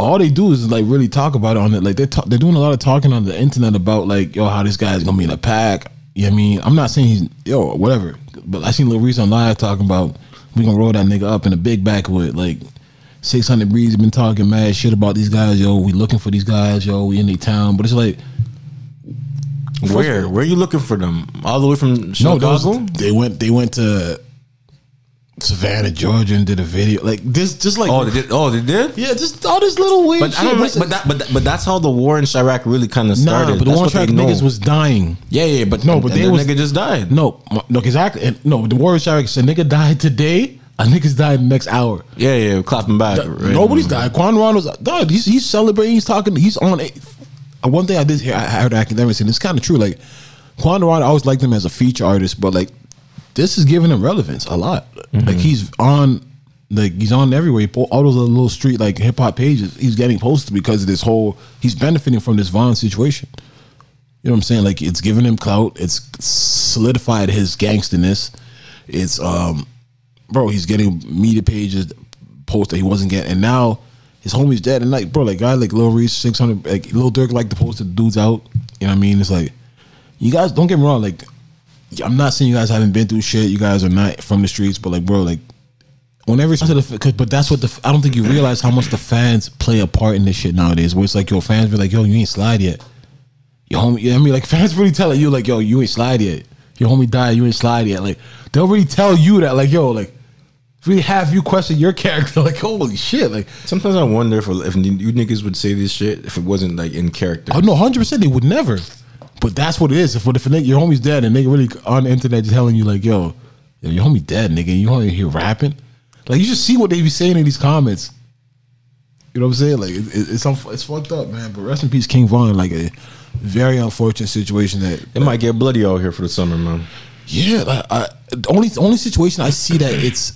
[SPEAKER 4] all they do is like really talk about it on it. Like they're ta- they're doing a lot of talking on the internet about like yo how this guy's gonna be in a pack. You know what I mean, I'm not saying he's yo whatever, but I seen Lil Reese on live talking about we gonna roll that nigga up in a big backwood like. 600 Breeze been talking mad shit about these guys, yo. We looking for these guys, yo. We in their town, but it's like
[SPEAKER 5] Where? Where are you looking for them? All the way from
[SPEAKER 4] No,
[SPEAKER 5] Chicago?
[SPEAKER 4] those, they went. They went to Savannah, Georgia, and did a video like this. Just like
[SPEAKER 5] oh, they did. Oh, they did.
[SPEAKER 4] yeah, just all this little weird.
[SPEAKER 5] But
[SPEAKER 4] shit.
[SPEAKER 5] I don't.
[SPEAKER 4] This
[SPEAKER 5] Like,
[SPEAKER 4] is-
[SPEAKER 5] but that. But that, but that's how the war in Chirac really kind of
[SPEAKER 4] nah,
[SPEAKER 5] started.
[SPEAKER 4] but the
[SPEAKER 5] That's
[SPEAKER 4] one
[SPEAKER 5] what
[SPEAKER 4] track
[SPEAKER 5] they know.
[SPEAKER 4] niggas was dying.
[SPEAKER 5] Yeah, yeah, but
[SPEAKER 4] No, but
[SPEAKER 5] and
[SPEAKER 4] they
[SPEAKER 5] the
[SPEAKER 4] was-
[SPEAKER 5] nigga just died.
[SPEAKER 4] No, m- no, exactly. And no, the Warriors track. A nigga died today. A niggas died the next hour.
[SPEAKER 5] Yeah, yeah, clapping back. right?
[SPEAKER 4] Nobody's died. Quan Ronald's died. He's, he's celebrating. He's talking. He's on. A, uh, one thing I did hear, I I heard academics, and it's kind of true. Like Quan Rod, I always liked him as a feature artist, but like this is giving him relevance a lot. Like he's on, like he's on everywhere. He po- All those little street like hip hop pages, he's getting posted because of this whole. He's benefiting from this Vaughn situation. You know what I'm saying? Like it's giving him clout. It's solidified his gangsterness. It's um, bro, he's getting media pages posts that he wasn't getting, and now his homie's dead. And like, bro, like guy like Lil Reese, six hundred, like Lil Durk like to post the dudes out. You know what I mean? It's like you guys don't get me wrong. Like, I'm not saying you guys haven't been through shit. You guys are not from the streets, but like, bro, like. Whenever it's because, but that's what the I don't think you realize how much the fans play a part in this shit nowadays. Where it's like your fans be like, "Yo, you ain't slide yet." your homie. You know what I mean, like fans really telling you, like, yo, you ain't slide yet. Your homie died, you ain't slide yet. Like they'll really tell you that, like, yo, like really have you question your character, like, holy shit, like,
[SPEAKER 5] Sometimes I wonder if if you niggas would say this shit if it wasn't like in character.
[SPEAKER 4] oh no, hundred percent, they would never. But that's what it is. If if a nigga, your homie's dead and they really on the internet telling you, like, yo, yo, your homie dead, nigga, you only hear rapping, like, you just see what they be saying in these comments. You know what I'm saying? Like it, it- it's unf- it's fucked up, man. But rest in peace, King Von. Like a very unfortunate situation that
[SPEAKER 5] It might get bloody out here for the summer, man.
[SPEAKER 4] Yeah, like, I, the only the only situation I see that it's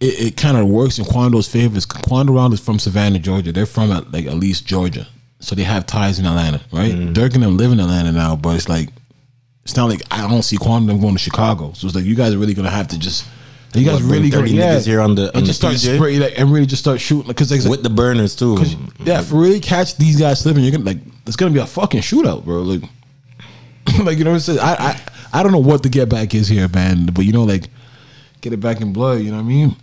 [SPEAKER 4] it, it kind of works in Quando's favor is Quando Round is from Savannah, Georgia. They're from uh, like at least Georgia, so they have ties in Atlanta, right?
[SPEAKER 5] Mm.
[SPEAKER 4] Dirk and them live in Atlanta now, but it's like it's not like I don't see Quando them going to Chicago. So it's like you guys are really gonna have to just you guys
[SPEAKER 5] What, bring
[SPEAKER 4] really gonna
[SPEAKER 5] 30
[SPEAKER 4] yeah,
[SPEAKER 5] niggas here on the-
[SPEAKER 4] and
[SPEAKER 5] on
[SPEAKER 4] just start
[SPEAKER 5] the PJ?
[SPEAKER 4] spray like, and really just start shooting because like,
[SPEAKER 5] With the burners too.
[SPEAKER 4] Mm-hmm. yeah, if we really catch these guys slipping, you're gonna like it's gonna be a fucking shootout, bro. Like, like you know what I'm saying? I, I I don't know what the get back is here, man. But you know, like get it back in blood. You know what I mean?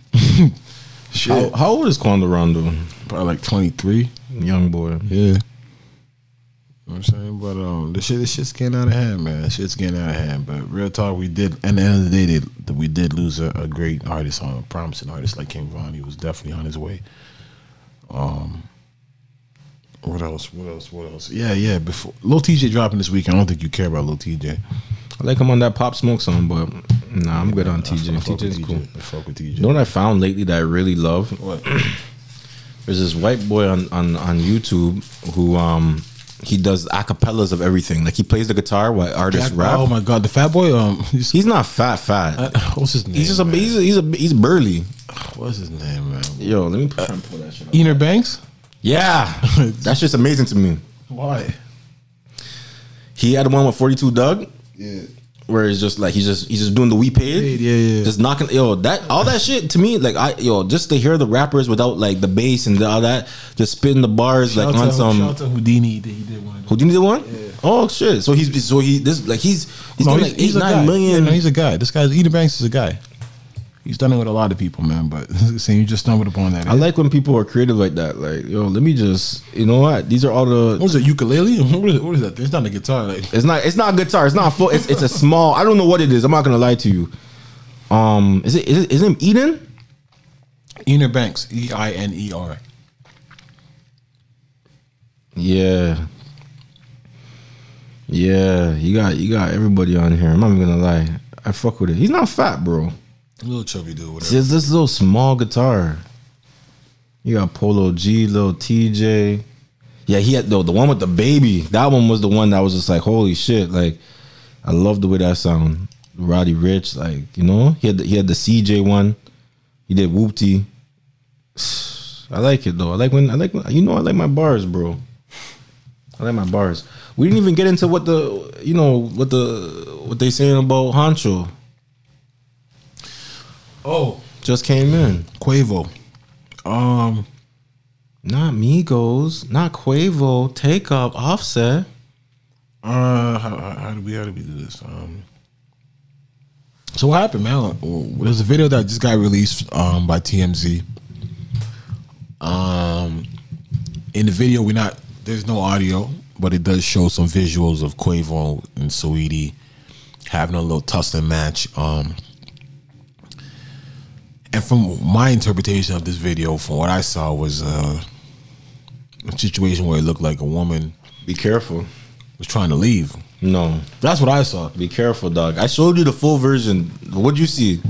[SPEAKER 4] Shit,
[SPEAKER 5] How, how old is Quando Rondo?
[SPEAKER 4] probably like 23.
[SPEAKER 5] Young boy.
[SPEAKER 4] Yeah, you know what I'm saying. But um, the shit, this shit's getting out of hand, man. This shit's getting out of hand. But real talk, we did. And the end of the day, they, we did lose a, a great artist, on a promising artist like King Von. He was definitely on his way. Um, What else? What else? What else? Yeah, yeah. Before Lil TJ dropping this week, I don't think you care about Lil TJ.
[SPEAKER 5] I like him on that Pop Smoke song, but nah, I'm good on TJ.
[SPEAKER 4] I fuck with
[SPEAKER 5] TJ's cool.
[SPEAKER 4] I fuck with TJ.
[SPEAKER 5] You know what I found lately that I really love?
[SPEAKER 4] What?
[SPEAKER 5] There's this white boy on on on YouTube who um he does acapellas of everything. Like he plays the guitar while artists rap.
[SPEAKER 4] Oh my god, the Fat Boy. Um, he's,
[SPEAKER 5] He's not fat, fat.
[SPEAKER 4] what's his name?
[SPEAKER 5] he's just a
[SPEAKER 4] man?
[SPEAKER 5] he's a, he's a he's burly.
[SPEAKER 4] What's his name, man?
[SPEAKER 5] Yo, let me put, try and pull that shit. Up.
[SPEAKER 4] Ener Banks.
[SPEAKER 5] Yeah, that's just amazing to me.
[SPEAKER 4] Why?
[SPEAKER 5] He had one with 42 Doug.
[SPEAKER 4] Yeah.
[SPEAKER 5] where it's just like he's just he's just doing the we paid,
[SPEAKER 4] Yeah, yeah, yeah.
[SPEAKER 5] just knocking yo that all that shit to me like I yo just to hear the rappers without like the bass and all that just spitting the bars like on some
[SPEAKER 4] shout out to Houdini. that He did one. Of
[SPEAKER 5] Houdini did one oh shit so he's so he this like he's he's
[SPEAKER 4] no,
[SPEAKER 5] getting
[SPEAKER 4] he's, he's
[SPEAKER 5] like eight
[SPEAKER 4] a guy.
[SPEAKER 5] nine
[SPEAKER 4] Yeah,
[SPEAKER 5] million
[SPEAKER 4] no, he's a guy. This guy's Ener Banks is a guy. He's done it with a lot of people, man. But saying you just stumbled upon that.
[SPEAKER 5] I like when people are creative like that like yo let me just you know what these are all the
[SPEAKER 4] What is it? Ukulele? What is, what is that? It's not a guitar. Like
[SPEAKER 5] it's not it's not a guitar it's not a full it's, it's a small I don't know what it is I'm not gonna lie to you um is it is it, is it Eden
[SPEAKER 4] Ener Banks. E I N E R.
[SPEAKER 5] Yeah. Yeah, you got you got everybody on here. I'm not even gonna lie. I fuck with it. He's not fat, bro.
[SPEAKER 4] Little chubby dude. Whatever.
[SPEAKER 5] It's just this little small guitar. You got Polo G, little TJ. Yeah, he had though the one with the baby. That one was the one that was just like, holy shit! Like, I love the way that sound. Roddy Rich, like you know, he had the, he had the CJ one. He did Whoopty. I like it though. I like when I like when, you know I like my bars, bro. I like my bars. We didn't even get into what the you know what the what they saying about Hancho
[SPEAKER 4] Oh,
[SPEAKER 5] just came in.
[SPEAKER 4] Quavo. Um,
[SPEAKER 5] Not Migos, not Quavo, Take Up, Offset.
[SPEAKER 4] uh, how, how, how do we how do we do this? Um, so what happened, man? There's a video that just got released um by TMZ. Um, in the video, we're not there's no audio, but it does show some visuals of Quavo and Saweetie having a little tussling match. Um, and from my interpretation of this video, from what I saw, was uh, a situation where it looked like a woman
[SPEAKER 5] Be careful.
[SPEAKER 4] was trying to leave.
[SPEAKER 5] No,
[SPEAKER 4] That's what I saw.
[SPEAKER 5] be careful, dog. I showed you the full version. What'd you see?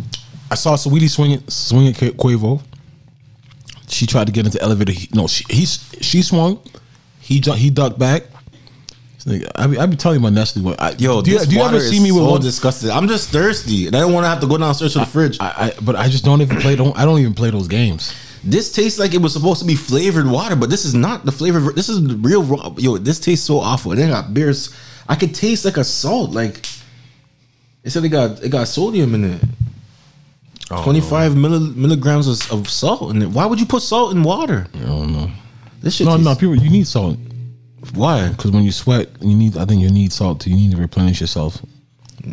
[SPEAKER 4] I saw Saweetie swing swing at Qua- Quavo. She tried to get into elevator. He, no, she he, she swung. He ju- he ducked back. Like, I be, I be telling you my Nestle. What I,
[SPEAKER 5] Yo,
[SPEAKER 4] do you,
[SPEAKER 5] this
[SPEAKER 4] do you
[SPEAKER 5] water
[SPEAKER 4] ever see me
[SPEAKER 5] is
[SPEAKER 4] with
[SPEAKER 5] so
[SPEAKER 4] one?
[SPEAKER 5] disgusted. I'm just thirsty, and I don't want to have to go downstairs to the fridge.
[SPEAKER 4] I, I but I just don't even play. Don't I don't even play those games.
[SPEAKER 5] this tastes like it was supposed to be flavored water, but this is not the flavor. This is the real raw. Yo, this tastes so awful. And they got beers. I could taste like a salt. Like it said, it got it got sodium in it.
[SPEAKER 4] Oh,
[SPEAKER 5] Twenty five milli, milligrams of, of salt in it. Why would you put salt in water?
[SPEAKER 4] I don't know.
[SPEAKER 5] This shit.
[SPEAKER 4] No, no,
[SPEAKER 5] tastes,
[SPEAKER 4] people, you need salt
[SPEAKER 5] Why?
[SPEAKER 4] because when you sweat, you need. I think you need salt to. You need to replenish yourself.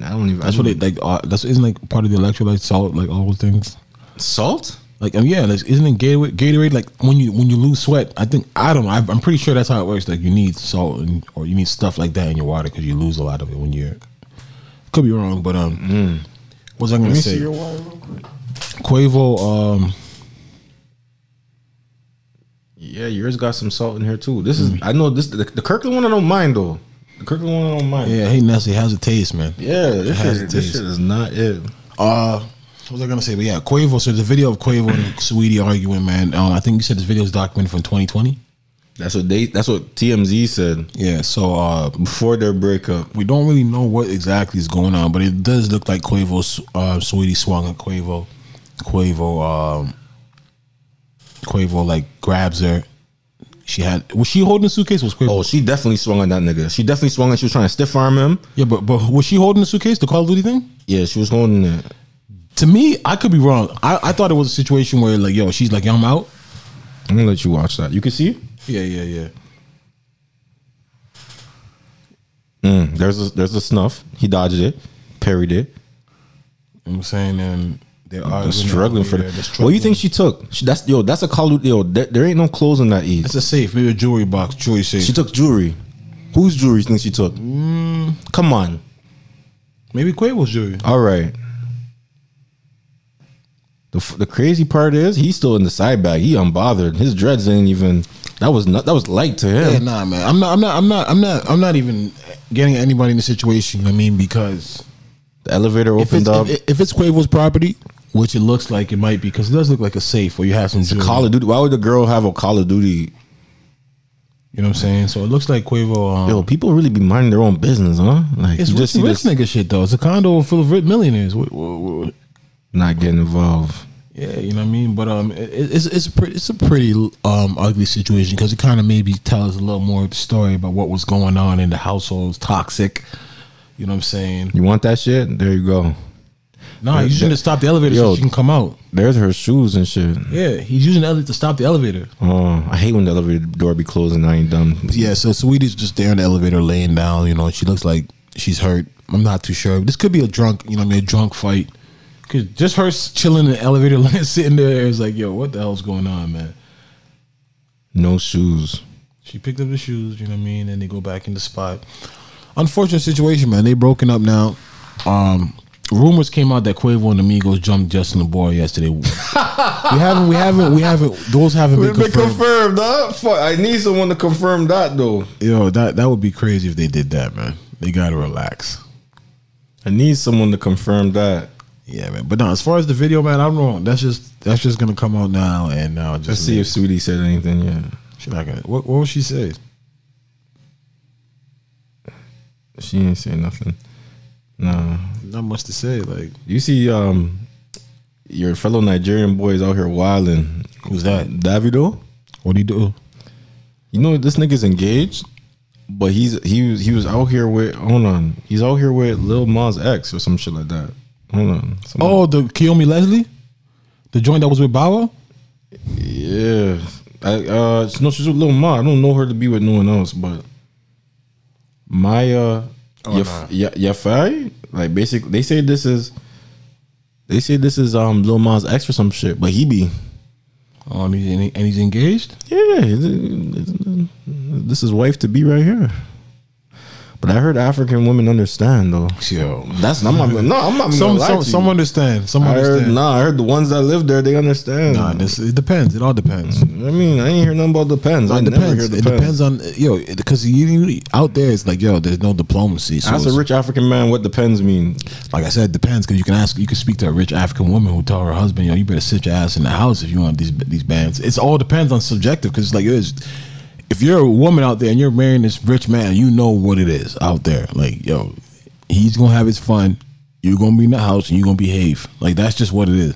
[SPEAKER 5] I don't even.
[SPEAKER 4] That's
[SPEAKER 5] I
[SPEAKER 4] what it
[SPEAKER 5] don't-
[SPEAKER 4] like. Uh, that's isn't like part of the electrolyte salt, like all those things.
[SPEAKER 5] Salt.
[SPEAKER 4] Like um, yeah, like, isn't it Gatorade, Gatorade? Like when you when you lose sweat, I think I don't know. I, I'm pretty sure that's how it works. Like you need salt and or you need stuff like that in your water because you lose a lot of it when you're. Could be wrong, but um, what was I gonna say? Quavo, um,
[SPEAKER 5] Yeah, yours got some salt in here too. This
[SPEAKER 4] Mm.
[SPEAKER 5] is. I know this. The, the Kirkland one I don't mind though. The Kirkland one I don't mind.
[SPEAKER 4] yeah, hey Nestle, how's it taste, man?
[SPEAKER 5] Yeah,
[SPEAKER 4] It
[SPEAKER 5] this,
[SPEAKER 4] has
[SPEAKER 5] shit,
[SPEAKER 4] a
[SPEAKER 5] this
[SPEAKER 4] taste.
[SPEAKER 5] shit is not it.
[SPEAKER 4] Uh, what was I gonna say? But yeah, Quavo. So the video of Quavo and Sweetie arguing, man. Uh, I think you said this video is documented from 2020.
[SPEAKER 5] That's what they. That's what TMZ said
[SPEAKER 4] Yeah. So uh,
[SPEAKER 5] before their breakup.
[SPEAKER 4] we don't really know what exactly is going on, but it does look like Quavo, uh, Sweetie swung at Quavo. Quavo, um, Quavo like grabs her. She had was she holding the suitcase? Was Quavo?
[SPEAKER 5] Oh, she definitely swung on that nigga. She definitely swung and she was trying to stiff arm him.
[SPEAKER 4] yeah, but but was she holding the suitcase? The Call of Duty thing.
[SPEAKER 5] Yeah, she was holding it.
[SPEAKER 4] To me, I could be wrong. I, I thought it was a situation where like yo, she's like yo, I'm out.
[SPEAKER 5] I'm gonna let you watch that. You can see.
[SPEAKER 4] Yeah, yeah, yeah.
[SPEAKER 5] Mm, there's a, there's a snuff. He dodged it, parried it.
[SPEAKER 4] You know what I'm saying and they are
[SPEAKER 5] I'm struggling for
[SPEAKER 4] yeah,
[SPEAKER 5] that.
[SPEAKER 4] they're
[SPEAKER 5] What do
[SPEAKER 4] struggling.
[SPEAKER 5] you think she took? She, that's yo. That's a call. Yo, there, there ain't no clothes in that ease.
[SPEAKER 4] It's a safe, maybe a jewelry box, jewelry safe.
[SPEAKER 5] She took jewelry. Whose jewelry you think she took? Come on.
[SPEAKER 4] maybe Quavo's jewelry.
[SPEAKER 5] All right. The, f- the crazy part is he's still in the side bag. He unbothered. His dreads ain't even. That was not. That was light to him.
[SPEAKER 4] Yeah, nah, man. I'm not. I'm not. I'm not. I'm not. I'm not even getting anybody in the situation. you know what I mean, because
[SPEAKER 5] The elevator
[SPEAKER 4] if it's,
[SPEAKER 5] opened up.
[SPEAKER 4] if, if it's Quavo's property, which it looks like it might be, because it does look like a safe where you have some
[SPEAKER 5] it's a
[SPEAKER 4] jewelry,
[SPEAKER 5] Call of Duty. Why would the girl have a Call of Duty?
[SPEAKER 4] You know what I'm saying? So it looks like Quavo. Um,
[SPEAKER 5] Yo, people really be minding their own business, huh? Like
[SPEAKER 4] it's
[SPEAKER 5] you
[SPEAKER 4] rich,
[SPEAKER 5] just see
[SPEAKER 4] rich
[SPEAKER 5] this
[SPEAKER 4] nigga shit though. It's a condo full of rich millionaires. What, what, what-
[SPEAKER 5] not getting involved.
[SPEAKER 4] Yeah, you know what I mean. But um, it, it's it's a pretty it's a pretty um ugly situation because it kind of maybe tells a little more of the story about what was going on in the households, toxic. You know what I'm saying?
[SPEAKER 5] You want that shit? There you go.
[SPEAKER 4] Nah, he's using it to stop the elevator
[SPEAKER 5] Yo.
[SPEAKER 4] so she can come out.
[SPEAKER 5] There's her shoes and shit.
[SPEAKER 4] Yeah, he's using the elevator to stop the elevator.
[SPEAKER 5] Oh, I hate when the elevator door be closed and I ain't done.
[SPEAKER 4] Yeah, so Sweetie's just there in the elevator, laying down. You know, she looks like she's hurt. I'm not too sure. This could be a drunk, you know, what I mean, a drunk fight. Cause just her s- chilling in the elevator, laying sitting there, it's like, yo, what the hell's going on, man?
[SPEAKER 5] No shoes.
[SPEAKER 4] She picked up the shoes, you know what I mean, and they go back in the spot. Unfortunate situation, man. They broken up now. Um, rumors came out that Quavo and Amigos jumped Justin LeBoy yesterday. we haven't, we haven't, we haven't. Those haven't been confirmed.
[SPEAKER 5] huh? Fuck, I need someone to confirm that though.
[SPEAKER 4] Yo, that that would be crazy if they did that, man. They gotta relax.
[SPEAKER 5] I need someone to confirm that.
[SPEAKER 4] Yeah, man. But no, as far as the video, man, I'm wrong. That's just that's just gonna come out now and now. Just
[SPEAKER 5] Let's see if Sweetie said anything. Yeah,
[SPEAKER 4] she not gonna. What what would she say?
[SPEAKER 5] she ain't say nothing. No,
[SPEAKER 4] Not much to say. Like
[SPEAKER 5] you see, um, your fellow Nigerian boy is out here wilding.
[SPEAKER 4] Who's that?
[SPEAKER 5] Davido.
[SPEAKER 4] what do you do?
[SPEAKER 5] You know this nigga's engaged, but he's he was he was out here with hold on, he's out here with Lil Ma's ex or some shit like that. Hold on, Some-
[SPEAKER 4] Oh, the Kiyomi Leslie, the joint that was with Bauer.
[SPEAKER 5] yeah, I uh no, she's with Lil Ma. I don't know her to be with no one else, but Maya
[SPEAKER 4] Oh,
[SPEAKER 5] Yaf- Ya Yafai, like basically they say this is they say this is um Lil Ma's ex or some shit, but he be
[SPEAKER 4] Um, he's in, and he's engaged.
[SPEAKER 5] Yeah, this is wife to be right here. But I heard African women understand though.
[SPEAKER 4] Yo,
[SPEAKER 5] That's I'm not no, I'm not
[SPEAKER 4] some
[SPEAKER 5] gonna lie
[SPEAKER 4] some
[SPEAKER 5] to you.
[SPEAKER 4] some understand. Some
[SPEAKER 5] I heard
[SPEAKER 4] understand.
[SPEAKER 5] nah, I heard the ones that live there they understand.
[SPEAKER 4] Nah, this it depends. It all depends.
[SPEAKER 5] I mean, I ain't hear nothing about the pens. Mm, I
[SPEAKER 4] It
[SPEAKER 5] never hear
[SPEAKER 4] depends.
[SPEAKER 5] the
[SPEAKER 4] It depends on yo because you, you out there it's like yo there's no diplomacy. So
[SPEAKER 5] Ask a
[SPEAKER 4] it's-
[SPEAKER 5] rich African man what the pens mean.
[SPEAKER 4] like I said, it depends because you can ask, you can speak to a rich African woman who tell her husband, "Yo, you better sit your ass in the house if you want these these bands." It's all depends on subjective because like it's if you're a woman out there and you're marrying this rich man, you know what it is out there. Like, yo, he's gonna have his fun. You're gonna be in the house and you're gonna behave. Like that's just what it is.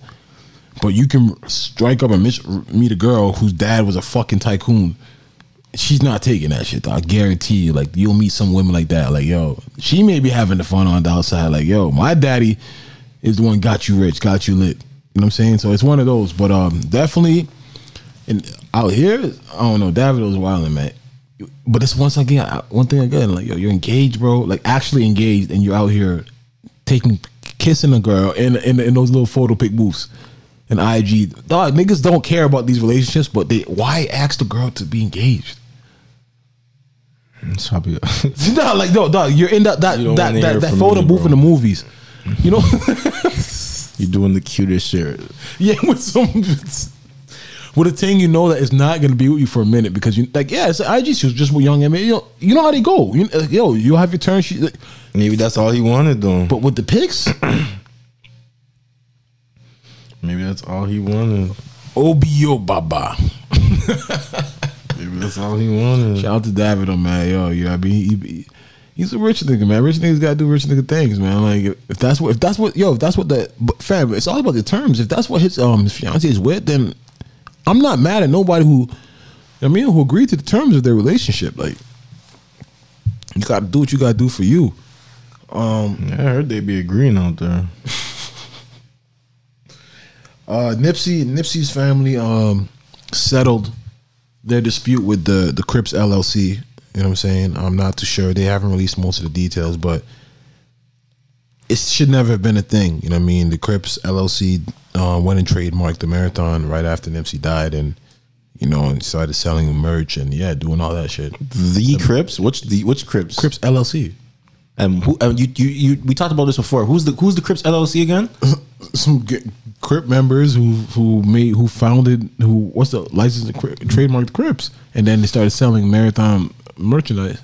[SPEAKER 4] But you can strike up and mis- meet a girl whose dad was a fucking tycoon. She's not taking that shit. I guarantee you. Like you'll meet some women like that. Like yo, she may be having the fun on the outside. Like yo, my daddy is the one got you rich, got you lit. You know what I'm saying? So it's one of those. But um, definitely and out here, I don't know. Davido's wilding, man. But it's once again, I- one thing again, like yo, you're engaged, bro. Like actually engaged, and you're out here taking kissing a girl in in, in those little photo pic moves and IG. Dog, niggas don't care about these relationships, but they why ask the girl to be engaged?
[SPEAKER 5] It's probably
[SPEAKER 4] No, like no, dog, you're in that that
[SPEAKER 5] You don't
[SPEAKER 4] that
[SPEAKER 5] wanna hear
[SPEAKER 4] that, that
[SPEAKER 5] from
[SPEAKER 4] photo
[SPEAKER 5] me,
[SPEAKER 4] booth
[SPEAKER 5] bro.
[SPEAKER 4] in the movies. You know,
[SPEAKER 5] you're doing the cutest shit.
[SPEAKER 4] yeah, with some with a thing you know that is not gonna be with you for a minute because you like yeah, it's IG she was just with young man. You know, you know how they go. You, like, yo, you have your turn. She, like,
[SPEAKER 5] Maybe that's all he wanted though.
[SPEAKER 4] but with the pics,
[SPEAKER 5] Maybe that's all he wanted.
[SPEAKER 4] Obio Baba.
[SPEAKER 5] Maybe that's all he wanted.
[SPEAKER 4] Shout out to Davido, man. Yo, yo, I mean, he, he- he's a rich nigga, man. Rich niggas gotta do rich nigga things, man. Like if, if that's what, if that's what, yo, if that's what the but fam, it's all about the terms. If that's what his um his fiance is with, then I'm not mad at nobody who, I mean, who agreed to the terms of their relationship. Like, you gotta do what you gotta do for you.
[SPEAKER 5] Yeah, I heard they be agreeing out there.
[SPEAKER 4] Uh, Nipsey Nipsey's family um, settled their dispute with the the Crips LLC. You know what I'm saying? I'm not too sure. They haven't released most of the details, but it should never have been a thing. You know what I mean? The Crips LLC uh, went and trademarked the marathon right after Nipsey died, and you know, and started selling merch and yeah, doing all that shit.
[SPEAKER 5] The Crips? Which the which Crips?
[SPEAKER 4] Crips LLC,
[SPEAKER 5] And who? And you, you you we talked about this before. Who's the who's the Crips LLC again?
[SPEAKER 4] some g- Crip members who who made who founded who what's the license and Crip, trademarked Crips, and then they started selling marathon merchandise,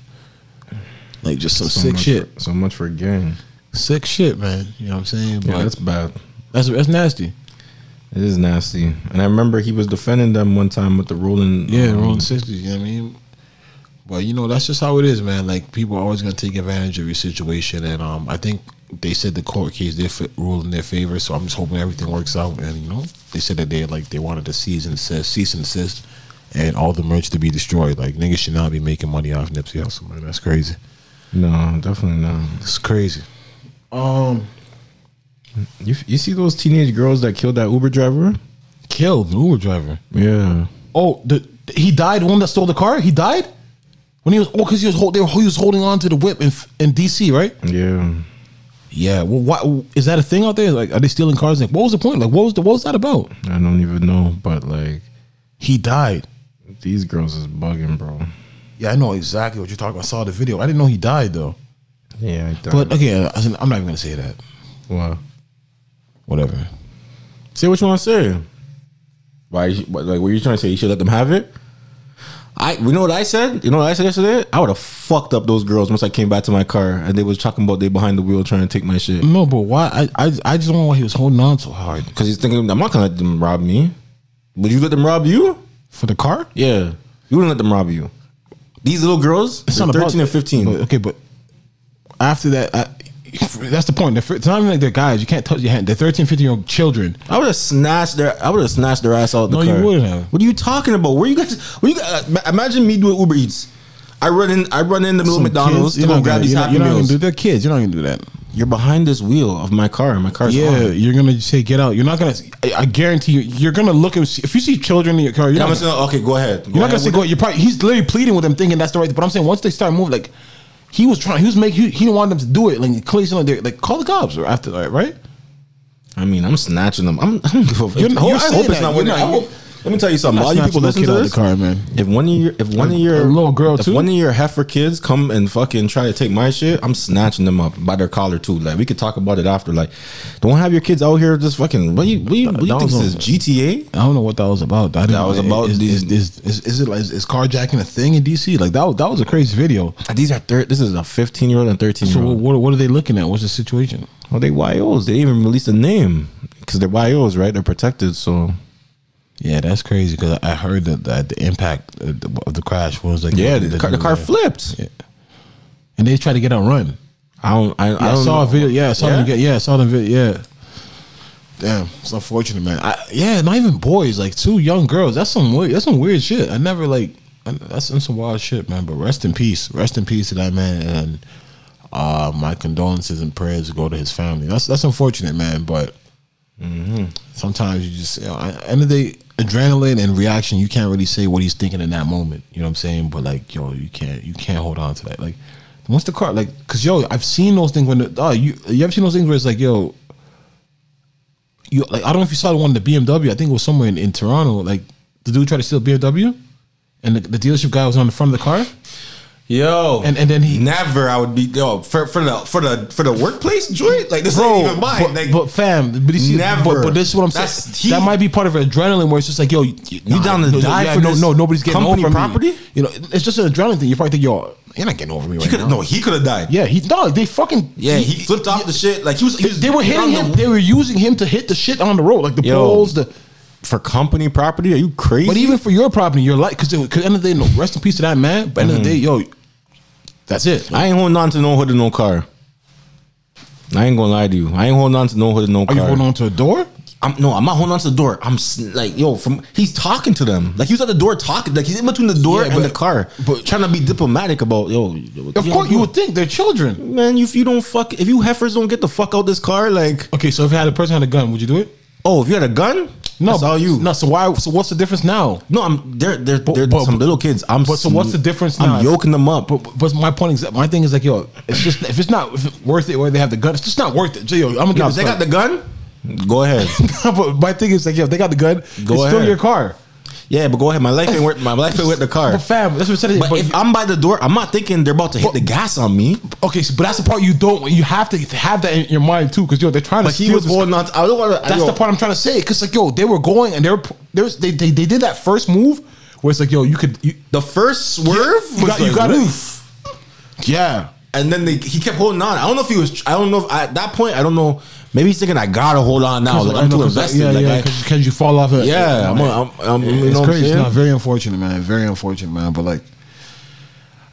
[SPEAKER 4] like just some sick
[SPEAKER 5] much
[SPEAKER 4] shit,
[SPEAKER 5] For, so much for gang.
[SPEAKER 4] sick shit, man. You know what I'm saying? But
[SPEAKER 5] Yeah, that's bad.
[SPEAKER 4] that's that's nasty.
[SPEAKER 5] It is nasty. And I remember he was defending them one time with the rolling.
[SPEAKER 4] Yeah,
[SPEAKER 5] um,
[SPEAKER 4] rolling sixties. You know what I mean? But you know that's just how it is, man. Like people are always gonna take advantage of your situation, and um, I think they said the court case did fit, rule in their favor. So I'm just hoping everything works out. And you know, they said that they like they wanted to cease and desist, cease and desist, and all the merch to be destroyed. Like niggas should not be making money off Nipsey Hussle, man. That's crazy.
[SPEAKER 5] No, definitely not.
[SPEAKER 4] It's crazy. Um,
[SPEAKER 5] You you see those teenage girls that killed that Uber driver?
[SPEAKER 4] killed the Uber driver.
[SPEAKER 5] Yeah.
[SPEAKER 4] Oh, the he died. One that stole the car. He died when he was oh, cause he was hold, they were, he was holding on to the whip in F- in DC, right?
[SPEAKER 5] Yeah.
[SPEAKER 4] Yeah, well, why is that a thing out there? Like, are they stealing cars? Like, what was the point? Like, what was the what was that about?
[SPEAKER 5] I don't even know, but like
[SPEAKER 4] He died.
[SPEAKER 5] these girls is bugging, bro.
[SPEAKER 4] Yeah, I know exactly what you're talking. about. I saw the video. I didn't know he died though.
[SPEAKER 5] Yeah, I don't-
[SPEAKER 4] But uh, okay, I- I'm not even gonna say that.
[SPEAKER 5] Wow.
[SPEAKER 4] Whatever.
[SPEAKER 5] Say what you want to say. Why? you- what- Like, what you trying to say? You should let them have it. I, you know what I said? You know what I said yesterday? I would have fucked up those girls once I came back to my car and they was talking about they behind the wheel trying to take my shit.
[SPEAKER 4] No, but why? I I, I just don't know why he was holding on so hard
[SPEAKER 5] Cause he's thinking I'm not gonna let them rob me. Would you let them rob you?
[SPEAKER 4] for the car.
[SPEAKER 5] Yeah, you wouldn't let them rob you. These little girls,
[SPEAKER 4] It's
[SPEAKER 5] they're
[SPEAKER 4] not about-
[SPEAKER 5] thirteen and fifteen.
[SPEAKER 4] But- okay, but after that, I, that's the point. The fir- It's not even like they're guys. You can't touch your hand. They're 13, 15 year old children.
[SPEAKER 5] I would have snatched their. I would have snatched their ass out. The
[SPEAKER 4] No, you
[SPEAKER 5] car.
[SPEAKER 4] wouldn't have.
[SPEAKER 5] What are you talking about? Where you guys? Where you guys, uh, imagine me doing Uber Eats. I run in. I run in the middle of
[SPEAKER 4] Some
[SPEAKER 5] McDonald's
[SPEAKER 4] kids, you're
[SPEAKER 5] to go
[SPEAKER 4] not
[SPEAKER 5] grab
[SPEAKER 4] gonna-
[SPEAKER 5] these
[SPEAKER 4] you're not-
[SPEAKER 5] happy
[SPEAKER 4] You're not
[SPEAKER 5] meals.
[SPEAKER 4] gonna do that, kids. You're not gonna do that.
[SPEAKER 5] You're behind this wheel of my car. My car's
[SPEAKER 4] Yeah,
[SPEAKER 5] on.
[SPEAKER 4] you're gonna say get out. You're not gonna. I, I guarantee you, you're gonna look and see, if you see children in your car, you're
[SPEAKER 5] Yeah,
[SPEAKER 4] not
[SPEAKER 5] I'm
[SPEAKER 4] gonna,
[SPEAKER 5] just gonna, okay, go ahead.
[SPEAKER 4] you're not
[SPEAKER 5] ahead
[SPEAKER 4] gonna say
[SPEAKER 5] with
[SPEAKER 4] go. You're probably he's literally pleading with them, thinking that's the right. But I'm saying once they start moving, like he was trying, he was making, he, he didn't want them to do it. Like clearly, something like, like call the cops or after that, right?
[SPEAKER 5] it. I mean, I'm snatching them. I'm. I don't give a fuck.
[SPEAKER 4] You're not-
[SPEAKER 5] I hope-
[SPEAKER 4] you're
[SPEAKER 5] I hope
[SPEAKER 4] saying
[SPEAKER 5] it's
[SPEAKER 4] that.
[SPEAKER 5] not
[SPEAKER 4] You're
[SPEAKER 5] one.
[SPEAKER 4] not-
[SPEAKER 5] I hope- Let me tell you something.
[SPEAKER 4] You're
[SPEAKER 5] A
[SPEAKER 4] not
[SPEAKER 5] lot of you people
[SPEAKER 4] snatching no
[SPEAKER 5] listen
[SPEAKER 4] kid
[SPEAKER 5] to
[SPEAKER 4] out of
[SPEAKER 5] this.
[SPEAKER 4] the car, man.
[SPEAKER 5] If one of your, if one of your
[SPEAKER 4] a little girl,
[SPEAKER 5] if
[SPEAKER 4] too?
[SPEAKER 5] one of your heifer kids come and fucking try to take my shit, I'm snatching them up by their collar too. Like we could talk about it after. Like, don't have your kids out here just fucking. What you, what you, what you
[SPEAKER 4] That
[SPEAKER 5] think
[SPEAKER 4] was
[SPEAKER 5] this is
[SPEAKER 4] on-
[SPEAKER 5] GTA?
[SPEAKER 4] I don't know what that was about. I didn't,
[SPEAKER 5] That was about
[SPEAKER 4] is,
[SPEAKER 5] these-
[SPEAKER 4] is, is, is, is it like is, is carjacking a thing in DC? Like that was that was a crazy video.
[SPEAKER 5] These are third. This is a 15 year old and Oh, 13
[SPEAKER 4] So
[SPEAKER 5] year
[SPEAKER 4] what,
[SPEAKER 5] old.
[SPEAKER 4] what what are they looking at? What's the situation?
[SPEAKER 5] Well, they YOs. They didn't even released a name because they're YOs, right? They're protected. So
[SPEAKER 4] Yeah, that's crazy because I heard that, that the impact of the, of the crash was like
[SPEAKER 5] Yeah, the, car, the car
[SPEAKER 4] yeah.
[SPEAKER 5] flipped.
[SPEAKER 4] Yeah. and they tried to get a run.
[SPEAKER 5] I don't. I,
[SPEAKER 4] Yeah, I,
[SPEAKER 5] don't
[SPEAKER 4] saw
[SPEAKER 5] know.
[SPEAKER 4] a video. Yeah, I saw them
[SPEAKER 5] Yeah?
[SPEAKER 4] get. Yeah, I saw them. Video, yeah. Damn, it's unfortunate, man. I, yeah, not even boys, like two young girls. That's some weird. That's some weird shit. I never like. I, that's that's some wild shit, man. But rest in peace. Rest in peace to that man. And uh, my condolences and prayers go to his family. That's that's unfortunate, man. But sometimes you just you know, I- end of the day, adrenaline and reaction. You can't really say what he's thinking in that moment. You know what I'm saying? But like, yo, you can't you can't hold on to that. Like, once the car, like, cause yo, I've seen those things when the, oh, you you ever seen those things where it's like, yo, you like I don't know if you saw the one the BMW. I think it was somewhere in, in Toronto. Like the dude tried to steal BMW, and the, the dealership guy was on the front of the car.
[SPEAKER 5] Yo,
[SPEAKER 4] And- and then he-
[SPEAKER 5] never. I would be yo for for the for the for the workplace joint. Like this ain't even mine.
[SPEAKER 4] but,
[SPEAKER 5] like,
[SPEAKER 4] but fam, but, you see,
[SPEAKER 5] Never.
[SPEAKER 4] but, but this is what I'm saying.
[SPEAKER 5] That's- he-
[SPEAKER 4] that might be part of adrenaline where it's just like, yo, you,
[SPEAKER 5] You down to
[SPEAKER 4] no,
[SPEAKER 5] die
[SPEAKER 4] yeah,
[SPEAKER 5] for
[SPEAKER 4] no,
[SPEAKER 5] this
[SPEAKER 4] no, nobody's getting
[SPEAKER 5] company
[SPEAKER 4] over me.
[SPEAKER 5] property?
[SPEAKER 4] You know, it's just an adrenaline thing. You probably think, yo, you're not getting over me
[SPEAKER 5] he
[SPEAKER 4] right
[SPEAKER 5] could
[SPEAKER 4] now.
[SPEAKER 5] no, he could have died.
[SPEAKER 4] Yeah, he dog. They fucking
[SPEAKER 5] yeah. He, flipped off the shit. Like he was. He
[SPEAKER 4] They,
[SPEAKER 5] was
[SPEAKER 4] they were
[SPEAKER 5] hit
[SPEAKER 4] hitting
[SPEAKER 5] on
[SPEAKER 4] him.
[SPEAKER 5] the-
[SPEAKER 4] They were using him to hit the shit on the road, like the
[SPEAKER 5] Yo.
[SPEAKER 4] poles, the
[SPEAKER 5] for company property. Are you crazy?
[SPEAKER 4] But even for your property, your life, because at the end of the day, no, rest in peace to that man. But at the end of the
[SPEAKER 5] Mm-hmm.
[SPEAKER 4] day, yo, that's it.
[SPEAKER 5] I ain't holding on to no hood and no car. I ain't gonna lie to you. I ain't holding on to no hood and no
[SPEAKER 4] Are
[SPEAKER 5] car.
[SPEAKER 4] you holding on to a door?
[SPEAKER 5] I'm, no, I'm not holding on to the door. I'm sn- like, yo, from he's talking to them. Like he was at the door talking. Like he's in between the door
[SPEAKER 4] Yeah,
[SPEAKER 5] and
[SPEAKER 4] but-
[SPEAKER 5] the car,
[SPEAKER 4] but-
[SPEAKER 5] but trying to be diplomatic about yo. what
[SPEAKER 4] Of
[SPEAKER 5] y'all
[SPEAKER 4] course, you
[SPEAKER 5] doing?
[SPEAKER 4] would think they're children.
[SPEAKER 5] man. If you don't fuck, if you heifers don't get the fuck out this car, like,
[SPEAKER 4] Okay, so if you had a person had a gun, would you do it?
[SPEAKER 5] oh, if you had a gun,
[SPEAKER 4] No,
[SPEAKER 5] that's all you.
[SPEAKER 4] No, so why? So what's the difference now?
[SPEAKER 5] No, I'm they're they're, they're
[SPEAKER 4] but-
[SPEAKER 5] some little kids. I'm
[SPEAKER 4] but so what's the difference
[SPEAKER 5] I'm
[SPEAKER 4] now?
[SPEAKER 5] yoking them up.
[SPEAKER 4] But, but my point is, my thing is like, yo, it's just if it's not if it's worth it, where they have the gun, it's just not worth it. So, yo, I'm gonna
[SPEAKER 5] No,
[SPEAKER 4] give
[SPEAKER 5] if
[SPEAKER 4] it
[SPEAKER 5] they got
[SPEAKER 4] to
[SPEAKER 5] the gun, go ahead.
[SPEAKER 4] But my thing is like, yo, if they got the gun,
[SPEAKER 5] Go
[SPEAKER 4] it's still
[SPEAKER 5] ahead.
[SPEAKER 4] your car.
[SPEAKER 5] yeah, but go ahead. My life ain't worth my life ain't worth the car.
[SPEAKER 4] But fam, that's what I said.
[SPEAKER 5] But,
[SPEAKER 4] But
[SPEAKER 5] if
[SPEAKER 4] you-
[SPEAKER 5] I'm by the door, I'm not thinking they're about to hit
[SPEAKER 4] But-
[SPEAKER 5] the gas on me.
[SPEAKER 4] okay, so, but that's the part you don't. You have to have that in your mind too, because yo, they're trying
[SPEAKER 5] But
[SPEAKER 4] to
[SPEAKER 5] he
[SPEAKER 4] steal
[SPEAKER 5] was
[SPEAKER 4] this-
[SPEAKER 5] holding on. To, I don't want to.
[SPEAKER 4] That's the part I'm trying to say. Because like, yo, they were going and they were they, was- they, they they did that first move where it's like, yo, you could you,
[SPEAKER 5] The first swerve was
[SPEAKER 4] you got
[SPEAKER 5] like,
[SPEAKER 4] you got
[SPEAKER 5] oof.
[SPEAKER 4] to yeah.
[SPEAKER 5] and then they, he kept holding on. I don't know if he was. I don't know if at that point. I don't know. Maybe he's thinking I gotta hold on now. Oh, Like I'm too invested.
[SPEAKER 4] Yeah,
[SPEAKER 5] like,
[SPEAKER 4] yeah,
[SPEAKER 5] I-
[SPEAKER 4] because you fall off. A,
[SPEAKER 5] Yeah, I'm a- I'm- I'm- you know
[SPEAKER 4] it's
[SPEAKER 5] what I'm
[SPEAKER 4] crazy. It's
[SPEAKER 5] saying?
[SPEAKER 4] not very unfortunate, man. Very unfortunate, man. But like,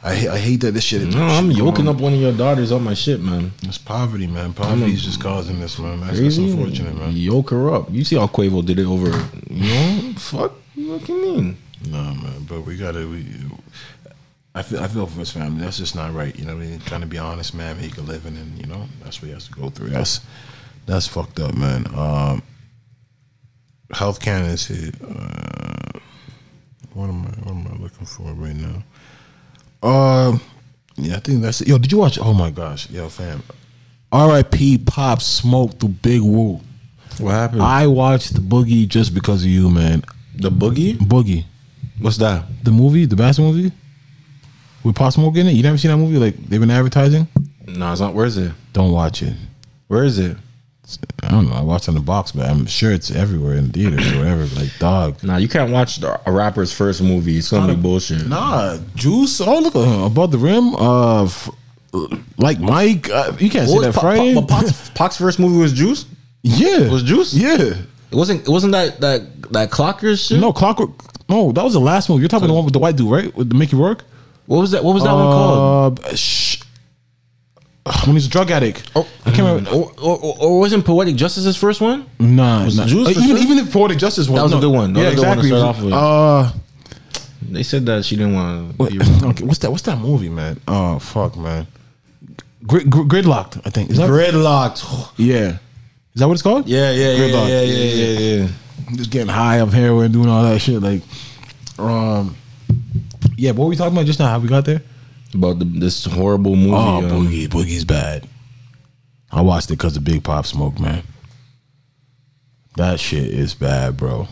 [SPEAKER 4] I hate, I hate that this shit.
[SPEAKER 5] No, I'm yoking up one of your daughters on my shit, man.
[SPEAKER 4] It's poverty, man. Poverty is just causing this, man. That's, that's
[SPEAKER 5] Crazy.
[SPEAKER 4] unfortunate, man.
[SPEAKER 5] Yoke her up. You see how Quavo did it over. You know, fuck. What you mean?
[SPEAKER 4] Nah, man. But we gotta. We, I feel, I feel for his family. That's just not right. You know, what I mean, trying to be honest, man, make a living, and you know, that's what he has to go through. That's that's fucked up, man. Um, Health Canada said, uh, what am I, what am I looking for right now? Um, yeah, I think that's it. Yo, did you watch? Oh my gosh, yo, fam. R.I.P. Pop Smoke through Big Woo.
[SPEAKER 5] What happened?
[SPEAKER 4] I watched the Boogie just because of you, man.
[SPEAKER 5] the boogie.
[SPEAKER 4] Boogie,
[SPEAKER 5] What's that?
[SPEAKER 4] the movie, the basketball movie with Pop Smoke in it. You never seen that movie? Like they've been advertising.
[SPEAKER 5] No, it's not. Where is it?
[SPEAKER 4] Don't watch it.
[SPEAKER 5] Where is it?
[SPEAKER 4] I don't know. I watched it on the box, but I'm sure it's everywhere in theaters or whatever. Like dog.
[SPEAKER 5] Nah, you can't watch the, a rapper's first movie. It's gonna be bullshit.
[SPEAKER 4] Nah, Juice. Oh look, uh, above the rim. Uh, f- like Mike. Uh, you can't see
[SPEAKER 5] What
[SPEAKER 4] that
[SPEAKER 5] was Pa-
[SPEAKER 4] Friday.
[SPEAKER 5] Pa- Pa- Pac's, Pac's first movie was Juice.
[SPEAKER 4] yeah,
[SPEAKER 5] was Juice?
[SPEAKER 4] Yeah.
[SPEAKER 5] It wasn't. It wasn't that that that Clockers shit.
[SPEAKER 4] No Clockwork. No, that was the last movie. You're talking the one with the white dude, right? With the Mickey Rourke.
[SPEAKER 5] What was that? What was that one called?
[SPEAKER 4] Uh, sh- when he's a drug addict.
[SPEAKER 5] Oh,
[SPEAKER 4] I can't remember.
[SPEAKER 5] Or, or, or- or wasn't Poetic Justice his first one?
[SPEAKER 4] Nah,
[SPEAKER 5] Was
[SPEAKER 4] nah.
[SPEAKER 5] Juice
[SPEAKER 4] Uh,
[SPEAKER 5] for
[SPEAKER 4] even
[SPEAKER 5] sure?
[SPEAKER 4] even if Poetic Justice was
[SPEAKER 5] That was a
[SPEAKER 4] no.
[SPEAKER 5] good one. That
[SPEAKER 4] yeah,
[SPEAKER 5] was a good one to
[SPEAKER 4] exactly.
[SPEAKER 5] start off with.
[SPEAKER 4] Uh,
[SPEAKER 5] They said that she didn't want.
[SPEAKER 4] what- okay, what's that? What's that movie, man? Oh fuck, man. Grid, grid, gridlocked, I think. Is that
[SPEAKER 5] Gridlocked.
[SPEAKER 4] yeah? Is that what it's called?
[SPEAKER 5] Yeah, yeah, yeah,
[SPEAKER 4] Gridlocked.
[SPEAKER 5] yeah, yeah, yeah, yeah.
[SPEAKER 4] Just getting high up heroin, doing all that shit. Like, um, yeah. What were we talking about just now? How we got there?
[SPEAKER 5] About the, this horrible movie.
[SPEAKER 4] Oh,
[SPEAKER 5] um,
[SPEAKER 4] boogie, boogie's bad. I watched it because of Big Pop Smoke, man. That shit is bad, bro.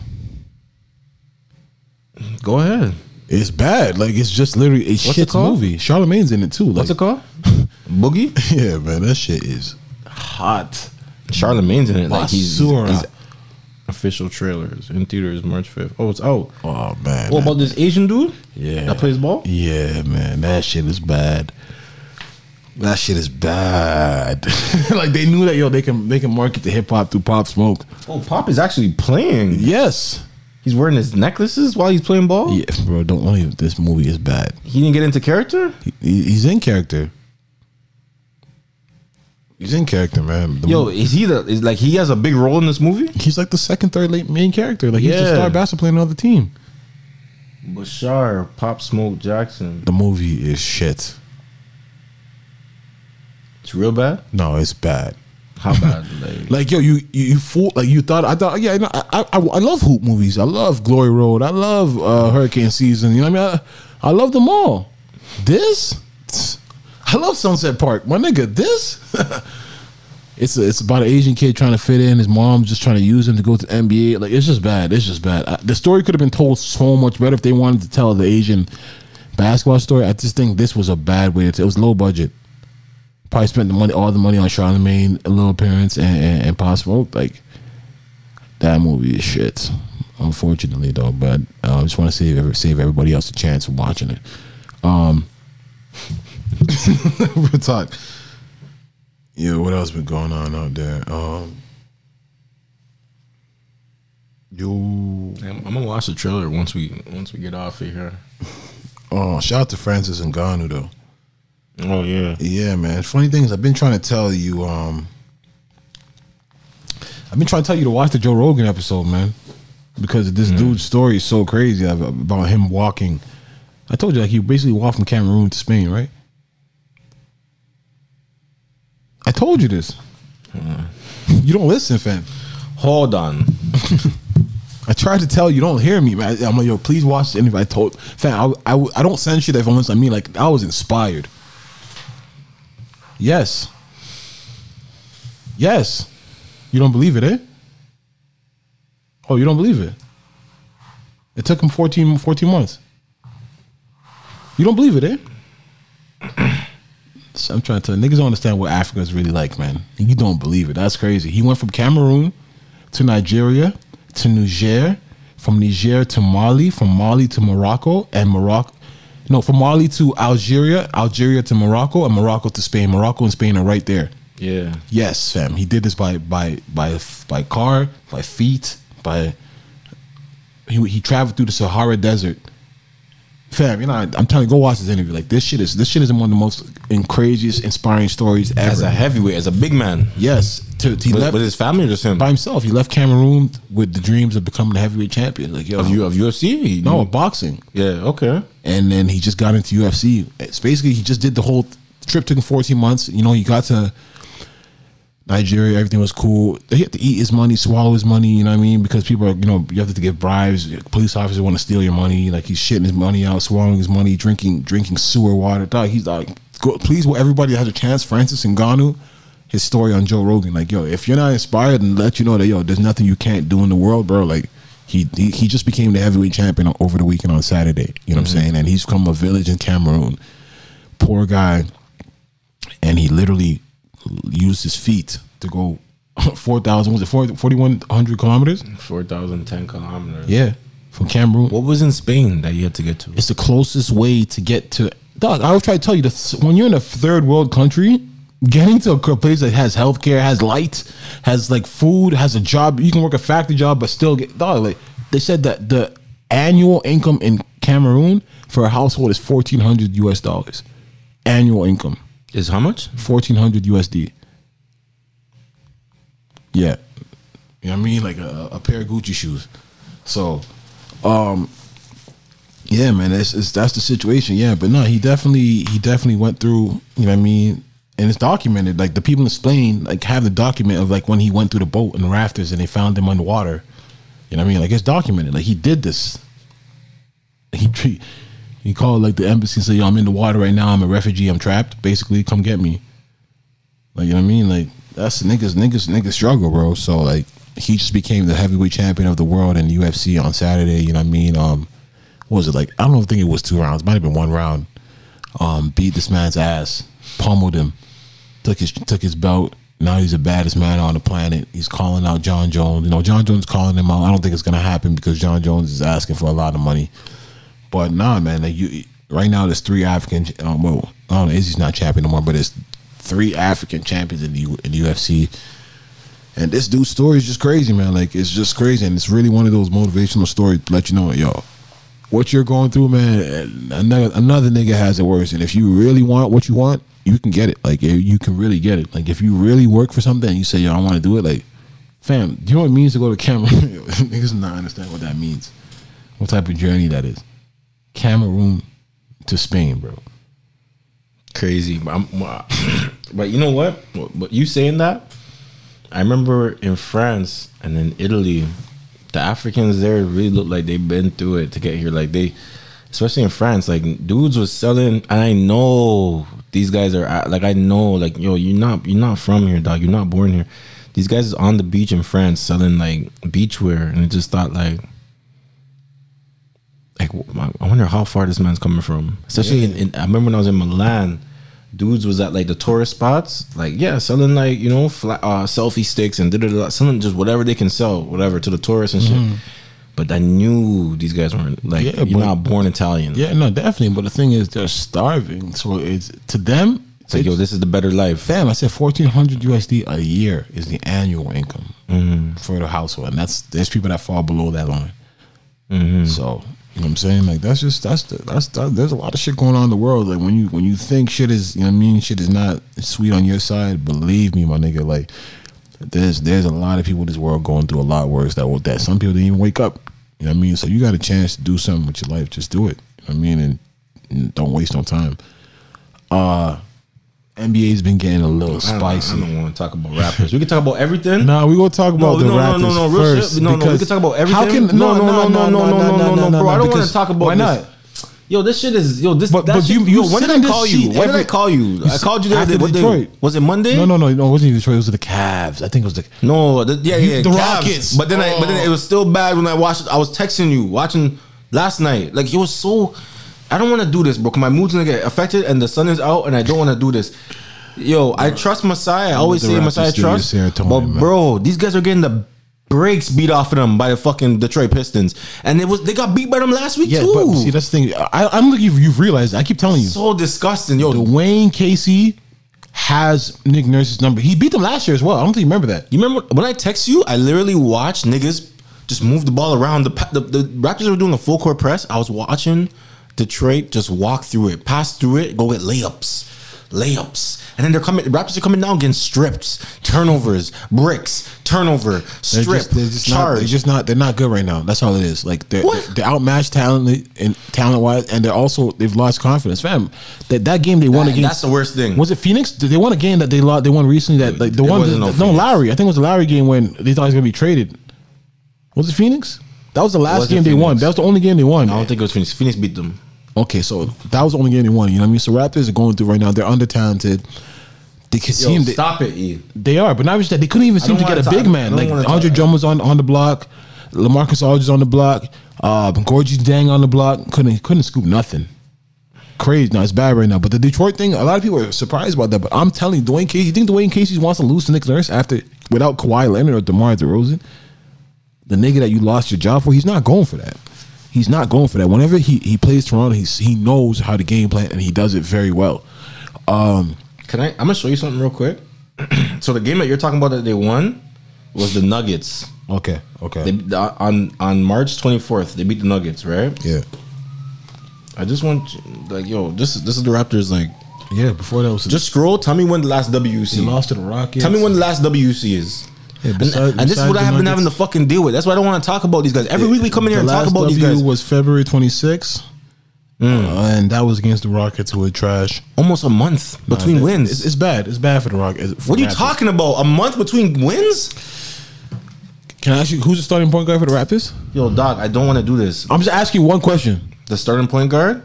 [SPEAKER 5] Go ahead.
[SPEAKER 4] It's bad. Like it's just literally a
[SPEAKER 5] it
[SPEAKER 4] shit's
[SPEAKER 5] called?
[SPEAKER 4] movie. Charlemagne's in it too. Like,
[SPEAKER 5] What's it called? Boogie.
[SPEAKER 4] Yeah, man, that shit is hot.
[SPEAKER 5] Charlemagne's in it. Like he's,
[SPEAKER 4] Basura.
[SPEAKER 5] he's official trailers in theaters March fifth. Oh, it's out.
[SPEAKER 4] Oh man.
[SPEAKER 5] What about this Asian dude?
[SPEAKER 4] yeah.
[SPEAKER 5] that plays ball.
[SPEAKER 4] Yeah, man, that shit is bad. That shit is bad. like they knew that yo, they can they can market the hip hop through Pop Smoke.
[SPEAKER 5] Oh, Pop is actually playing.
[SPEAKER 4] Yes.
[SPEAKER 5] He's wearing his necklaces while he's playing ball.
[SPEAKER 4] Yeah, bro. Don't only this movie is bad.
[SPEAKER 5] He didn't get into character.
[SPEAKER 4] He, he- he's in character. He's in character, man. The
[SPEAKER 5] Yo,
[SPEAKER 4] mo-
[SPEAKER 5] is he the? Is like he has a big role in this movie?
[SPEAKER 4] he's like the second, third late main character. Like he's the
[SPEAKER 5] Yeah.
[SPEAKER 4] star basketball player on the other team.
[SPEAKER 5] Bashar, Pop Smoke Jackson.
[SPEAKER 4] The movie is shit.
[SPEAKER 5] It's real bad.
[SPEAKER 4] No, it's bad.
[SPEAKER 5] How bad? Like,
[SPEAKER 4] Like yo, you you, you fool. Like you thought I thought yeah. I know, I, I I I love hoop movies. I love Glory Road. I love uh, Hurricane Season. You know what I mean? I, I love them all. This, I love Sunset Park. My nigga, this. It's, a, it's about an Asian kid trying to fit in. His mom's just trying to use him to go to the NBA. Like it's just bad. It's just bad. I, the story could have been told so much better if they wanted to tell the Asian basketball story. I just think this was a bad way to. Tell. It was low budget probably spent the money, all the money on Charlemagne, a little appearance, and, and, and Pop Smoke. Like that movie is shit. Unfortunately, though, but uh, I just want to save every, save everybody else a chance from watching it. Um, real talk. Yeah, what else been going on out there? Um, you
[SPEAKER 5] I'm, gonna watch the trailer once we once we get off of here.
[SPEAKER 4] oh, shout out to Francis and Ganu though.
[SPEAKER 5] Oh yeah.
[SPEAKER 4] Yeah, man. Funny thing is, I've been trying to tell you. Um, I've been trying to tell you to watch the Joe Rogan episode, man, because this dude's story is so crazy ab- about him walking. I told you, like he basically walked from Cameroon to Spain, right? I told you this. You don't listen, fam.
[SPEAKER 5] Hold on.
[SPEAKER 4] I tried to tell you, you don't hear me, man. I'm like, yo, please watch the interview. I told, fam, I, I, I don't send shit if I'm I mean, like, I was inspired. Yes. Yes. You don't believe it, eh? Oh, you don't believe it? It took him 14, 14 months. You don't believe it, eh? So I'm trying to tell niggas don't understand what Africa's really like, man. You don't believe it. That's crazy. He went from Cameroon to Nigeria to Niger, from Niger to Mali, from Mali to Morocco, and Morocco. No, from Mali to Algeria, Algeria to Morocco, and Morocco to Spain. Morocco and Spain are right there.
[SPEAKER 5] Yeah.
[SPEAKER 4] Yes, fam. He did this by by by by car, by feet, by he he traveled through the Sahara Desert. Fam, you know, I'm telling you, go watch this interview. Like this shit is this shit is one of the most in craziest, inspiring stories ever.
[SPEAKER 5] As a heavyweight, as a big man,
[SPEAKER 4] yes, to, to he
[SPEAKER 5] with,
[SPEAKER 4] left
[SPEAKER 5] with his family, or just him.
[SPEAKER 4] by himself. He left Cameroon with the dreams of becoming a heavyweight champion. Like yo,
[SPEAKER 5] Of you of UFC? He-
[SPEAKER 4] no boxing,
[SPEAKER 5] Yeah. Okay.
[SPEAKER 4] and then he just got into UFC. It's basically he just did the whole trip. Took him 14 months. You know, he got to Nigeria, everything was cool. He had to eat his money, swallow his money, you know what I mean? Because people are, you know, you have to give bribes. Police officers want to steal your money. Like he's shitting his money out, swallowing his money, drinking drinking sewer water. Dog, he's like, go, please, well, everybody that has a chance, Francis Ngannou, his story on Joe Rogan. Like, yo, if you're not inspired and let you know that, yo, there's nothing you can't do in the world, bro. Like, he, he, he just became the heavyweight champion over the weekend on Saturday. You know what I'm saying? And he's from a village in Cameroon. Poor guy and he literally used his feet to go 4,000, was it 4 4,100 kilometers?
[SPEAKER 5] Four thousand ten kilometers.
[SPEAKER 4] Yeah, from Cameroon.
[SPEAKER 5] What was in Spain that you had to get to?
[SPEAKER 4] It's the closest way to get to. Dog, I always try to tell you this when you're in a third world country, getting to a place that has healthcare, has light, has like food, has a job, you can work a factory job, but still get. Dog, like they said that the annual income in Cameroon for a household is 1,400 US dollars. Annual income.
[SPEAKER 5] Is how much?
[SPEAKER 4] fourteen hundred USD. Yeah, you know what I mean, like a, a pair of Gucci shoes. So, um, yeah, man, it's, it's that's the situation. Yeah, but no, he definitely he definitely went through. You know what I mean, and it's documented. Like the people in Spain like have the document of like when he went through the boat and the rafters and they found him underwater. You know what I mean? Like it's documented. Like he did this. He treat. He called like the embassy and said, "Yo, I'm in the water right now. I'm a refugee. I'm trapped. Basically, come get me." Like you know what I mean? Like that's niggas, niggas, niggas struggle, bro. So like he just became the heavyweight champion of the world in UFC on Saturday. You know what I mean? Um, what was it like? I don't think it was two rounds. Might have been one round. Um, beat this man's ass, pummeled him, took his took his belt. Now he's the baddest man on the planet. He's calling out John Jones. You know, John Jones calling him out. I don't think it's gonna happen because John Jones is asking for a lot of money. But nah, man, like you right now there's three African. Um, well, I don't know. Izzy's not champion no more, but it's three African champions in the U, in the UFC, And this dude's story is just crazy, man. Like it's just crazy, and it's really one of those motivational stories to let you know, yo, what you're going through, man. Another another nigga has it worse, and if you really want what you want, you can get it. Like you- you can really get it. Like if you really work for something, and you say, yo, I want to do it. Like, fam, do you know what it means to go to Cameroon? Niggas not understand what that means. What type of journey that is? Cameroon to Spain, bro.
[SPEAKER 5] crazy. But, I'm, but you know what? But you saying that, I remember in France and in Italy, the Africans there really look like they've been through it to get here. Like they, especially in France, like dudes was selling. And I know these guys are at- like I know like yo, you're not you're not from here, dog. You're not born here. These guys is on the beach in France selling like beachwear, and I just thought like. Like I I wonder how far this man's coming from. Especially in, in I remember when I was in Milan, dudes was at like the tourist spots, like yeah, selling like you know fla uh, selfie sticks and da da da, selling just whatever they can sell, whatever to the tourists and shit. But I knew these guys weren't like
[SPEAKER 4] Mm-hmm. Yeah,
[SPEAKER 5] you're
[SPEAKER 4] but-
[SPEAKER 5] not born Italian.
[SPEAKER 4] Yeah, no, definitely. But the thing is, they're starving. So it's to them.
[SPEAKER 5] it's like yo, this is the better life.
[SPEAKER 4] fam, I said fourteen hundred USD a year is the annual income for the household, and that's there's people that fall below that line. So you know what I'm saying, like that's just that's the, that's that, there's a lot of shit going on in the world. Like when you when you think shit is you know what I mean, shit is not sweet on your side. Believe me, my nigga, like. There's there's a lot of people in this world going through a lot worse that will- that some people didn't even wake up. You know what I mean? So you got a chance to do something with your life, just do it. You know what I mean? And, and don't waste no time. Uh NBA's been getting a little
[SPEAKER 5] I don't- I
[SPEAKER 4] spicy.
[SPEAKER 5] don't, want to talk about rappers. We can talk about everything.
[SPEAKER 4] No, we gonna talk about
[SPEAKER 5] No,
[SPEAKER 4] the
[SPEAKER 5] no, no,
[SPEAKER 4] Raptors
[SPEAKER 5] no, no, real shit.
[SPEAKER 4] first.
[SPEAKER 5] No, no, we
[SPEAKER 4] because
[SPEAKER 5] can talk about everything.
[SPEAKER 4] How can
[SPEAKER 5] No, no, no, no, no, no, no, bro, I don't wanna
[SPEAKER 4] because-
[SPEAKER 5] talk about
[SPEAKER 4] why
[SPEAKER 5] this.
[SPEAKER 4] not?
[SPEAKER 5] Yo, this shit is yo. This
[SPEAKER 4] But-
[SPEAKER 5] that
[SPEAKER 4] but
[SPEAKER 5] shit-
[SPEAKER 4] you- you
[SPEAKER 5] yo, when
[SPEAKER 4] sit
[SPEAKER 5] did
[SPEAKER 4] in
[SPEAKER 5] I
[SPEAKER 4] this
[SPEAKER 5] call you?
[SPEAKER 4] seat
[SPEAKER 5] When did I
[SPEAKER 4] every-
[SPEAKER 5] call you? I
[SPEAKER 4] s-
[SPEAKER 5] called you the
[SPEAKER 4] after
[SPEAKER 5] other day. What day-
[SPEAKER 4] Detroit.
[SPEAKER 5] Was it Monday?
[SPEAKER 4] No, no, no, no. It wasn't Detroit. It was the Cavs. I think it was the.
[SPEAKER 5] No, the, yeah, yeah,
[SPEAKER 4] The
[SPEAKER 5] Cavs.
[SPEAKER 4] Rockets. Oh.
[SPEAKER 5] But then, I, but then it was still bad when I watched. I was texting you watching last night. Like it was so. I don't want to do this, bro. 'cause My mood's gonna get affected, and the sun is out, and I don't want to do this. Yo, I trust Messiah. I always
[SPEAKER 4] the
[SPEAKER 5] say
[SPEAKER 4] Raptors
[SPEAKER 5] Messiah
[SPEAKER 4] do to
[SPEAKER 5] trust,
[SPEAKER 4] serotonin,
[SPEAKER 5] but
[SPEAKER 4] man.
[SPEAKER 5] bro, these guys are getting the breaks beat off of them by the fucking Detroit Pistons, and it was they got beat by them last week
[SPEAKER 4] Yeah,
[SPEAKER 5] too.
[SPEAKER 4] but see, that's the thing. I, I don't think you've, you've realized. I keep telling you,
[SPEAKER 5] so disgusting, yo.
[SPEAKER 4] Dwayne Casey has Nick Nurse's number. He beat them last year as well. I don't think you remember that.
[SPEAKER 5] You remember when I text you? I literally watched niggas just move the ball around. The, pa- the the Raptors were doing a full court press. I was watching Detroit just walk through it, pass through it, go get layups, layups, and then they're coming. The Raptors are coming down, getting strips, turnovers, bricks, turnover,
[SPEAKER 4] They're
[SPEAKER 5] strip,
[SPEAKER 4] just, they're just not.
[SPEAKER 5] charge.
[SPEAKER 4] They're just not. They're not good right now. That's all it is. Like they're
[SPEAKER 5] What?
[SPEAKER 4] they're outmatched talent and talent wise, and they're also they've lost confidence, fam. That that game they won
[SPEAKER 5] That-
[SPEAKER 4] against
[SPEAKER 5] that's the worst thing.
[SPEAKER 4] Was it Phoenix? Did they won a game that they lost? They won recently. That like the
[SPEAKER 5] It
[SPEAKER 4] one
[SPEAKER 5] wasn't
[SPEAKER 4] that-
[SPEAKER 5] no
[SPEAKER 4] no,
[SPEAKER 5] Phoenix.
[SPEAKER 4] Lowry. I think it was the Lowry game when they thought he was gonna be traded. Was it Phoenix? That was the last game
[SPEAKER 5] wasn't
[SPEAKER 4] they won.
[SPEAKER 5] Phoenix.
[SPEAKER 4] That was the only game they won.
[SPEAKER 5] I don't think it was Phoenix. Phoenix beat them.
[SPEAKER 4] Okay, so that was the only game they won. You know what I mean? So Raptors are going through right now. They're under talented. They can
[SPEAKER 5] Yo,
[SPEAKER 4] seem that
[SPEAKER 5] stop it, E.
[SPEAKER 4] they are, but not just that. They couldn't even seem
[SPEAKER 5] don't
[SPEAKER 4] to get
[SPEAKER 5] wanna
[SPEAKER 4] a
[SPEAKER 5] talk-
[SPEAKER 4] big
[SPEAKER 5] I
[SPEAKER 4] man.
[SPEAKER 5] don't
[SPEAKER 4] Like
[SPEAKER 5] wanna talk-
[SPEAKER 4] Andre Drummond's on on the block, Lamarcus Aldridge on the block, uh, Gorgeous Dang on the block. Couldn't couldn't scoop nothing. Crazy. Now it's bad right now. But the Detroit thing, a lot of people are surprised about that. But I'm telling you, Dwayne Casey. You think Dwayne Casey wants to lose to Nick Nurse after without Kawhi Leonard or DeMar DeRozan? The nigga that you lost your job for, he's not going for that. He's not going for that. Whenever he, he plays Toronto, he's, he knows how to game plan and he does it very well.
[SPEAKER 5] Can I? I'm gonna show you something real quick. so the game that you're talking about that they won was the Nuggets.
[SPEAKER 4] Okay. Okay.
[SPEAKER 5] They on on March 24th they beat the Nuggets, right?
[SPEAKER 4] yeah.
[SPEAKER 5] I just want you- like yo, this this is the Raptors like
[SPEAKER 4] Yeah. Before that was
[SPEAKER 5] just scroll. Tell me when the last WC.
[SPEAKER 4] They lost to the Rockets.
[SPEAKER 5] Tell me when the last WC is.
[SPEAKER 4] Yeah,
[SPEAKER 5] And-
[SPEAKER 4] beside-
[SPEAKER 5] and, this is
[SPEAKER 4] beside
[SPEAKER 5] what
[SPEAKER 4] the
[SPEAKER 5] I have been
[SPEAKER 4] Nuggets.
[SPEAKER 5] having to fucking deal with. That's why I don't want to talk about these guys. Every week we come in here
[SPEAKER 4] the
[SPEAKER 5] and talk
[SPEAKER 4] last
[SPEAKER 5] about
[SPEAKER 4] w
[SPEAKER 5] these guys. Mm.
[SPEAKER 4] was February 26th, uh, and that was against the Rockets, who were trash.
[SPEAKER 5] Almost a month between
[SPEAKER 4] Uh,
[SPEAKER 5] wins.
[SPEAKER 4] it's, it's bad. It's bad for the Rockets.
[SPEAKER 5] what are you
[SPEAKER 4] Raptors.
[SPEAKER 5] talking about? A month between wins?
[SPEAKER 4] Can I ask you who's the starting point guard for the Raptors?
[SPEAKER 5] Yo, dog, I don't want to do this.
[SPEAKER 4] I'm just asking you one question.
[SPEAKER 5] The starting point guard,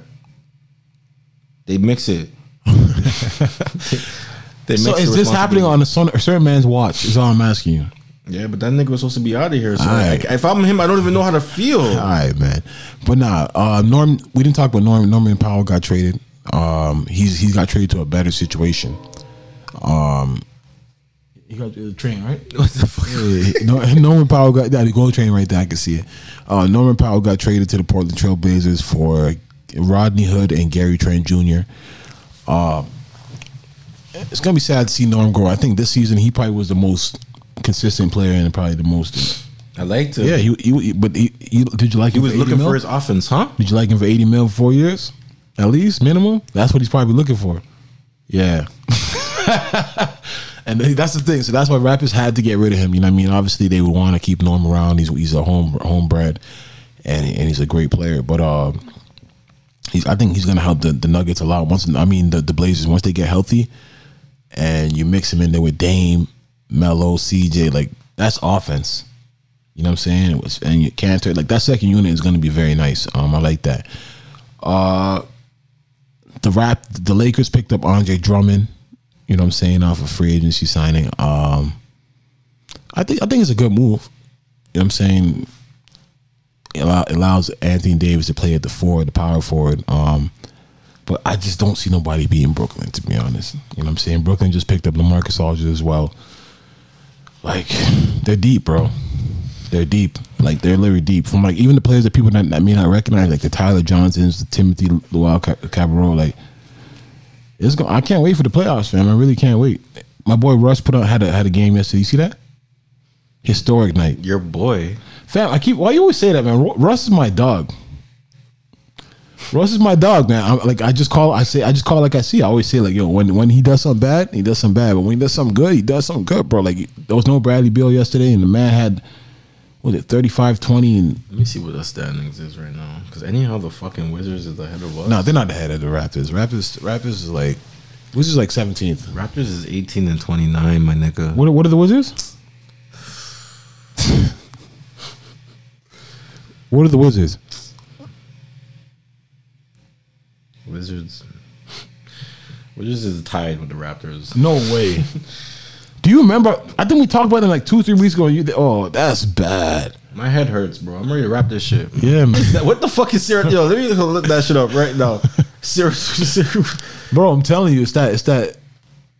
[SPEAKER 5] they mix it. they
[SPEAKER 4] So
[SPEAKER 5] the
[SPEAKER 4] is this happening
[SPEAKER 5] responsibility.
[SPEAKER 4] on a, son, a certain man's watch? Is all I'm asking you.
[SPEAKER 5] Yeah, but that nigga was supposed to be out of here. So
[SPEAKER 4] Aight.
[SPEAKER 5] like, if I'm him, I don't even know how to feel.
[SPEAKER 4] All right, man. But nah, uh, Norm. We didn't talk about Norm. Norman Powell got traded. Um, he's he's got traded to a better situation. Um, he got the train right. What the fuck? no, Norman Powell got yeah, the gold train right there. I can see it. Uh, Norman Powell got traded to the Portland Trail Blazers for Rodney Hood and Gary Trent Um, Jr. Uh, it's gonna be sad to see Norm grow. I think this season he probably was the most consistent player and probably the most.
[SPEAKER 5] I liked him.
[SPEAKER 4] Yeah, he, he, he- but he, he- did you like
[SPEAKER 5] he
[SPEAKER 4] him
[SPEAKER 5] was
[SPEAKER 4] 80
[SPEAKER 5] looking
[SPEAKER 4] mil?
[SPEAKER 5] for his offense, huh?
[SPEAKER 4] Did you like him for 80 mil for four years? At least, minimum? That's what he's probably looking for. Yeah. and th- that's the thing. So that's why rappers had to get rid of him. You know what I mean? Obviously, they would want to keep Norm around. He's he's a home homebred and, and he's a great player. But uh, he's I think he's going to help the, the Nuggets a lot. Once I mean, the, the Blazers, once they get healthy and you mix him in there with Dame, Melo, CJ, like that's offense. You know what I'm saying? It was, and your Cantor, like that second unit is going to be very nice. Um, I like that. Uh, the rap, the Lakers picked up Andre Drummond. You know what I'm saying? Off of free agency signing. Um, I think I think it's a good move. You know what I'm saying? It allow- it allows Anthony Davis to play at the forward, the power forward. Um, but I just don't see nobody beating Brooklyn, to be honest. You know what I'm saying? Brooklyn just picked up LaMarcus Aldridge as well. Like, they're deep, bro. They're deep. Like, they're literally deep. From, like, even the players that people that, that may not recognize, like the Tyler Johnsons, the Timothy Luau Ca- Cabarro, like, it's going I can't wait for the playoffs, fam. I really can't wait. My boy Russ put out had a had a game yesterday. You see that? Historic night.
[SPEAKER 5] Your boy.
[SPEAKER 4] Fam, I keep. Why you always say that, man? Ru- Russ is my dog. Russ is my dog, man. I'm, like I just call. I say. I just call like I see. I always say like, yo, when when he does something bad, he does something bad. But when he does something good, he does something good, bro. Like there was no Bradley Beal yesterday, and the man had what was it 35-20 and
[SPEAKER 5] Let me see what the standings is right now. Because anyhow, the fucking Wizards is ahead of us.
[SPEAKER 4] no, they're not ahead of the Raptors. Raptors, Raptors is like, Wizards is like seventeenth.
[SPEAKER 5] Raptors is 18 and 29, my nigga.
[SPEAKER 4] What what are the Wizards? what are the Wizards?
[SPEAKER 5] Wizards. Wizards is tied with the Raptors.
[SPEAKER 4] No way. Do you remember? I think we talked about it like two, three weeks ago. And you, oh, that's bad.
[SPEAKER 5] My head hurts, bro. I'm ready to wrap this shit.
[SPEAKER 4] Yeah, man.
[SPEAKER 5] what the fuck is serious? Yo, let me look that shit up right now. Seriously.
[SPEAKER 4] bro. I'm telling you, it's that. It's that.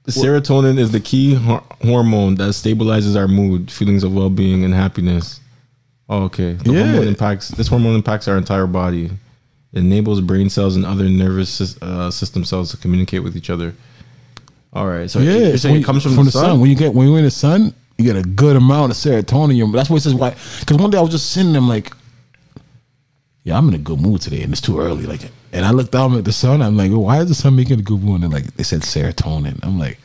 [SPEAKER 5] Serotonin is the key hor- hormone that stabilizes our mood, feelings of well-being, and happiness. Oh, okay. The
[SPEAKER 4] Yeah.
[SPEAKER 5] hormone impacts. This hormone impacts our entire body. It enables brain cells and other nervous sys- uh, system cells to communicate with each other. All right. So
[SPEAKER 4] Yeah,
[SPEAKER 5] you're
[SPEAKER 4] it's
[SPEAKER 5] saying
[SPEAKER 4] when
[SPEAKER 5] it comes from, the, sun.
[SPEAKER 4] When you get when you're in the sun, you get a good amount of serotonin. That's why it says why. Because one day I was just sitting, there, I'm like, yeah, I'm in a good mood today, and it's too early. Like, and I looked out at the sun. I'm like, why is the sun making a good mood? And like they said serotonin. I'm like,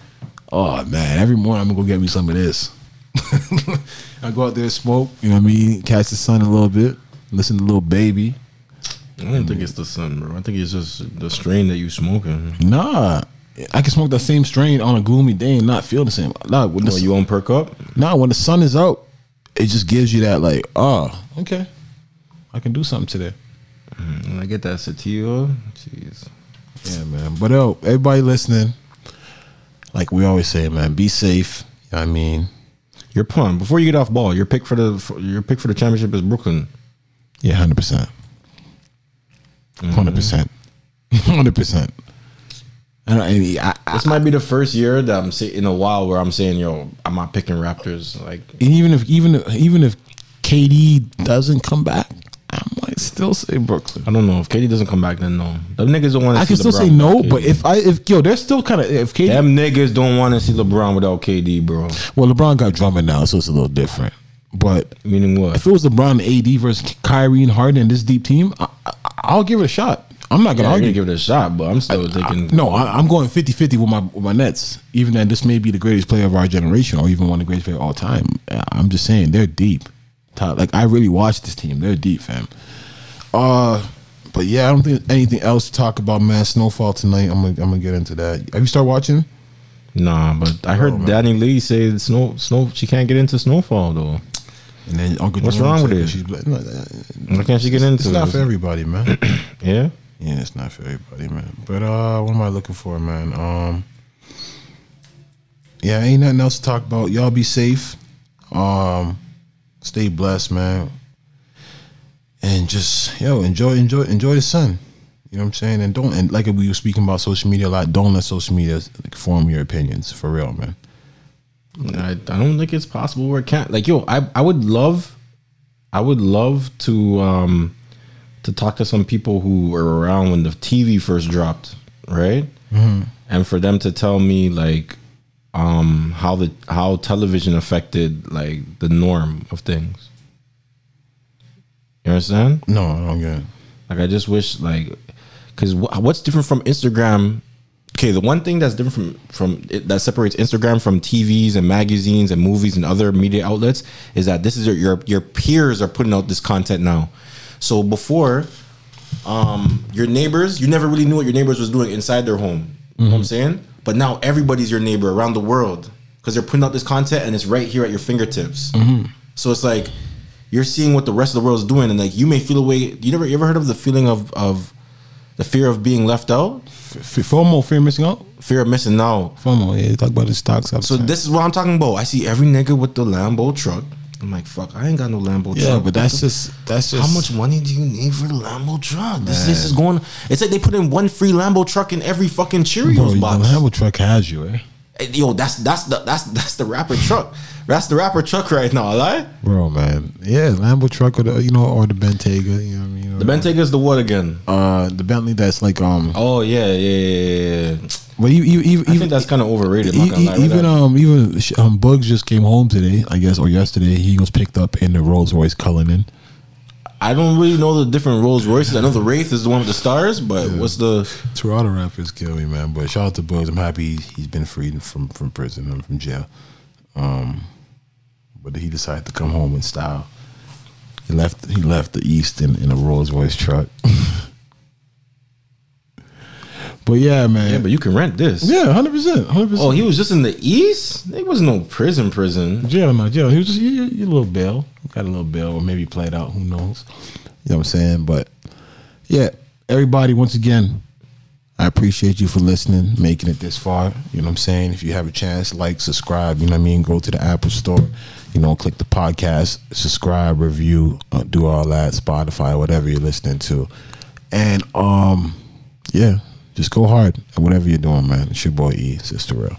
[SPEAKER 4] oh man, every morning I'm gonna go get me some of this. I go out there, smoke. You know what I mean? Catch the sun a little bit. Listen to little baby.
[SPEAKER 5] I don't think it's the sun, bro. I think it's just the strain that you smoking.
[SPEAKER 4] Nah, I can smoke that same strain on a gloomy day and not feel the same. Nah, when the
[SPEAKER 5] Well, you won't perk up.
[SPEAKER 4] Nah, when the sun is out, it just gives you that like, oh, okay, I can do something today.
[SPEAKER 5] And Mm, I get that sativa. Jeez.
[SPEAKER 4] Yeah, man. But yo, everybody listening, like we always say, man, be safe. You know what I mean,
[SPEAKER 5] Your pun. Before you get off ball, your pick for the for, your pick for the championship is Brooklyn.
[SPEAKER 4] yeah, hundred percent, hundred percent, hundred percent. And I, and I, I
[SPEAKER 5] This might be the first year that I'm say, in a while where I'm saying, "Yo, I'm not picking Raptors." Like,
[SPEAKER 4] even if even if- even if KD doesn't come back, I might still say Brooklyn.
[SPEAKER 5] I don't know if Katie doesn't come back, then no. Them niggas don't want to.
[SPEAKER 4] I can still say no, but if I if yo, they're still kind of if KD
[SPEAKER 5] them niggas don't want to see LeBron without KD, bro.
[SPEAKER 4] Well, LeBron got Drummond now, so it's a little different. But
[SPEAKER 5] Meaning what?
[SPEAKER 4] if it was LeBron and AD versus Kyrie and Harden and this deep team, I, I, I'll give it a shot. I'm not
[SPEAKER 5] Yeah,
[SPEAKER 4] gonna
[SPEAKER 5] I'm
[SPEAKER 4] argue.
[SPEAKER 5] gonna give it a shot, but I'm still thinking.
[SPEAKER 4] no, I, I'm going 50 50 with my with my Nets. Even though this may be the greatest player of our generation, or even one of the greatest player of all time. I- I'm just saying they're deep. Ty- Like I really watched this team. They're deep, fam. Uh, but yeah, I don't think anything else to talk about. Man, snowfall tonight. I'm gonna I'm gonna get into that. Have you started watching?
[SPEAKER 5] Nah, but I heard
[SPEAKER 4] man.
[SPEAKER 5] Danny Lee say snow, snow. She can't get into Snowfall though.
[SPEAKER 4] And then Uncle
[SPEAKER 5] What's
[SPEAKER 4] Jerome
[SPEAKER 5] wrong with
[SPEAKER 4] said
[SPEAKER 5] it?
[SPEAKER 4] that She's black. No, that-
[SPEAKER 5] Why can't she get into
[SPEAKER 4] It's not
[SPEAKER 5] it?
[SPEAKER 4] for everybody, man.
[SPEAKER 5] Yeah.
[SPEAKER 4] Yeah, it's not for everybody, man. But uh, what am I looking for, man? Um, yeah, ain't nothing else to talk about. Y'all be safe. Um, stay blessed, man. And just yo, enjoy, enjoy, enjoy the sun. You know what I'm saying? And don't and like we were speaking about social media a lot. Don't let social media like, form your opinions for real, man.
[SPEAKER 5] I, I don't think it's possible where it can't like yo I, I would love I would love to um to talk to some people who were around when the TV first dropped right and for them to tell me like um, how the how television affected like the norm of things. You understand?
[SPEAKER 4] No, I don't get it.
[SPEAKER 5] Like I just wish like because wh- what's different from Instagram? Okay, the one thing that's different from from it, that separates Instagram from TVs and magazines and movies and other media outlets is that this is your your, your peers are putting out this content now. So before, um, your neighbors, you never really knew what your neighbors was doing inside their home. You know what I'm saying? But now everybody's your neighbor around the world because they're putting out this content and it's right here at your fingertips. So it's like you're seeing what the rest of the world's doing, and like you may feel a way. You never you ever heard of the feeling of of the fear of being left out,
[SPEAKER 4] F- FOMO, fear of missing out.
[SPEAKER 5] fear of missing out.
[SPEAKER 4] FOMO. Yeah, you talk about the stocks. all the
[SPEAKER 5] So
[SPEAKER 4] time.
[SPEAKER 5] this is what I'm talking about. I see every nigga with the Lambo truck. I'm like, fuck, I ain't got no Lambo truck.
[SPEAKER 4] Yeah, but
[SPEAKER 5] What
[SPEAKER 4] that's
[SPEAKER 5] the-
[SPEAKER 4] just that's just
[SPEAKER 5] How much money do you need for a Lambo truck? This, this is going. It's like they put in one free Lambo truck in every fucking
[SPEAKER 4] Bro,
[SPEAKER 5] Cheerios
[SPEAKER 4] you
[SPEAKER 5] box.
[SPEAKER 4] don't have a truck has you, eh?
[SPEAKER 5] Hey, Yo, that's that's the that's that's the rapper truck. That's the rapper truck right now. Lie.
[SPEAKER 4] Bro, man. Yeah, Lambo truck or the you know or the Bentayga. You know what I mean? You know,
[SPEAKER 5] The Bentega's the what again?
[SPEAKER 4] uh, the Bentley that's like um.
[SPEAKER 5] Oh yeah, yeah, yeah. yeah, yeah.
[SPEAKER 4] Well, you, you, you,
[SPEAKER 5] I think that's kind of overrated. I'm not gonna lie with
[SPEAKER 4] even
[SPEAKER 5] that.
[SPEAKER 4] um even sh- um Bugs just came home today, I guess, or yesterday. He was picked up in the Rolls Royce Cullinan.
[SPEAKER 5] I don't really know the different Rolls Royces. I know the Wraith is the one with the stars, but what's the
[SPEAKER 4] Toronto rappers kill me, man. But shout out to Bugs. I'm happy he's- he's been freed from from prison and from jail. Um, but he decided to come home in style. He left. He left the East in, in a Rolls Royce truck. but yeah, man.
[SPEAKER 5] Yeah, but you can rent this.
[SPEAKER 4] Yeah, hundred percent, hundred percent.
[SPEAKER 5] Oh, he was just in the East? There was no prison prison.
[SPEAKER 4] jail, not jail. He was just you, you little bail. Got a little bail, or maybe played out. Who knows? You know what I'm saying? But yeah, everybody. Once again, I appreciate you for listening, making it this far. You know what I'm saying? If you have a chance, like, subscribe. You know what I mean? Go to the Apple Store. You know, click the podcast, subscribe, review, uh, do all that. Spotify, whatever you're listening to, and um, yeah, just go hard at whatever you're doing, man. It's your boy E, Sister Real.